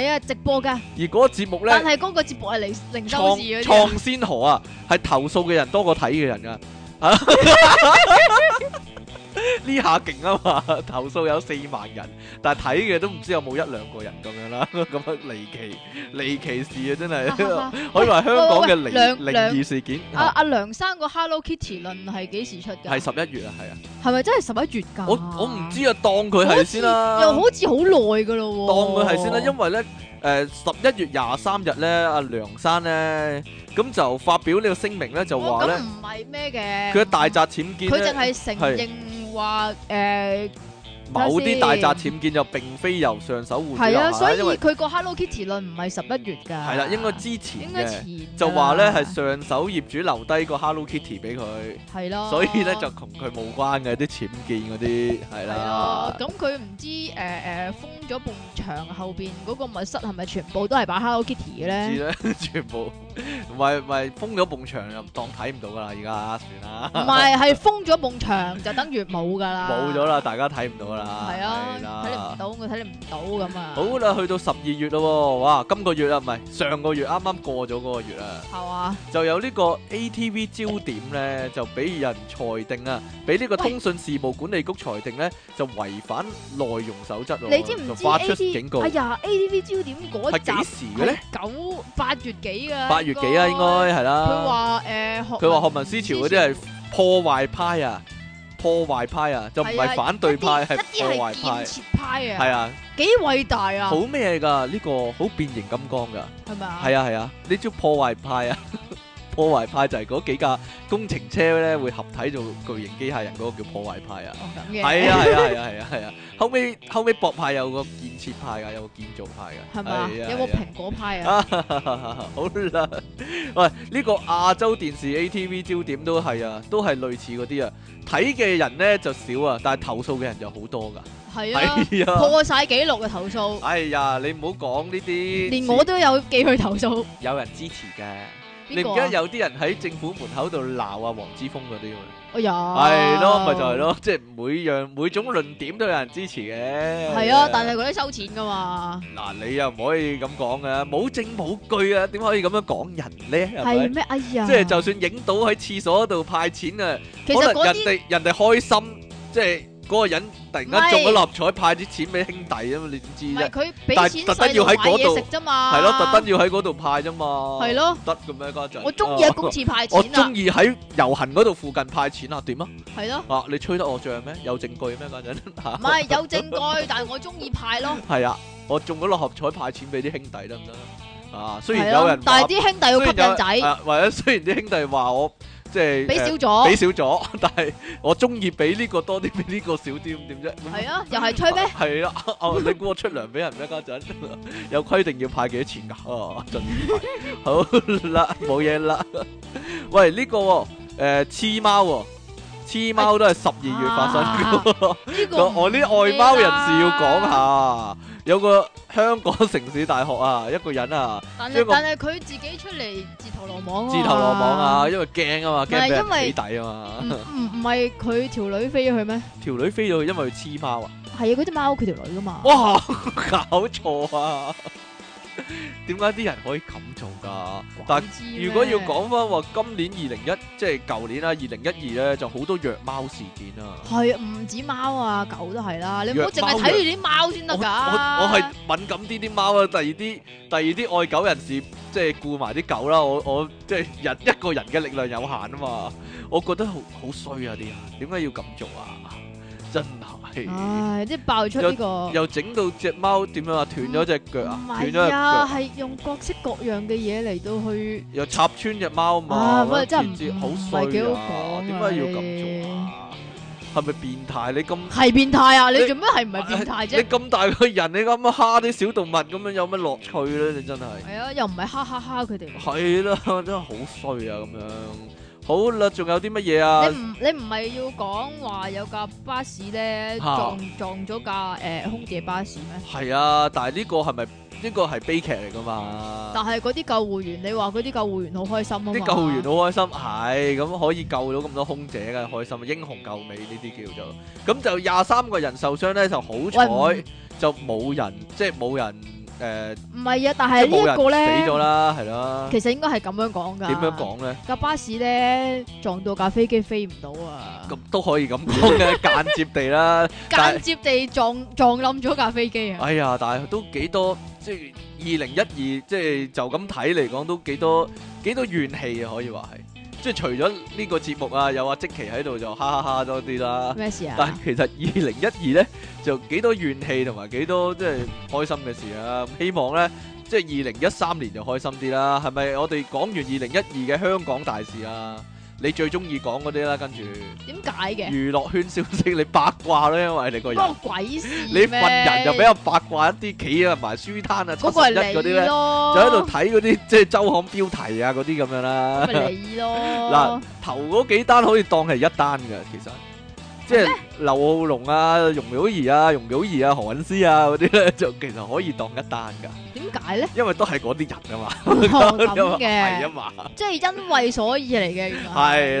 [SPEAKER 2] 係啊直播㗎，
[SPEAKER 1] 而嗰個節目
[SPEAKER 2] 但
[SPEAKER 1] 咧
[SPEAKER 2] 係嗰個節目係零零收
[SPEAKER 1] 創
[SPEAKER 2] 視嗰啲啊，
[SPEAKER 1] 創先河啊，係投訴嘅人多過睇嘅人啊。呢下勁啊嘛！投訴有四萬人，但係睇嘅都唔知有冇一兩個人咁樣啦，咁樣離奇離奇事啊，真 *laughs* 係。可以話香港嘅
[SPEAKER 2] 喂喂喂
[SPEAKER 1] 靈
[SPEAKER 2] 兩
[SPEAKER 1] 靈
[SPEAKER 2] 兩
[SPEAKER 1] 異事件
[SPEAKER 2] 阿阿梁生個 Hello Kitty 論係幾時出㗎？
[SPEAKER 1] 啊係十一月啊，係啊，
[SPEAKER 2] 係咪真係十一月㗎？
[SPEAKER 1] 我我唔知啊，當佢係先啦，
[SPEAKER 2] 又好似好耐㗎咯
[SPEAKER 1] 當
[SPEAKER 2] 喎。
[SPEAKER 1] 佢係先啦，因為咧誒十一月廿三日咧，阿梁生咧咁就發表呢個聲明咧，就
[SPEAKER 2] 哦
[SPEAKER 1] 話
[SPEAKER 2] 咁
[SPEAKER 1] 咧
[SPEAKER 2] 唔係咩嘅，
[SPEAKER 1] 佢嘅大宅僭建
[SPEAKER 2] 佢淨
[SPEAKER 1] 咧，
[SPEAKER 2] 係承認話誒
[SPEAKER 1] 某啲大宅
[SPEAKER 2] 睇下
[SPEAKER 1] 僭建就並非由上手換
[SPEAKER 2] 係
[SPEAKER 1] 咗下
[SPEAKER 2] 啊，所
[SPEAKER 1] 啦
[SPEAKER 2] 以
[SPEAKER 1] 因為
[SPEAKER 2] 佢個 Hello Kitty 論唔係十一月㗎。
[SPEAKER 1] 係啦，應該之前
[SPEAKER 2] 應該
[SPEAKER 1] 嘅。
[SPEAKER 2] 前啊
[SPEAKER 1] 就話咧
[SPEAKER 2] 㗎啦
[SPEAKER 1] 係上手業主留低個 Hello Kitty 俾佢，
[SPEAKER 2] 係咯，
[SPEAKER 1] 所以咧就同佢冇關嘅啲僭建嗰啲係
[SPEAKER 2] 係
[SPEAKER 1] 啦
[SPEAKER 2] 啊。。咁佢唔知誒誒封咗埲牆後邊嗰個密室係咪全部都係擺 Hello Kitty 嘅
[SPEAKER 1] 知
[SPEAKER 2] 咧？
[SPEAKER 1] 咧， *laughs* 全部唔係唔係封咗埲牆又當睇唔到噶啦，而家算啦，
[SPEAKER 2] 唔係，係封咗埲牆就等於冇㗎啦。
[SPEAKER 1] 冇咗啦，大家睇唔到噶啦，
[SPEAKER 2] 係啊，睇你唔
[SPEAKER 1] 啦。
[SPEAKER 2] 到，我睇你唔到咁啊。
[SPEAKER 1] 好啦，去到十二月咯喎，哇！今個月啊，唔係上個月啱啱過咗嗰個月啊，
[SPEAKER 2] 係嘛？
[SPEAKER 1] 就有呢個 ATV 焦點咧，就俾人裁定啊，俾呢個通訊事務管理局裁定咧，就違反內容守則喎，
[SPEAKER 2] 你知唔
[SPEAKER 1] 就
[SPEAKER 2] 知
[SPEAKER 1] 發出
[SPEAKER 2] A
[SPEAKER 1] 警告
[SPEAKER 2] D？哎，呀，A D V 焦點嗰
[SPEAKER 1] 係幾
[SPEAKER 2] 集
[SPEAKER 1] 時嘅咧？
[SPEAKER 2] 九八月幾㗎？
[SPEAKER 1] 八月幾啊，應該係啦。
[SPEAKER 2] 佢話誒學
[SPEAKER 1] 佢話學民思潮嗰啲係破壞派啊，破壞派啊，就唔
[SPEAKER 2] 係啊
[SPEAKER 1] 係反對派，
[SPEAKER 2] 一
[SPEAKER 1] 係
[SPEAKER 2] 啲
[SPEAKER 1] 破
[SPEAKER 2] 一啲
[SPEAKER 1] 壞
[SPEAKER 2] 係
[SPEAKER 1] 派，
[SPEAKER 2] 建設派啊，
[SPEAKER 1] 係啊，
[SPEAKER 2] 幾偉大啊，
[SPEAKER 1] 好咩㗎？呢個好變形金剛㗎，
[SPEAKER 2] 係咪啊？
[SPEAKER 1] 係啊係啊，呢招破壞派啊， *laughs* 破壞派就係嗰幾架工程車咧會合體做巨型機械人嗰個叫破壞派啊。
[SPEAKER 2] 哦咁嘅，
[SPEAKER 1] 係啊係啊係啊係啊係啊，後尾後尾博派有個建設派㗎，有個建造派㗎，
[SPEAKER 2] 係咪啊？
[SPEAKER 1] 係啊
[SPEAKER 2] 有冇
[SPEAKER 1] 係啊
[SPEAKER 2] 蘋果派啊？
[SPEAKER 1] 啊， *laughs* 好啦，喂，呢個亞洲電視 ATV 焦點都係啊，都係類似嗰啲啊，睇嘅人呢就少啊，但係投訴嘅人就好多噶，
[SPEAKER 2] 係啊，
[SPEAKER 1] 係啊，
[SPEAKER 2] 破晒紀錄嘅投訴，
[SPEAKER 1] 哎呀，你唔好講呢啲，
[SPEAKER 2] 連我都有寄去投訴，
[SPEAKER 1] 有人支持嘅，你
[SPEAKER 2] 邊
[SPEAKER 1] 唔
[SPEAKER 2] 個
[SPEAKER 1] 記得
[SPEAKER 2] 啊？
[SPEAKER 1] 有啲人喺政府門口度鬧啊黃之鋒嗰啲咩？
[SPEAKER 2] 哎呀，
[SPEAKER 1] 係咯，咪就係，咯，即係每樣每種論點都有人支持嘅，
[SPEAKER 2] 係啊，但係嗰啲收錢噶嘛，
[SPEAKER 1] 嗱你又唔可以咁講嘅，冇證冇據啊，點可以咁樣講人呢？係咪
[SPEAKER 2] 係？咩？哎呀，
[SPEAKER 1] 即係就算影到喺廁所度派錢啊，
[SPEAKER 2] 其
[SPEAKER 1] 可
[SPEAKER 2] 實
[SPEAKER 1] 能
[SPEAKER 2] 嗰
[SPEAKER 1] 人
[SPEAKER 2] 啲
[SPEAKER 1] 哋人哋開心，即係嗰個人突然間
[SPEAKER 2] 唔係
[SPEAKER 1] 中咗六合彩，派啲錢俾兄弟啊嘛，你點知
[SPEAKER 2] 唔
[SPEAKER 1] 啫
[SPEAKER 2] 係？佢俾
[SPEAKER 1] 但係
[SPEAKER 2] 錢
[SPEAKER 1] 特登
[SPEAKER 2] 細
[SPEAKER 1] 要
[SPEAKER 2] 路
[SPEAKER 1] 喺
[SPEAKER 2] 買
[SPEAKER 1] 嗰度
[SPEAKER 2] 嘢食啫嘛，
[SPEAKER 1] 係咯，特登要喺嗰度派啫嘛。
[SPEAKER 2] 係，咯，
[SPEAKER 1] 得嘅咩家陣？
[SPEAKER 2] 我中意喺公
[SPEAKER 1] 啊
[SPEAKER 2] 廁派
[SPEAKER 1] 我
[SPEAKER 2] 錢啊
[SPEAKER 1] 中，意喺遊行嗰度附近派錢啊？點啊？
[SPEAKER 2] 係咯。
[SPEAKER 1] 啊，你吹得我脹咩？有證據咩家陣？ *laughs*
[SPEAKER 2] 唔係有證據，但係我中意派咯。
[SPEAKER 1] 係啊，我中咗六合彩派錢俾啲兄弟得唔得啊？雖
[SPEAKER 2] 係
[SPEAKER 1] 然有
[SPEAKER 2] 咯
[SPEAKER 1] 人，
[SPEAKER 2] 但
[SPEAKER 1] 話
[SPEAKER 2] 係啲兄弟要吸
[SPEAKER 1] 雖然有
[SPEAKER 2] 引仔，
[SPEAKER 1] 啊或者雖然啲兄弟話我即係
[SPEAKER 2] 俾
[SPEAKER 1] 誒
[SPEAKER 2] 少咗
[SPEAKER 1] 俾，少咗， *laughs* 但係我中意俾呢個多啲，俾呢個少啲，咁點啫？
[SPEAKER 2] 係啊，又係吹咩？
[SPEAKER 1] 係啦，哦你估我出糧俾人咩家陣？有規定要派幾多錢㗎？哦，真係好啦，冇嘢啦。喂，呢、個喎誒黐貓喎，黐貓都係十二月發生嘅喎。
[SPEAKER 2] 啊呢
[SPEAKER 1] 個
[SPEAKER 2] 個
[SPEAKER 1] *laughs*
[SPEAKER 2] 啊
[SPEAKER 1] 我啲外貓人士要講，下，有個香港城市大學啊，一個人啊，
[SPEAKER 2] 但
[SPEAKER 1] 將
[SPEAKER 2] 係
[SPEAKER 1] 個
[SPEAKER 2] 但係佢自己出嚟自投羅網啊，
[SPEAKER 1] 自投羅網啊，，因為驚啊嘛，驚俾
[SPEAKER 2] 唔係因
[SPEAKER 1] 人
[SPEAKER 2] 為嗯
[SPEAKER 1] 起底啊嘛
[SPEAKER 2] 唔。唔唔係佢條女飛咗去咩？
[SPEAKER 1] 條女飛咗去，因為佢黐貓啊。
[SPEAKER 2] 係啊，嗰只貓佢條女噶嘛，
[SPEAKER 1] 哇，搞錯啊！點解啲人可以咁做噶？但
[SPEAKER 2] 鬼知咩
[SPEAKER 1] 如果要講翻話，今年二零一即係舊年啦，二零一二咧就好多虐貓事件啊！
[SPEAKER 2] 係唔止貓啊，狗都係啦，你唔好淨
[SPEAKER 1] 弱
[SPEAKER 2] 係
[SPEAKER 1] 貓
[SPEAKER 2] 睇住啲貓先
[SPEAKER 1] 我
[SPEAKER 2] 得
[SPEAKER 1] 我
[SPEAKER 2] 㗎。
[SPEAKER 1] 我係敏感啲啲貓啊，第二啲第二啲愛狗人士即係顧埋啲狗啦，我我即係人一個人嘅力量有限啊嘛，我覺得好好衰啊啲人，點解要咁做啊？真係係
[SPEAKER 2] 唉，即係爆出呢個。
[SPEAKER 1] 又整到只貓點樣啊？斷咗只腳啊
[SPEAKER 2] 唔？
[SPEAKER 1] 斷咗
[SPEAKER 2] 係
[SPEAKER 1] 只
[SPEAKER 2] 啊，
[SPEAKER 1] 腳，
[SPEAKER 2] 係用各式各樣嘅嘢嚟到去，
[SPEAKER 1] 又插穿只貓嘛？
[SPEAKER 2] 啊
[SPEAKER 1] 我
[SPEAKER 2] 喂真係
[SPEAKER 1] 唔知
[SPEAKER 2] 唔
[SPEAKER 1] 好
[SPEAKER 2] 唔係幾
[SPEAKER 1] 衰
[SPEAKER 2] 好
[SPEAKER 1] 啊！
[SPEAKER 2] 講
[SPEAKER 1] 點
[SPEAKER 2] 啊
[SPEAKER 1] 解要咁做啊？係咪變態？你咁
[SPEAKER 2] 係變態啊！你
[SPEAKER 1] 你
[SPEAKER 2] 做咩係唔係變態
[SPEAKER 1] 你
[SPEAKER 2] 啫？
[SPEAKER 1] 咁大個人，你咁樣蝦啲小動物咁樣，有乜樂趣咧？你真係
[SPEAKER 2] 係啊，又唔係哈哈哈佢哋。
[SPEAKER 1] 係啦， *laughs* 真係好衰啊！咁樣好啦，仲有啲乜嘢啊？
[SPEAKER 2] 你唔你唔係要講話有架巴士咧
[SPEAKER 1] 嚇
[SPEAKER 2] 撞撞咗架誒空姐巴士咩？
[SPEAKER 1] 係啊，但係呢個係咪呢個係悲劇嚟噶嘛？
[SPEAKER 2] 但係嗰啲救護員，你話嗰啲救護員好開心啊嘛！
[SPEAKER 1] 啲救護員好開心，係咁可以救到咁多空姐嘅開心，啊英雄救美呢啲叫做。咁就廿三個人受傷咧，就好
[SPEAKER 2] 喂
[SPEAKER 1] 彩
[SPEAKER 2] 唔
[SPEAKER 1] 就冇人，即係冇人誒，
[SPEAKER 2] 唔係啊，但
[SPEAKER 1] 即係
[SPEAKER 2] 係呢一個
[SPEAKER 1] 冇人死咗
[SPEAKER 2] 咧，
[SPEAKER 1] 啦，係啦。
[SPEAKER 2] 其實啊應該係咁樣講㗎。
[SPEAKER 1] 點樣？講咧？
[SPEAKER 2] 架巴士咧撞到架飛機飛唔到啊！
[SPEAKER 1] 咁都可以咁講嘅，間接地啦。但
[SPEAKER 2] 間接地撞撞冧咗架飛機啊！
[SPEAKER 1] 哎呀，但係都幾多，即係二零一二，即係就咁睇嚟講，都幾多幾多怨氣啊，可以話係。即係除咗呢個節目啊，有阿積淇喺度就哈哈哈多啲啦。
[SPEAKER 2] 咩事啊？
[SPEAKER 1] 但係其實二零一二咧就幾多怨氣同埋幾多即係唔開心嘅事啊！希望咧即係二零一三年就開心啲啦，係咪？我哋講完二零一二嘅香港大事啊，你最中意講嗰啲啦，跟住
[SPEAKER 2] 點解嘅？
[SPEAKER 1] 娛樂圈消息你八卦啦，因為你個人
[SPEAKER 2] 關我鬼事
[SPEAKER 1] 你份人就比
[SPEAKER 2] 俾我
[SPEAKER 1] 較八卦一啲，企啊埋書攤啊，
[SPEAKER 2] 嗰
[SPEAKER 1] 七
[SPEAKER 2] 個
[SPEAKER 1] 十一嗰
[SPEAKER 2] 係
[SPEAKER 1] 啲
[SPEAKER 2] 你
[SPEAKER 1] 咧
[SPEAKER 2] 咯，
[SPEAKER 1] 就喺度睇嗰啲即係周刊標題啊嗰啲咁樣啦。
[SPEAKER 2] 咪你咯
[SPEAKER 1] 嗱，頭嗰幾單可以當係一單嘅，其實即係劉浩龍啊、容祖兒啊、容祖兒啊、何韻詩啊嗰啲咧， *laughs* 就其實可以當一單噶，
[SPEAKER 2] 點解咧？
[SPEAKER 1] 因為都係嗰啲人啊嘛，
[SPEAKER 2] 哦
[SPEAKER 1] *laughs*
[SPEAKER 2] 咁
[SPEAKER 1] 係啊
[SPEAKER 2] 嘅，
[SPEAKER 1] 嘛，
[SPEAKER 2] 即係因為所以嚟嘅，原來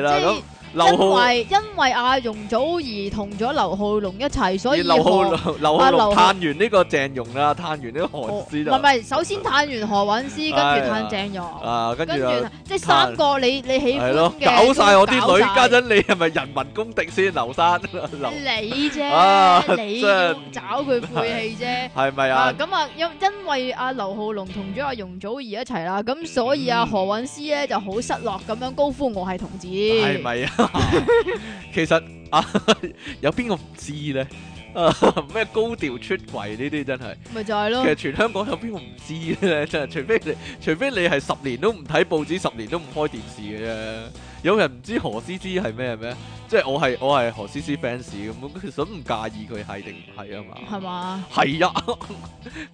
[SPEAKER 1] 係啦
[SPEAKER 2] 即係
[SPEAKER 1] 咁劉
[SPEAKER 2] 因
[SPEAKER 1] 浩而
[SPEAKER 2] 為因為阿容祖兒同咗劉浩龍一齊，所以
[SPEAKER 1] 劉浩
[SPEAKER 2] 何
[SPEAKER 1] 龍劉浩
[SPEAKER 2] 啊
[SPEAKER 1] 龍
[SPEAKER 2] 劉
[SPEAKER 1] 嘆
[SPEAKER 2] 浩
[SPEAKER 1] 完呢個鄭融啦，嘆完呢個何
[SPEAKER 2] 何唔
[SPEAKER 1] 韻詩
[SPEAKER 2] 係唔
[SPEAKER 1] 啦，
[SPEAKER 2] 係，首先嘆完何韻詩，
[SPEAKER 1] 哎
[SPEAKER 2] 跟
[SPEAKER 1] 呀
[SPEAKER 2] 住嘆鄭融，
[SPEAKER 1] 啊跟
[SPEAKER 2] 跟
[SPEAKER 1] 住
[SPEAKER 2] 住
[SPEAKER 1] 啊
[SPEAKER 2] 即係三個你你喜
[SPEAKER 1] 係
[SPEAKER 2] 歡
[SPEAKER 1] 咯，
[SPEAKER 2] 嘅
[SPEAKER 1] 搞晒我
[SPEAKER 2] 都
[SPEAKER 1] 啲
[SPEAKER 2] 搞
[SPEAKER 1] 女，
[SPEAKER 2] 晒
[SPEAKER 1] 家陣你係咪人民公敵先，劉
[SPEAKER 2] *laughs*
[SPEAKER 1] 生劉
[SPEAKER 2] 你
[SPEAKER 1] 啊
[SPEAKER 2] 啫，你要
[SPEAKER 1] 真
[SPEAKER 2] 找佢晦氣啫。
[SPEAKER 1] 係咪
[SPEAKER 2] 啊，
[SPEAKER 1] 啊？
[SPEAKER 2] 咁啊，因因為阿劉浩龍同咗阿容祖兒一齊啦，咁所以阿
[SPEAKER 1] 嗯
[SPEAKER 2] 何韻詩咧就好失落咁樣高呼我係同志，
[SPEAKER 1] 係咪啊？ *laughs* 其實啊， *laughs* 有邊個唔知咧？啊 *laughs* 咩高調出櫃呢啲真係，
[SPEAKER 2] 咪就係
[SPEAKER 1] 其
[SPEAKER 2] 咯
[SPEAKER 1] 實，全香港有邊個唔知咧？ *laughs* 真係，除非你，除非你係十年都唔睇報紙，十年都唔開電視嘅啫。有人唔知何思思係咩咩？即係我係我係何思思 fans 咁，咁其實唔介意佢係定唔係啊嘛？
[SPEAKER 2] 係嘛？
[SPEAKER 1] 係啊， *laughs*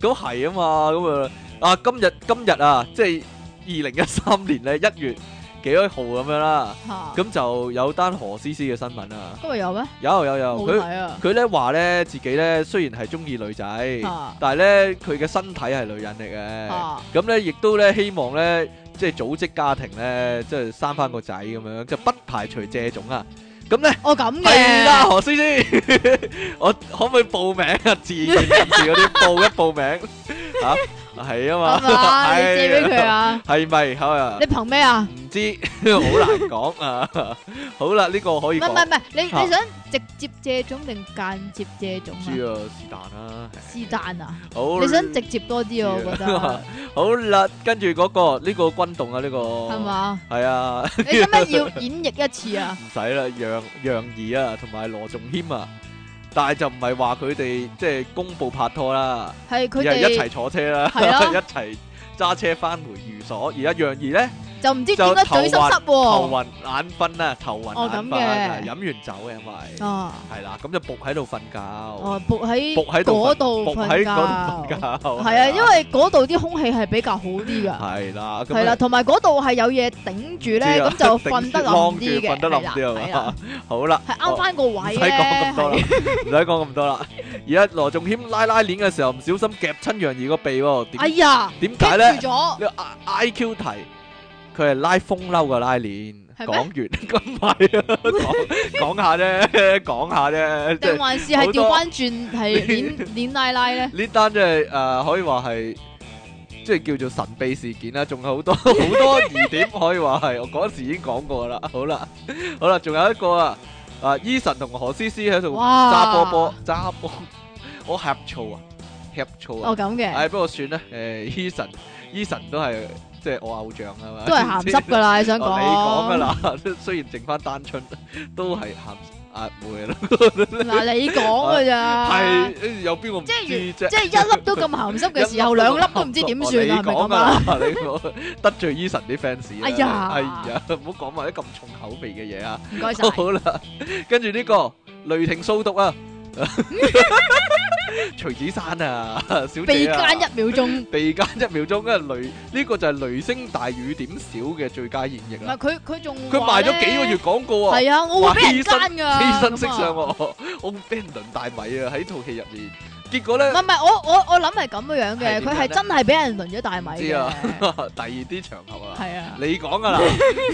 [SPEAKER 1] 咁係啊嘛，咁啊啊今日今日啊，即係二零一三年咧一月幾多號咁樣啦。
[SPEAKER 2] 嚇，
[SPEAKER 1] 咁就有單何詩詩嘅新聞啊，
[SPEAKER 2] 今日有咩？
[SPEAKER 1] 有有有，
[SPEAKER 2] 冇
[SPEAKER 1] 佢
[SPEAKER 2] 睇啊！
[SPEAKER 1] 佢咧話咧自己咧雖然係中意女仔，
[SPEAKER 2] 嚇
[SPEAKER 1] 但係咧佢嘅身體係女人嚟
[SPEAKER 2] 嚇，
[SPEAKER 1] 嘅，咁咧亦都咧希望咧即係組織家庭咧，即係生翻個仔咁樣，就不排除借種啊。咁咧
[SPEAKER 2] 哦
[SPEAKER 1] *laughs*
[SPEAKER 2] 咁
[SPEAKER 1] 係
[SPEAKER 2] *laughs*
[SPEAKER 1] 啦，
[SPEAKER 2] 嘅，
[SPEAKER 1] 何詩詩， *laughs* 我可唔可以報名啊？自願人士嗰啲報一報名 *laughs* 嚇，係啊
[SPEAKER 2] 係
[SPEAKER 1] 嘛，
[SPEAKER 2] 嘛？你借俾佢
[SPEAKER 1] 係啊
[SPEAKER 2] 啊？
[SPEAKER 1] 係咪？好啊
[SPEAKER 2] 你，憑咩啊？
[SPEAKER 1] 唔知， *laughs* 好難講啊。 *laughs* 好啦，呢個可
[SPEAKER 2] 唔
[SPEAKER 1] 以
[SPEAKER 2] 係
[SPEAKER 1] 講
[SPEAKER 2] 唔。係唔係，你
[SPEAKER 1] 嚇
[SPEAKER 2] 你想直接借種定間接借種啊？
[SPEAKER 1] 知啊，是但啦。
[SPEAKER 2] 是但啊！
[SPEAKER 1] 好，
[SPEAKER 2] 你想直接多啲啊？
[SPEAKER 1] 知啊 *laughs*
[SPEAKER 2] 我覺
[SPEAKER 1] 好
[SPEAKER 2] 得
[SPEAKER 1] 啦，跟住嗰個呢個軍動啊，呢個 *laughs*
[SPEAKER 2] 係？嘛？
[SPEAKER 1] 係啊，
[SPEAKER 2] 你使唔使要演繹一次啊？
[SPEAKER 1] 唔使啦，楊楊怡啊，同埋羅仲謙啊，但係就唔係話佢哋即係公佈拍拖啦，
[SPEAKER 2] 係
[SPEAKER 1] 而
[SPEAKER 2] 佢
[SPEAKER 1] 係一
[SPEAKER 2] 哋
[SPEAKER 1] 齊坐車啦，
[SPEAKER 2] 係啊
[SPEAKER 1] *laughs* 一齊揸車翻回寓所。而家楊怡咧
[SPEAKER 2] 就唔知
[SPEAKER 1] 就
[SPEAKER 2] 點解嘴濕濕
[SPEAKER 1] 頭
[SPEAKER 2] 喎。
[SPEAKER 1] 暈眼瞓啊，頭
[SPEAKER 2] 哦
[SPEAKER 1] 暈
[SPEAKER 2] 咁
[SPEAKER 1] 眼瞓，
[SPEAKER 2] 嘅
[SPEAKER 1] 飲完酒嘅因為
[SPEAKER 2] 啊！
[SPEAKER 1] 係啦，咁就仆喺度瞓覺，
[SPEAKER 2] 哦，仆喺
[SPEAKER 1] 仆喺度
[SPEAKER 2] 嗰
[SPEAKER 1] 瞓
[SPEAKER 2] 度
[SPEAKER 1] 仆喺嗰
[SPEAKER 2] 瞓
[SPEAKER 1] 度
[SPEAKER 2] 覺
[SPEAKER 1] 瞓，覺，
[SPEAKER 2] 係啊，因為嗰度啲空氣係比較好啲噶，
[SPEAKER 1] 係啦，咁
[SPEAKER 2] 係
[SPEAKER 1] 啊
[SPEAKER 2] 啦，同埋嗰度係有嘢頂住
[SPEAKER 1] 唔 *laughs*
[SPEAKER 2] 咧，咁
[SPEAKER 1] 知啊
[SPEAKER 2] 就瞓得冧
[SPEAKER 1] 頂
[SPEAKER 2] 啲
[SPEAKER 1] 住
[SPEAKER 2] 嘅，
[SPEAKER 1] 瞓得冧啲
[SPEAKER 2] 係
[SPEAKER 1] 係
[SPEAKER 2] 啦
[SPEAKER 1] 嘛，？好啦，
[SPEAKER 2] 係啱翻個
[SPEAKER 1] 哦
[SPEAKER 2] 位
[SPEAKER 1] 唔使
[SPEAKER 2] 咧，
[SPEAKER 1] 講咁多啦
[SPEAKER 2] 係，
[SPEAKER 1] 唔使講咁多啦。而家羅仲謙拉拉鏈嘅時候，唔小心夾親楊怡個鼻喎，
[SPEAKER 2] 哎
[SPEAKER 1] 點
[SPEAKER 2] 呀，
[SPEAKER 1] 點解咧
[SPEAKER 2] 棘？住咗，
[SPEAKER 1] 呢個 I Q 題，佢係拉風褸嘅拉鏈。
[SPEAKER 2] 係咩
[SPEAKER 1] 講完 *laughs* 咁係啊，講講下啫， *laughs* 講下啫，即係
[SPEAKER 2] 定還是
[SPEAKER 1] 好
[SPEAKER 2] 係
[SPEAKER 1] 多
[SPEAKER 2] 調
[SPEAKER 1] *laughs*
[SPEAKER 2] 翻轉係鏈鏈奶奶咧？
[SPEAKER 1] 呢單真係誒可以話係即係叫做神秘事件啦，仲有好多 *laughs* 好多疑點可以話係，我嗰時已經講過啦。好啦，好啦，仲有一個啊，啊 Eason 同何詩詩喺度
[SPEAKER 2] 哇
[SPEAKER 1] 揸波波揸波，我呷醋啊，呷醋啊
[SPEAKER 2] 哦，咁 *laughs* 嘅，
[SPEAKER 1] 唉不過算啦，誒 Eason Eason 都係即係我偶像啊嘛， *laughs*
[SPEAKER 2] 都係鹹濕噶啦，你想
[SPEAKER 1] 哦你講
[SPEAKER 2] 講
[SPEAKER 1] 噶？啦，雖然剩翻單春，都係鹹啊，冇嘢啦，
[SPEAKER 2] 嗱，你講㗎咋？
[SPEAKER 1] 係誒有邊個唔知
[SPEAKER 2] 即係
[SPEAKER 1] 啫？
[SPEAKER 2] 即係一粒都咁鹹濕嘅時候，
[SPEAKER 1] 一粒
[SPEAKER 2] 兩
[SPEAKER 1] 都
[SPEAKER 2] 粒都唔知點算
[SPEAKER 1] 你
[SPEAKER 2] 啊？係咪
[SPEAKER 1] 講
[SPEAKER 2] 咁
[SPEAKER 1] 噶
[SPEAKER 2] 啊？
[SPEAKER 1] 啦，你講得罪 Eason 啲 fans 啦
[SPEAKER 2] 哎呀
[SPEAKER 1] 哎呀，唔好講埋啲咁重口味嘅嘢啊！
[SPEAKER 2] 唔該晒。
[SPEAKER 1] *laughs* 好啦，跟住呢個雷霆掃
[SPEAKER 2] *laughs*
[SPEAKER 1] 毒啊， *laughs* 徐子珊啊，小
[SPEAKER 2] 被
[SPEAKER 1] 姐啊，
[SPEAKER 2] 奸一
[SPEAKER 1] *laughs*
[SPEAKER 2] 秒鐘，
[SPEAKER 1] 被奸一秒鐘，跟住雷 *laughs* 呢個就係雷聲大雨點小嘅最佳演
[SPEAKER 2] 唔
[SPEAKER 1] 繹
[SPEAKER 2] 係
[SPEAKER 1] 啦。
[SPEAKER 2] 佢佢仲
[SPEAKER 1] 佢賣咗幾個月廣告啊，
[SPEAKER 2] 啊係啊，我
[SPEAKER 1] 話
[SPEAKER 2] 會俾
[SPEAKER 1] 犧
[SPEAKER 2] 人
[SPEAKER 1] 牲
[SPEAKER 2] 奸㗎，
[SPEAKER 1] 犧牲色
[SPEAKER 2] 咁啊
[SPEAKER 1] 相喎， *laughs* 我俾人輪大米啊喺套戲入面，結果
[SPEAKER 2] 唔
[SPEAKER 1] 咧
[SPEAKER 2] 係唔係，我我我諗係咁樣樣
[SPEAKER 1] 係
[SPEAKER 2] 嘅，
[SPEAKER 1] 點
[SPEAKER 2] 佢
[SPEAKER 1] 樣咧
[SPEAKER 2] 係真係俾人輪咗大米
[SPEAKER 1] 知
[SPEAKER 2] 嘅，
[SPEAKER 1] 啊 *laughs* 第二啲場合啊。
[SPEAKER 2] 係啊，
[SPEAKER 1] 你講
[SPEAKER 2] *laughs*
[SPEAKER 1] 噶啦，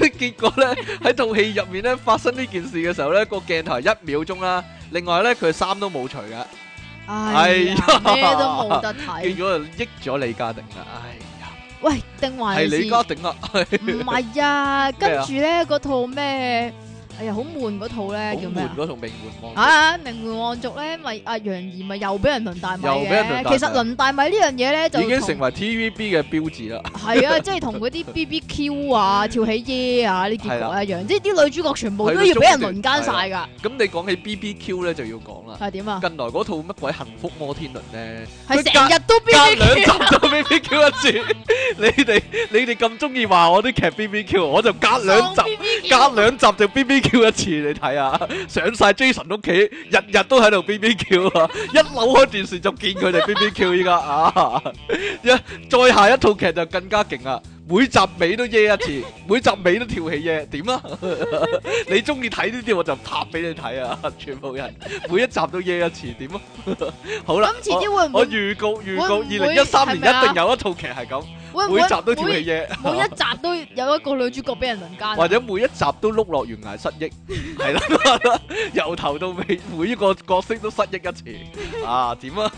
[SPEAKER 1] 結果咧喺套戲入面咧發生呢件事嘅時候咧，個鏡頭係一秒鐘啦。另外咧，佢衫都冇除噶，
[SPEAKER 2] 唉呀，
[SPEAKER 1] 哎呀
[SPEAKER 2] 咩都冇
[SPEAKER 1] 結
[SPEAKER 2] 得睇。
[SPEAKER 1] 果就益咗李家鼎啦。哎呀，
[SPEAKER 2] 喂，定還
[SPEAKER 1] 係
[SPEAKER 2] 是
[SPEAKER 1] 李家鼎啊，*laughs*
[SPEAKER 2] 唔係啊？跟住咧嗰套咩？哎呀，好悶嗰套
[SPEAKER 1] 好
[SPEAKER 2] 咧，叫咩
[SPEAKER 1] 悶
[SPEAKER 2] 啊？
[SPEAKER 1] 嗰套名門望
[SPEAKER 2] 啊！名門望族咧，咪阿楊怡咪又俾人輪大米
[SPEAKER 1] 又俾人輪大米啊
[SPEAKER 2] 嘅。其實輪大米呢樣嘢咧，就
[SPEAKER 1] 已經
[SPEAKER 2] 同
[SPEAKER 1] 成為 TVB 嘅標誌啦。
[SPEAKER 2] 係啊，即係同嗰啲 BBQ 啊、跳起耶啊呢結
[SPEAKER 1] 係
[SPEAKER 2] 果
[SPEAKER 1] 啦
[SPEAKER 2] 一樣，即係啲女主角全部
[SPEAKER 1] 係
[SPEAKER 2] 都
[SPEAKER 1] 咯
[SPEAKER 2] 要俾人
[SPEAKER 1] 中
[SPEAKER 2] 輪
[SPEAKER 1] 段
[SPEAKER 2] 奸晒㗎，
[SPEAKER 1] 咁你講起 BBQ 咧就要講啦。
[SPEAKER 2] 係點啊？
[SPEAKER 1] 近來嗰套乜鬼幸福摩天輪咧，
[SPEAKER 2] 係
[SPEAKER 1] 佢
[SPEAKER 2] 成日都
[SPEAKER 1] 隔兩
[SPEAKER 2] BBQ
[SPEAKER 1] 集都 BBQ 一次。你哋你哋咁中意話我啲劇 BBQ，我就隔兩集
[SPEAKER 2] 當。BBQ *laughs*
[SPEAKER 1] 隔兩集就 B B Q 一次，你睇下，上晒 Jason 屋企，日日都喺度 B B Q 啊！一扭開電視就見佢哋 B B Q 依家啊！一再下一套劇就更加勁啊！每集尾都耶一次，每集尾都跳起耶，點啊？ *laughs* 你中意睇呢啲我就拍俾你睇啊！全部人每一集都耶一次，點啊？ *laughs* 好啦
[SPEAKER 2] 咁，遲啲會唔
[SPEAKER 1] 我我
[SPEAKER 2] 會
[SPEAKER 1] 預告預告，二
[SPEAKER 2] 會唔會
[SPEAKER 1] 零一三年
[SPEAKER 2] 係咪啊
[SPEAKER 1] 一定有一套劇係咁，
[SPEAKER 2] 會唔
[SPEAKER 1] 每
[SPEAKER 2] 會
[SPEAKER 1] 集都跳
[SPEAKER 2] 每
[SPEAKER 1] 起耶。
[SPEAKER 2] 每一集都有一個女主角俾人輪奸啊？
[SPEAKER 1] 或者每一集都碌落懸崖失
[SPEAKER 2] *laughs*
[SPEAKER 1] 憶，係啦， *laughs* 由頭到尾每一個角色都失憶一
[SPEAKER 2] *laughs*
[SPEAKER 1] 次，啊點啊？ *laughs*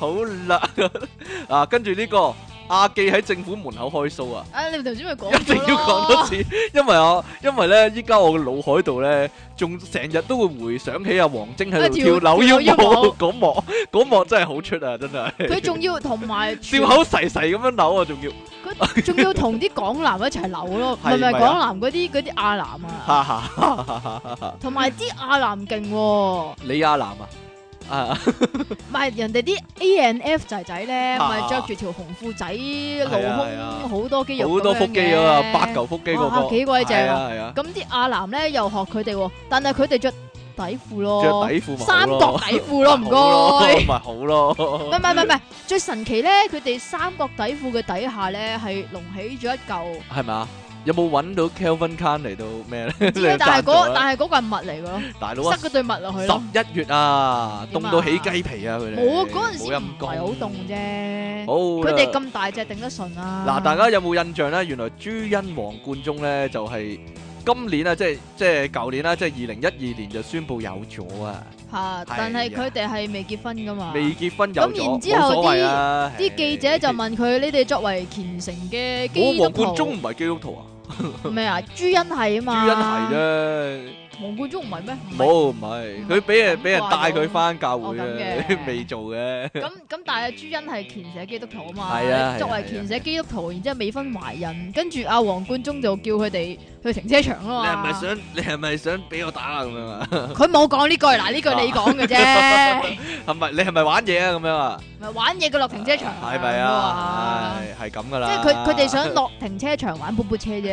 [SPEAKER 1] 好啦， *laughs* 啊跟住呢個阿記喺政府門口開 show 啊！
[SPEAKER 2] 啊，你頭先咪講
[SPEAKER 1] *laughs* 一定要講多次，因為我因為咧，依家我嘅腦海度咧，仲成日都會回想起阿王晶喺度跳
[SPEAKER 2] 跳
[SPEAKER 1] 樓
[SPEAKER 2] 跳
[SPEAKER 1] 腰
[SPEAKER 2] 樓腰舞
[SPEAKER 1] 舞嗰幕，嗰幕真係好出啊！真
[SPEAKER 2] 佢
[SPEAKER 1] 係
[SPEAKER 2] 仲要同埋全
[SPEAKER 1] 笑口噬噬咁樣扭啊，仲要，
[SPEAKER 2] 佢仲要同啲港男一齊扭咯，唔係
[SPEAKER 1] 係
[SPEAKER 2] 唔
[SPEAKER 1] 咪啊
[SPEAKER 2] 係港男嗰啲嗰啲亞男啊，
[SPEAKER 1] 哈哈哈哈哈哈哈！
[SPEAKER 2] 同埋啲亞男勁喎，唔
[SPEAKER 1] 李亞男啊，啊！
[SPEAKER 2] 係人哋啲 A N F 仔仔咧，
[SPEAKER 1] 啊
[SPEAKER 2] 咪着住條紅褲仔
[SPEAKER 1] 啊係啊
[SPEAKER 2] 露胸好多肌肉，
[SPEAKER 1] 好多腹肌
[SPEAKER 2] 咁樣
[SPEAKER 1] 啊
[SPEAKER 2] 嘅
[SPEAKER 1] 嘛，八嚿腹肌嗰
[SPEAKER 2] 哇
[SPEAKER 1] 個，
[SPEAKER 2] 幾鬼正
[SPEAKER 1] 係
[SPEAKER 2] 啊！
[SPEAKER 1] 啊係啊，
[SPEAKER 2] 咁啲亞男咧又學佢哋喎，但係佢哋着底褲咯，
[SPEAKER 1] 着底褲咪
[SPEAKER 2] 三
[SPEAKER 1] 好
[SPEAKER 2] 角
[SPEAKER 1] 咯，
[SPEAKER 2] 底褲咯，唔該。
[SPEAKER 1] 該，咪 *laughs* 好
[SPEAKER 2] 唔
[SPEAKER 1] 咯，
[SPEAKER 2] 係唔係唔係，最神奇咧，佢哋三角底褲嘅底下咧係隆起咗一嚿，
[SPEAKER 1] *laughs*
[SPEAKER 2] 唔
[SPEAKER 1] 係咪啊？有冇揾到 Kelvin Khan 嚟到 *laughs* 咩咧？
[SPEAKER 2] 知咧
[SPEAKER 1] 你
[SPEAKER 2] 但
[SPEAKER 1] 贊
[SPEAKER 2] 係
[SPEAKER 1] 助
[SPEAKER 2] 嗰
[SPEAKER 1] 啊
[SPEAKER 2] 但係嗰個係襪嚟嘅咯，
[SPEAKER 1] 大佬啊，
[SPEAKER 2] 塞嗰對襪落去咯。
[SPEAKER 1] 十一月啊，
[SPEAKER 2] 點啊
[SPEAKER 1] 凍到起雞皮啊！佢哋
[SPEAKER 2] 冇啊，嗰陣時
[SPEAKER 1] 冇
[SPEAKER 2] 唔
[SPEAKER 1] 陰
[SPEAKER 2] 係
[SPEAKER 1] 功
[SPEAKER 2] 好凍啫。
[SPEAKER 1] 好
[SPEAKER 2] 佢
[SPEAKER 1] 啦
[SPEAKER 2] 哋咁大隻頂得順啊！
[SPEAKER 1] 嗱，大家有冇印象咧？原來朱茵黃貫中咧就係今年啊，即係即係舊年啦，即係二零一二年就宣布有咗啊，
[SPEAKER 2] 嚇，但係佢哋係未結婚噶嘛。
[SPEAKER 1] 未結婚有
[SPEAKER 2] 咁然
[SPEAKER 1] 咗，
[SPEAKER 2] 之後
[SPEAKER 1] 冇所謂啊！
[SPEAKER 2] 啲記者就
[SPEAKER 1] 唉
[SPEAKER 2] 問佢：你哋作為虔誠嘅基
[SPEAKER 1] 我
[SPEAKER 2] 督
[SPEAKER 1] 黃貫中
[SPEAKER 2] 徒
[SPEAKER 1] 唔係基督徒啊，
[SPEAKER 2] 咩啊？朱茵係啊
[SPEAKER 1] 朱
[SPEAKER 2] 嘛。
[SPEAKER 1] 茵係。啫，
[SPEAKER 2] 黃貫中唔係咩？唔係。
[SPEAKER 1] 冇唔係，佢俾人
[SPEAKER 2] 咁
[SPEAKER 1] 俾人
[SPEAKER 2] 怪
[SPEAKER 1] 帶
[SPEAKER 2] 咯
[SPEAKER 1] 佢翻教會
[SPEAKER 2] 哦咁
[SPEAKER 1] 啊，
[SPEAKER 2] 嘅
[SPEAKER 1] *laughs* 未做嘅，
[SPEAKER 2] 咁咁，但係朱茵係虔誠基督徒啊嘛，
[SPEAKER 1] 係啊係啊
[SPEAKER 2] 作為虔誠基督徒，然之後未婚懷孕，跟住阿黃貫中就叫佢哋去停車場啦嘛。
[SPEAKER 1] 想你係咪想俾我打啊咁樣啊？
[SPEAKER 2] 佢冇講呢句，嗱呢句你講嘅啫，
[SPEAKER 1] *laughs* 係咪你係咪玩嘢啊咁樣啊？
[SPEAKER 2] 咪玩嘢佢落停車場
[SPEAKER 1] 係咪啊？
[SPEAKER 2] 啊？
[SPEAKER 1] 係係咁噶
[SPEAKER 2] 即
[SPEAKER 1] 啦，
[SPEAKER 2] 係佢佢哋
[SPEAKER 1] *laughs*
[SPEAKER 2] 想落停車場玩噗噗車啫，
[SPEAKER 1] 係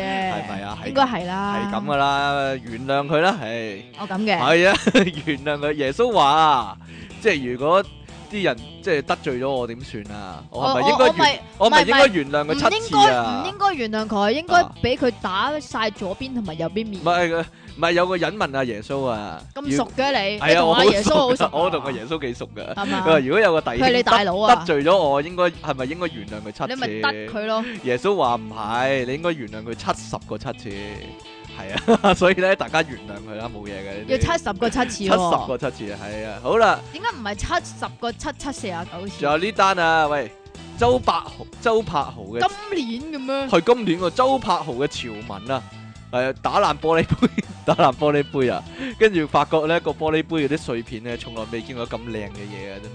[SPEAKER 1] 咪啊？係
[SPEAKER 2] 應該係啦，
[SPEAKER 1] 係咁噶啦，原諒佢啦，係。
[SPEAKER 2] 我咁嘅，
[SPEAKER 1] 係啊， *laughs* 原諒佢。耶穌話：啊即係如果啲人即係得罪咗我，點算啊？我係咪應
[SPEAKER 2] 我
[SPEAKER 1] 該原
[SPEAKER 2] 咪
[SPEAKER 1] 我係咪
[SPEAKER 2] 唔係
[SPEAKER 1] 應該原諒
[SPEAKER 2] 唔
[SPEAKER 1] 佢七
[SPEAKER 2] 應
[SPEAKER 1] 次
[SPEAKER 2] 該
[SPEAKER 1] 啊
[SPEAKER 2] 唔？應該原諒佢，應該
[SPEAKER 1] 啊
[SPEAKER 2] 俾佢打晒左邊同埋右邊面
[SPEAKER 1] 唔。係佢唔係有個人問阿耶穌啊，
[SPEAKER 2] 咁熟嘅你，你
[SPEAKER 1] 係啊，
[SPEAKER 2] 同
[SPEAKER 1] 我
[SPEAKER 2] 阿
[SPEAKER 1] 好
[SPEAKER 2] 耶穌好熟
[SPEAKER 1] 熟
[SPEAKER 2] 啊
[SPEAKER 1] 啊，，我同阿耶穌幾熟噶。
[SPEAKER 2] 係
[SPEAKER 1] 佢話
[SPEAKER 2] 嘛？
[SPEAKER 1] 如果有個弟
[SPEAKER 2] 佢係你
[SPEAKER 1] 兄
[SPEAKER 2] 大
[SPEAKER 1] 得
[SPEAKER 2] 佬
[SPEAKER 1] 得
[SPEAKER 2] 啊，
[SPEAKER 1] 罪咗我，應該係咪應該原諒佢
[SPEAKER 2] 你咪得
[SPEAKER 1] 七次？
[SPEAKER 2] 佢咯。
[SPEAKER 1] 耶穌話唔係，你應該原諒佢七十個七次。係 *laughs* 啊，所以咧大家原諒佢啦，冇嘢嘅。呢啲
[SPEAKER 2] 要七十個七次
[SPEAKER 1] 七
[SPEAKER 2] 喎、
[SPEAKER 1] 十個七次，係啊。好啦。
[SPEAKER 2] 點解唔係七十個七七四啊九次
[SPEAKER 1] 仲？有呢單啊，喂，周柏豪，周柏豪嘅
[SPEAKER 2] 今年嘅咩？
[SPEAKER 1] 係今年個周柏豪嘅潮文啊，係啊打爛玻璃杯， *laughs* 打爛玻璃杯啊，跟住發覺咧個玻璃杯嗰啲碎片咧，從來未見過咁靚嘅嘢啊，真係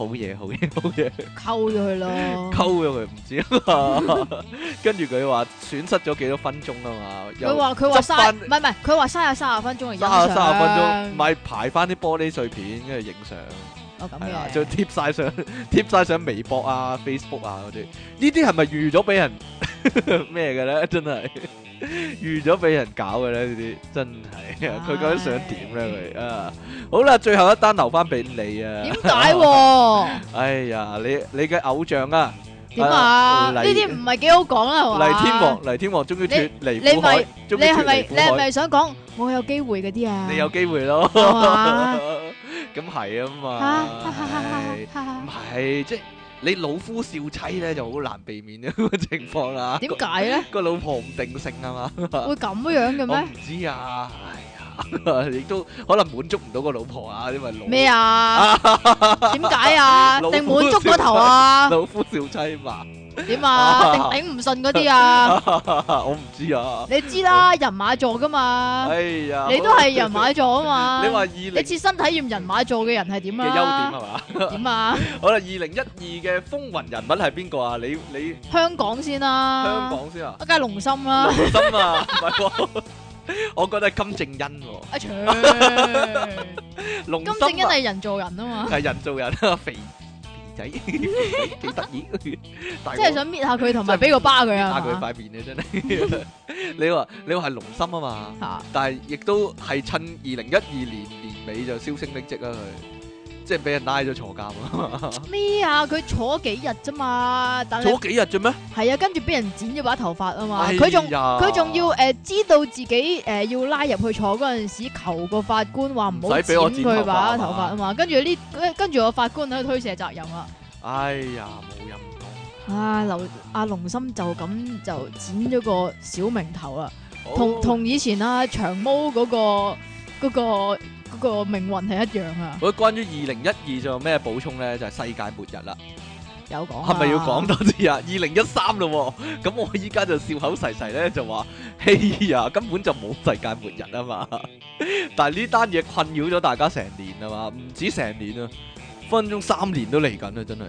[SPEAKER 1] 好嘢，好嘢， *laughs* 好嘢，
[SPEAKER 2] 溝咗佢咯。
[SPEAKER 1] 溝咗佢唔知啊。 *laughs* 跟住佢話損失咗幾多分鐘啊嘛，
[SPEAKER 2] 佢
[SPEAKER 1] 又
[SPEAKER 2] 話佢話
[SPEAKER 1] 執返
[SPEAKER 2] 嘥，唔係唔係，佢話嘥下卅分鐘嚟欣
[SPEAKER 1] 三
[SPEAKER 2] 賞
[SPEAKER 1] 十三十分鐘，咪排翻啲玻璃碎片跟住影相，
[SPEAKER 2] 哦咁
[SPEAKER 1] 係啦，
[SPEAKER 2] 嘅，
[SPEAKER 1] 就貼晒 *laughs* 上貼晒上微博啊、Facebook à, 啊嗰啲。呢啲係咪預咗俾 *laughs* 人咩嘅咧？真 *laughs* 係預咗俾人搞嘅咧？呢啲真 *laughs* 係啊，佢究竟想點咧？佢啊，好啦，最後一單留翻俾你啊。
[SPEAKER 2] 點解喎？
[SPEAKER 1] *laughs* 哎呀，你你嘅偶像啊，
[SPEAKER 2] 點啊？呢
[SPEAKER 1] 黎
[SPEAKER 2] 啲唔係幾好講啦，係嘛？
[SPEAKER 1] 黎天王，黎天王終於脱離苦海，終於
[SPEAKER 2] 你
[SPEAKER 1] 脱
[SPEAKER 2] 係咪
[SPEAKER 1] 離苦
[SPEAKER 2] 你係
[SPEAKER 1] 海，
[SPEAKER 2] 咪想講我有機會嗰啲啊？
[SPEAKER 1] 你有機會咯，
[SPEAKER 2] 係
[SPEAKER 1] *laughs*
[SPEAKER 2] 嘛
[SPEAKER 1] 咁係啊
[SPEAKER 2] 啊
[SPEAKER 1] 嘛
[SPEAKER 2] 哈哈，哈
[SPEAKER 1] 係
[SPEAKER 2] 哈哈
[SPEAKER 1] 唔係即係你老夫少妻咧就好難避免呢個 *laughs* 情況啦。
[SPEAKER 2] 點解咧？
[SPEAKER 1] 個老婆唔定性啊嘛？
[SPEAKER 2] 會咁樣嘅
[SPEAKER 1] 我
[SPEAKER 2] 咩
[SPEAKER 1] 唔？知啊，哎呀， *laughs* 你都可能滿足唔到個老婆啊，因為老
[SPEAKER 2] 咩
[SPEAKER 1] *laughs*
[SPEAKER 2] 啊？點解啊？
[SPEAKER 1] 老
[SPEAKER 2] 定
[SPEAKER 1] 夫
[SPEAKER 2] 滿足
[SPEAKER 1] 少
[SPEAKER 2] 個頭啊？
[SPEAKER 1] 老夫少妻嘛， *laughs*
[SPEAKER 2] 點啊？
[SPEAKER 1] 哦
[SPEAKER 2] 定頂唔順嗰啲啊？
[SPEAKER 1] 我唔知啊。
[SPEAKER 2] 你知啦，人馬座噶嘛，
[SPEAKER 1] 哎呀，
[SPEAKER 2] 你都係人馬座啊嘛。
[SPEAKER 1] *laughs* 你話二零
[SPEAKER 2] 你切身體驗人馬座嘅人係點
[SPEAKER 1] 嘅優點
[SPEAKER 2] 啊？
[SPEAKER 1] 係嘛？ *laughs*
[SPEAKER 2] 點啊？
[SPEAKER 1] 好啦，二零一二嘅風雲人物係邊個啊？你你
[SPEAKER 2] 香港先啦，
[SPEAKER 1] 香港先啊？
[SPEAKER 2] 啊，梗係龍心啦，
[SPEAKER 1] *laughs* 劉心啊，唔係喎， *laughs* 我覺得係金正恩喎，
[SPEAKER 2] 阿長
[SPEAKER 1] 龍
[SPEAKER 2] 金正
[SPEAKER 1] 心
[SPEAKER 2] 恩
[SPEAKER 1] 啊
[SPEAKER 2] 係人造人啊嘛，
[SPEAKER 1] 係人造人啊，肥肥 *laughs* 仔幾得 *laughs* 意，但
[SPEAKER 2] 即係
[SPEAKER 1] 我
[SPEAKER 2] 想搣下佢同埋俾個巴佢
[SPEAKER 1] 打
[SPEAKER 2] 啊
[SPEAKER 1] 佢
[SPEAKER 2] 嘛，
[SPEAKER 1] 塊面啊，真 *laughs* 係。你話你話係龍心啊嘛，
[SPEAKER 2] 嚇
[SPEAKER 1] 但係亦都係趁二零一二年年尾就銷聲匿跡啦，佢即係俾人拉咗坐監啊，
[SPEAKER 2] 咩啊？佢坐咗幾日啫嘛，但
[SPEAKER 1] 坐
[SPEAKER 2] 係
[SPEAKER 1] 咗幾日啫咩？
[SPEAKER 2] 係啊，跟住俾人剪咗把頭髮啊嘛，
[SPEAKER 1] 哎
[SPEAKER 2] 佢仲。
[SPEAKER 1] 呀
[SPEAKER 2] 佢仲
[SPEAKER 1] 啊
[SPEAKER 2] 要誒、呃知道自己誒、呃要拉入去坐嗰陣時，求個法官話唔
[SPEAKER 1] 唔
[SPEAKER 2] 好
[SPEAKER 1] 使俾
[SPEAKER 2] 剪
[SPEAKER 1] 我剪
[SPEAKER 2] 佢
[SPEAKER 1] 頭髮啊
[SPEAKER 2] 把
[SPEAKER 1] 嘛
[SPEAKER 2] 頭髮啊嘛，跟住呢跟跟住個法官喺度推卸責任啊啦。
[SPEAKER 1] 哎呀，冇陰功，
[SPEAKER 2] 啊，劉阿龍心就咁就剪咗個小明頭啦，
[SPEAKER 1] 好
[SPEAKER 2] 同同以前啊長毛嗰、個嗰、個嗰、個命運係一樣啊，
[SPEAKER 1] 好，關於二零一二仲有咩補充咧？就係、世界末日啦，
[SPEAKER 2] 有講啊
[SPEAKER 1] 係咪要講多啲啊？二零一三咯喎，咁我依家就笑口噬噬咧，就話：嘿呀，根本就冇世界末日啊嘛！但係呢單嘢困擾咗大家成年啊嘛，唔止成年啊，分分鐘三年都嚟緊啊，真係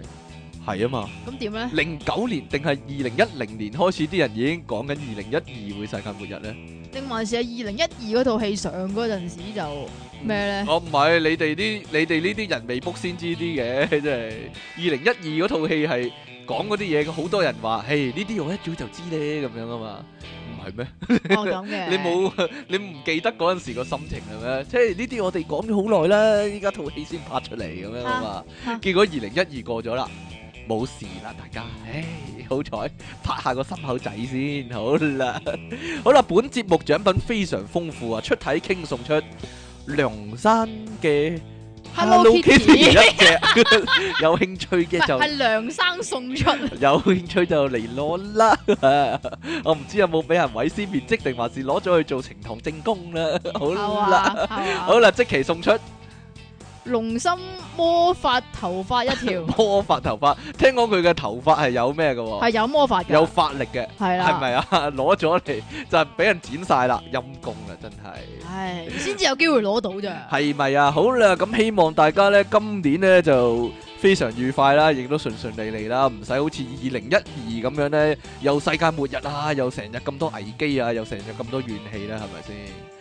[SPEAKER 1] 係啊嘛！
[SPEAKER 2] 咁點咧？
[SPEAKER 1] 零九年定係二零一零年開始，啲人已經講緊二零一二會世界末日咧。
[SPEAKER 2] 定還是係二零一二嗰套戲上嗰陣時
[SPEAKER 1] 嗯
[SPEAKER 2] 就
[SPEAKER 1] *laughs*
[SPEAKER 2] 咩咧？
[SPEAKER 1] 哦我唔係你哋啲你哋呢啲人未 book 先知啲嘅， *laughs* 真係二零一二嗰套戲係講嗰啲嘢，好多人話，嘿呢啲我一早就知咧咁樣啊嘛，唔係咩？
[SPEAKER 2] 我哦咁嘅。
[SPEAKER 1] 你冇你唔記得嗰陣時個心情係咩？即係呢啲我哋講咗好耐啦，依家套戲先拍出嚟咁樣啊嘛，
[SPEAKER 2] 嚇嚇
[SPEAKER 1] 結果二零一二過咗啦。冇事啦，大家，唉，好彩拍下個心口仔先，好啦， *laughs* 好啦，本節目獎品非常豐富啊，出體傾送出梁山嘅
[SPEAKER 2] Hello
[SPEAKER 1] Kitty
[SPEAKER 2] Kitty
[SPEAKER 1] 一隻， *laughs* 有興趣嘅
[SPEAKER 2] *laughs*
[SPEAKER 1] 就
[SPEAKER 2] 係梁生送出，
[SPEAKER 1] *laughs* 有興趣就嚟攞啦， *laughs* 我唔知有冇俾人毀屍滅跡定還是攞咗去做呈堂證供啦，好
[SPEAKER 2] 係
[SPEAKER 1] 啦，
[SPEAKER 2] 嘛？嗯好啊
[SPEAKER 1] 好啦，即期送出
[SPEAKER 2] 龍心魔法頭髮一
[SPEAKER 1] *laughs*
[SPEAKER 2] 條
[SPEAKER 1] 魔法頭髮，聽講佢嘅頭髮係有咩嘅喎，
[SPEAKER 2] 係有魔法嘅，
[SPEAKER 1] 哦有法力嘅。
[SPEAKER 2] 係啦，
[SPEAKER 1] 係？咪啊？ *laughs* 攞咗嚟就係俾人剪晒啦，陰公啦，真係。
[SPEAKER 2] 唉，先至有機會攞到咋。
[SPEAKER 1] 係咪啊？好啦，咁希望大家咧今年咧就非常愉快啦，亦都順順利利啦，唔使好似二零一二咁樣咧，又世界末日啊，又成日咁多危機啊，又成日咁多怨氣啦，係咪先？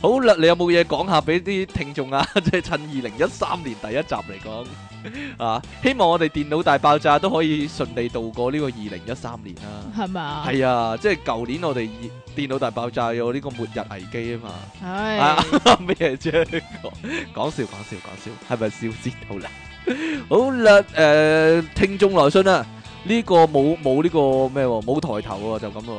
[SPEAKER 1] 好啦，你有冇嘢講下俾啲聽眾啊？ *laughs* 即係趁二零一三年第一集嚟講啊，希望我哋電腦大爆炸都可以順利度過呢個二零一三年啦。
[SPEAKER 2] 係咪啊？
[SPEAKER 1] 係啊，即係舊年我哋熱電腦大爆炸有呢個末日危機啊嘛，
[SPEAKER 2] 唉
[SPEAKER 1] 啊， *laughs* 咩啫？講笑講笑講笑，係咪笑先好啦？好啦，誒聽眾來信啊，呢個冇冇呢個咩喎，冇抬頭喎，就咁喎。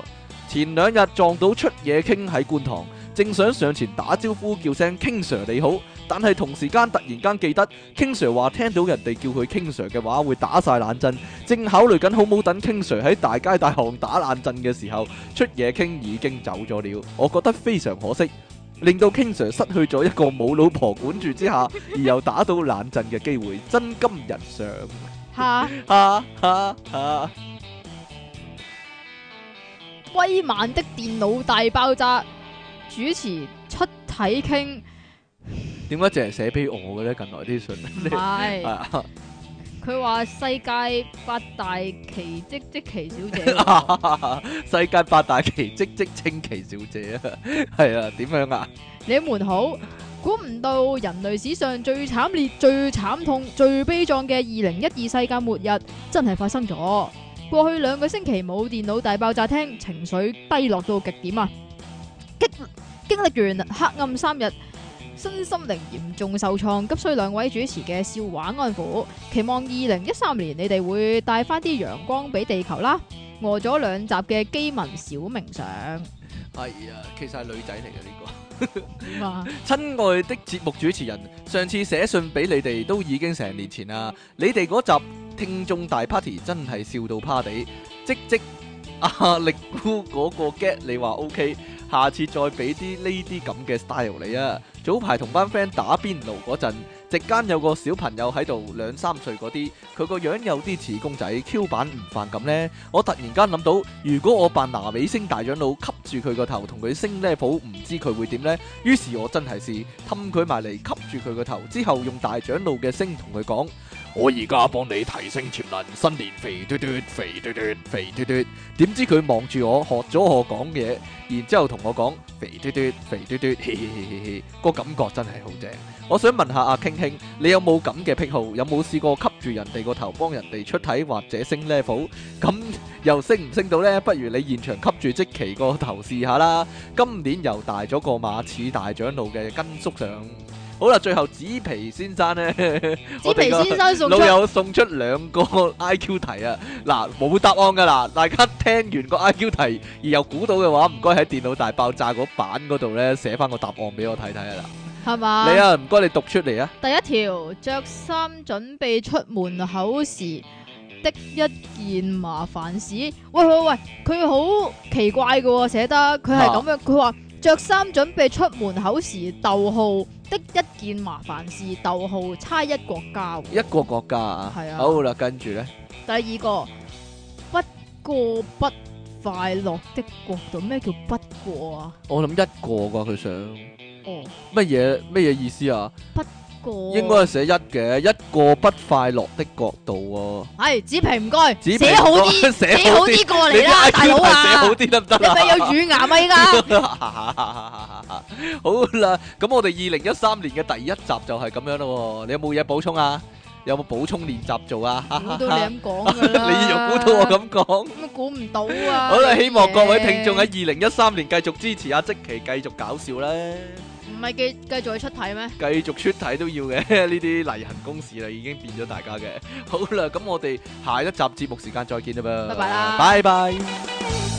[SPEAKER 1] 前兩日撞到出嘢傾喺觀塘，正想上前打招呼叫聲 King Sir 你好，但係同時間突然間記得 King Sir 話聽到人哋叫佢 King Sir 嘅話會打晒冷震，正考慮緊好冇等 King Sir 喺大街大巷打冷震嘅時候，出嘢傾已經走咗了，我覺得非常可惜。令到 King Sir 失去咗一個冇老婆管住之下，而又打到冷震嘅機會，真金人上，
[SPEAKER 2] 嚇
[SPEAKER 1] 哈哈哈！
[SPEAKER 2] 威猛的電腦大爆炸主持出體傾，
[SPEAKER 1] 點解淨係寫俾我嘅咧？近來啲信，
[SPEAKER 2] 唔係
[SPEAKER 1] 啊
[SPEAKER 2] 佢佢話世界八大奇蹟即奇小姐喎，
[SPEAKER 1] *laughs* *laughs* 世界八大奇蹟即稱奇小姐啊，係啊，點樣啊？
[SPEAKER 2] 你們好。估唔到人類史上最慘烈、最慘痛、最悲壯嘅二零一二世界末日真係發生咗。過去兩個星期冇電腦大爆炸聽，情緒低落到極點啊！經經歷完黑暗三日，身心靈嚴重受創，急需兩位主持嘅笑話安撫。期望二零一三年你哋會帶翻啲陽光俾地球啦！餓咗兩集嘅基民小明上，
[SPEAKER 1] 係啊，其實係女仔嚟嘅呢個。
[SPEAKER 2] 點啊？
[SPEAKER 1] 親愛的節目主持人，上次寫信俾你哋都已經成年前啦。你哋嗰集聽眾大 party 真係笑到趴地，即即 *laughs* 阿力姑嗰個 get 你話 OK，下次再俾啲呢啲咁嘅 style 你啊。早排同班 friend 打邊爐嗰陣，席間有個小朋友喺度兩三歲嗰啲，佢個樣有啲似公仔 Q 版唔犯咁呢。我突然間諗到，如果我扮拿美星大長老吸住佢個頭同佢升 level，唔知佢會點呢？於是我真係試氹佢埋嚟吸住佢個頭，之後用大長老嘅聲同佢講：我而家幫你提升潛能，新年肥嘟嘟，肥嘟嘟，肥嘟嘟。點知佢望住我，學咗我講嘢，然之後同我講肥嘟嘟，肥嘟嘟，嘻嘻嘻嘻，個感覺真係好正。我想問下阿傾傾，你有冇咁嘅癖好？有冇試過吸住人哋個頭幫人哋出體或者升 level？咁又升唔升到呢？不如你現場吸住即期個頭試下啦。今年又大咗個馬似大長老嘅根叔上。好啦，最後紙皮先生
[SPEAKER 2] *laughs*
[SPEAKER 1] 呢，
[SPEAKER 2] 紫皮先生送出
[SPEAKER 1] 老友送出兩個 I Q 題啊！嗱，冇答案噶啦，大家聽完個 I Q 題而又估到嘅話，唔該喺電腦大爆炸嗰版嗰度呢，寫翻個答案俾我睇睇啊！
[SPEAKER 2] 係嘛？
[SPEAKER 1] 嗱，你啊，唔該你讀出嚟啊！
[SPEAKER 2] 第一條，着衫準備出門口時的一件麻煩事。喂喂喂，佢好奇怪嘅喎、寫得佢係咁樣，佢話着衫準備出門口時，逗號的一件麻煩事，逗號差一國家喎。
[SPEAKER 1] 一個國家啊，
[SPEAKER 2] 係啊
[SPEAKER 1] 好啦，跟住呢，
[SPEAKER 2] 第二個，不過不快樂的國度，咩叫不過啊？
[SPEAKER 1] 我諗一個啩，佢想乜
[SPEAKER 2] 哦，
[SPEAKER 1] 嘢乜嘢意思啊？
[SPEAKER 2] 過
[SPEAKER 1] 應該係寫一嘅，一個不快樂的角度
[SPEAKER 2] 係紙皮哎唔該，
[SPEAKER 1] 喎。
[SPEAKER 2] 寫好啲，
[SPEAKER 1] 哦寫
[SPEAKER 2] 寫好
[SPEAKER 1] 好啲，
[SPEAKER 2] 啲過嚟
[SPEAKER 1] 你
[SPEAKER 2] 啦，
[SPEAKER 1] 啲
[SPEAKER 2] 大佬
[SPEAKER 1] IQ 題寫好
[SPEAKER 2] 啊！
[SPEAKER 1] 啲得唔 *laughs* 得
[SPEAKER 2] 你
[SPEAKER 1] 啊？
[SPEAKER 2] 咪有乳牙咪噶？
[SPEAKER 1] *laughs* 好啦，咁我哋二零一三年嘅第一集就係咁樣咯喎。你有冇嘢補充啊？有冇補充練習做啊？
[SPEAKER 2] 估到你咁講噶
[SPEAKER 1] *laughs*
[SPEAKER 2] 啦，
[SPEAKER 1] 你又估到我咁講？
[SPEAKER 2] 咁估唔到啊！
[SPEAKER 1] 好啦，希望各位
[SPEAKER 2] 呢啲嘢
[SPEAKER 1] 聽眾喺二零一三年繼續支持阿即奇，繼續搞笑啦，
[SPEAKER 2] 唔係繼繼續去出體咩？
[SPEAKER 1] 繼續出體都要嘅， *laughs* 呢啲例行公事啦，已經變咗大家嘅。好啦，咁我哋下一集節目時間再見啦噃，
[SPEAKER 2] 拜拜啦
[SPEAKER 1] 拜拜。
[SPEAKER 3] 「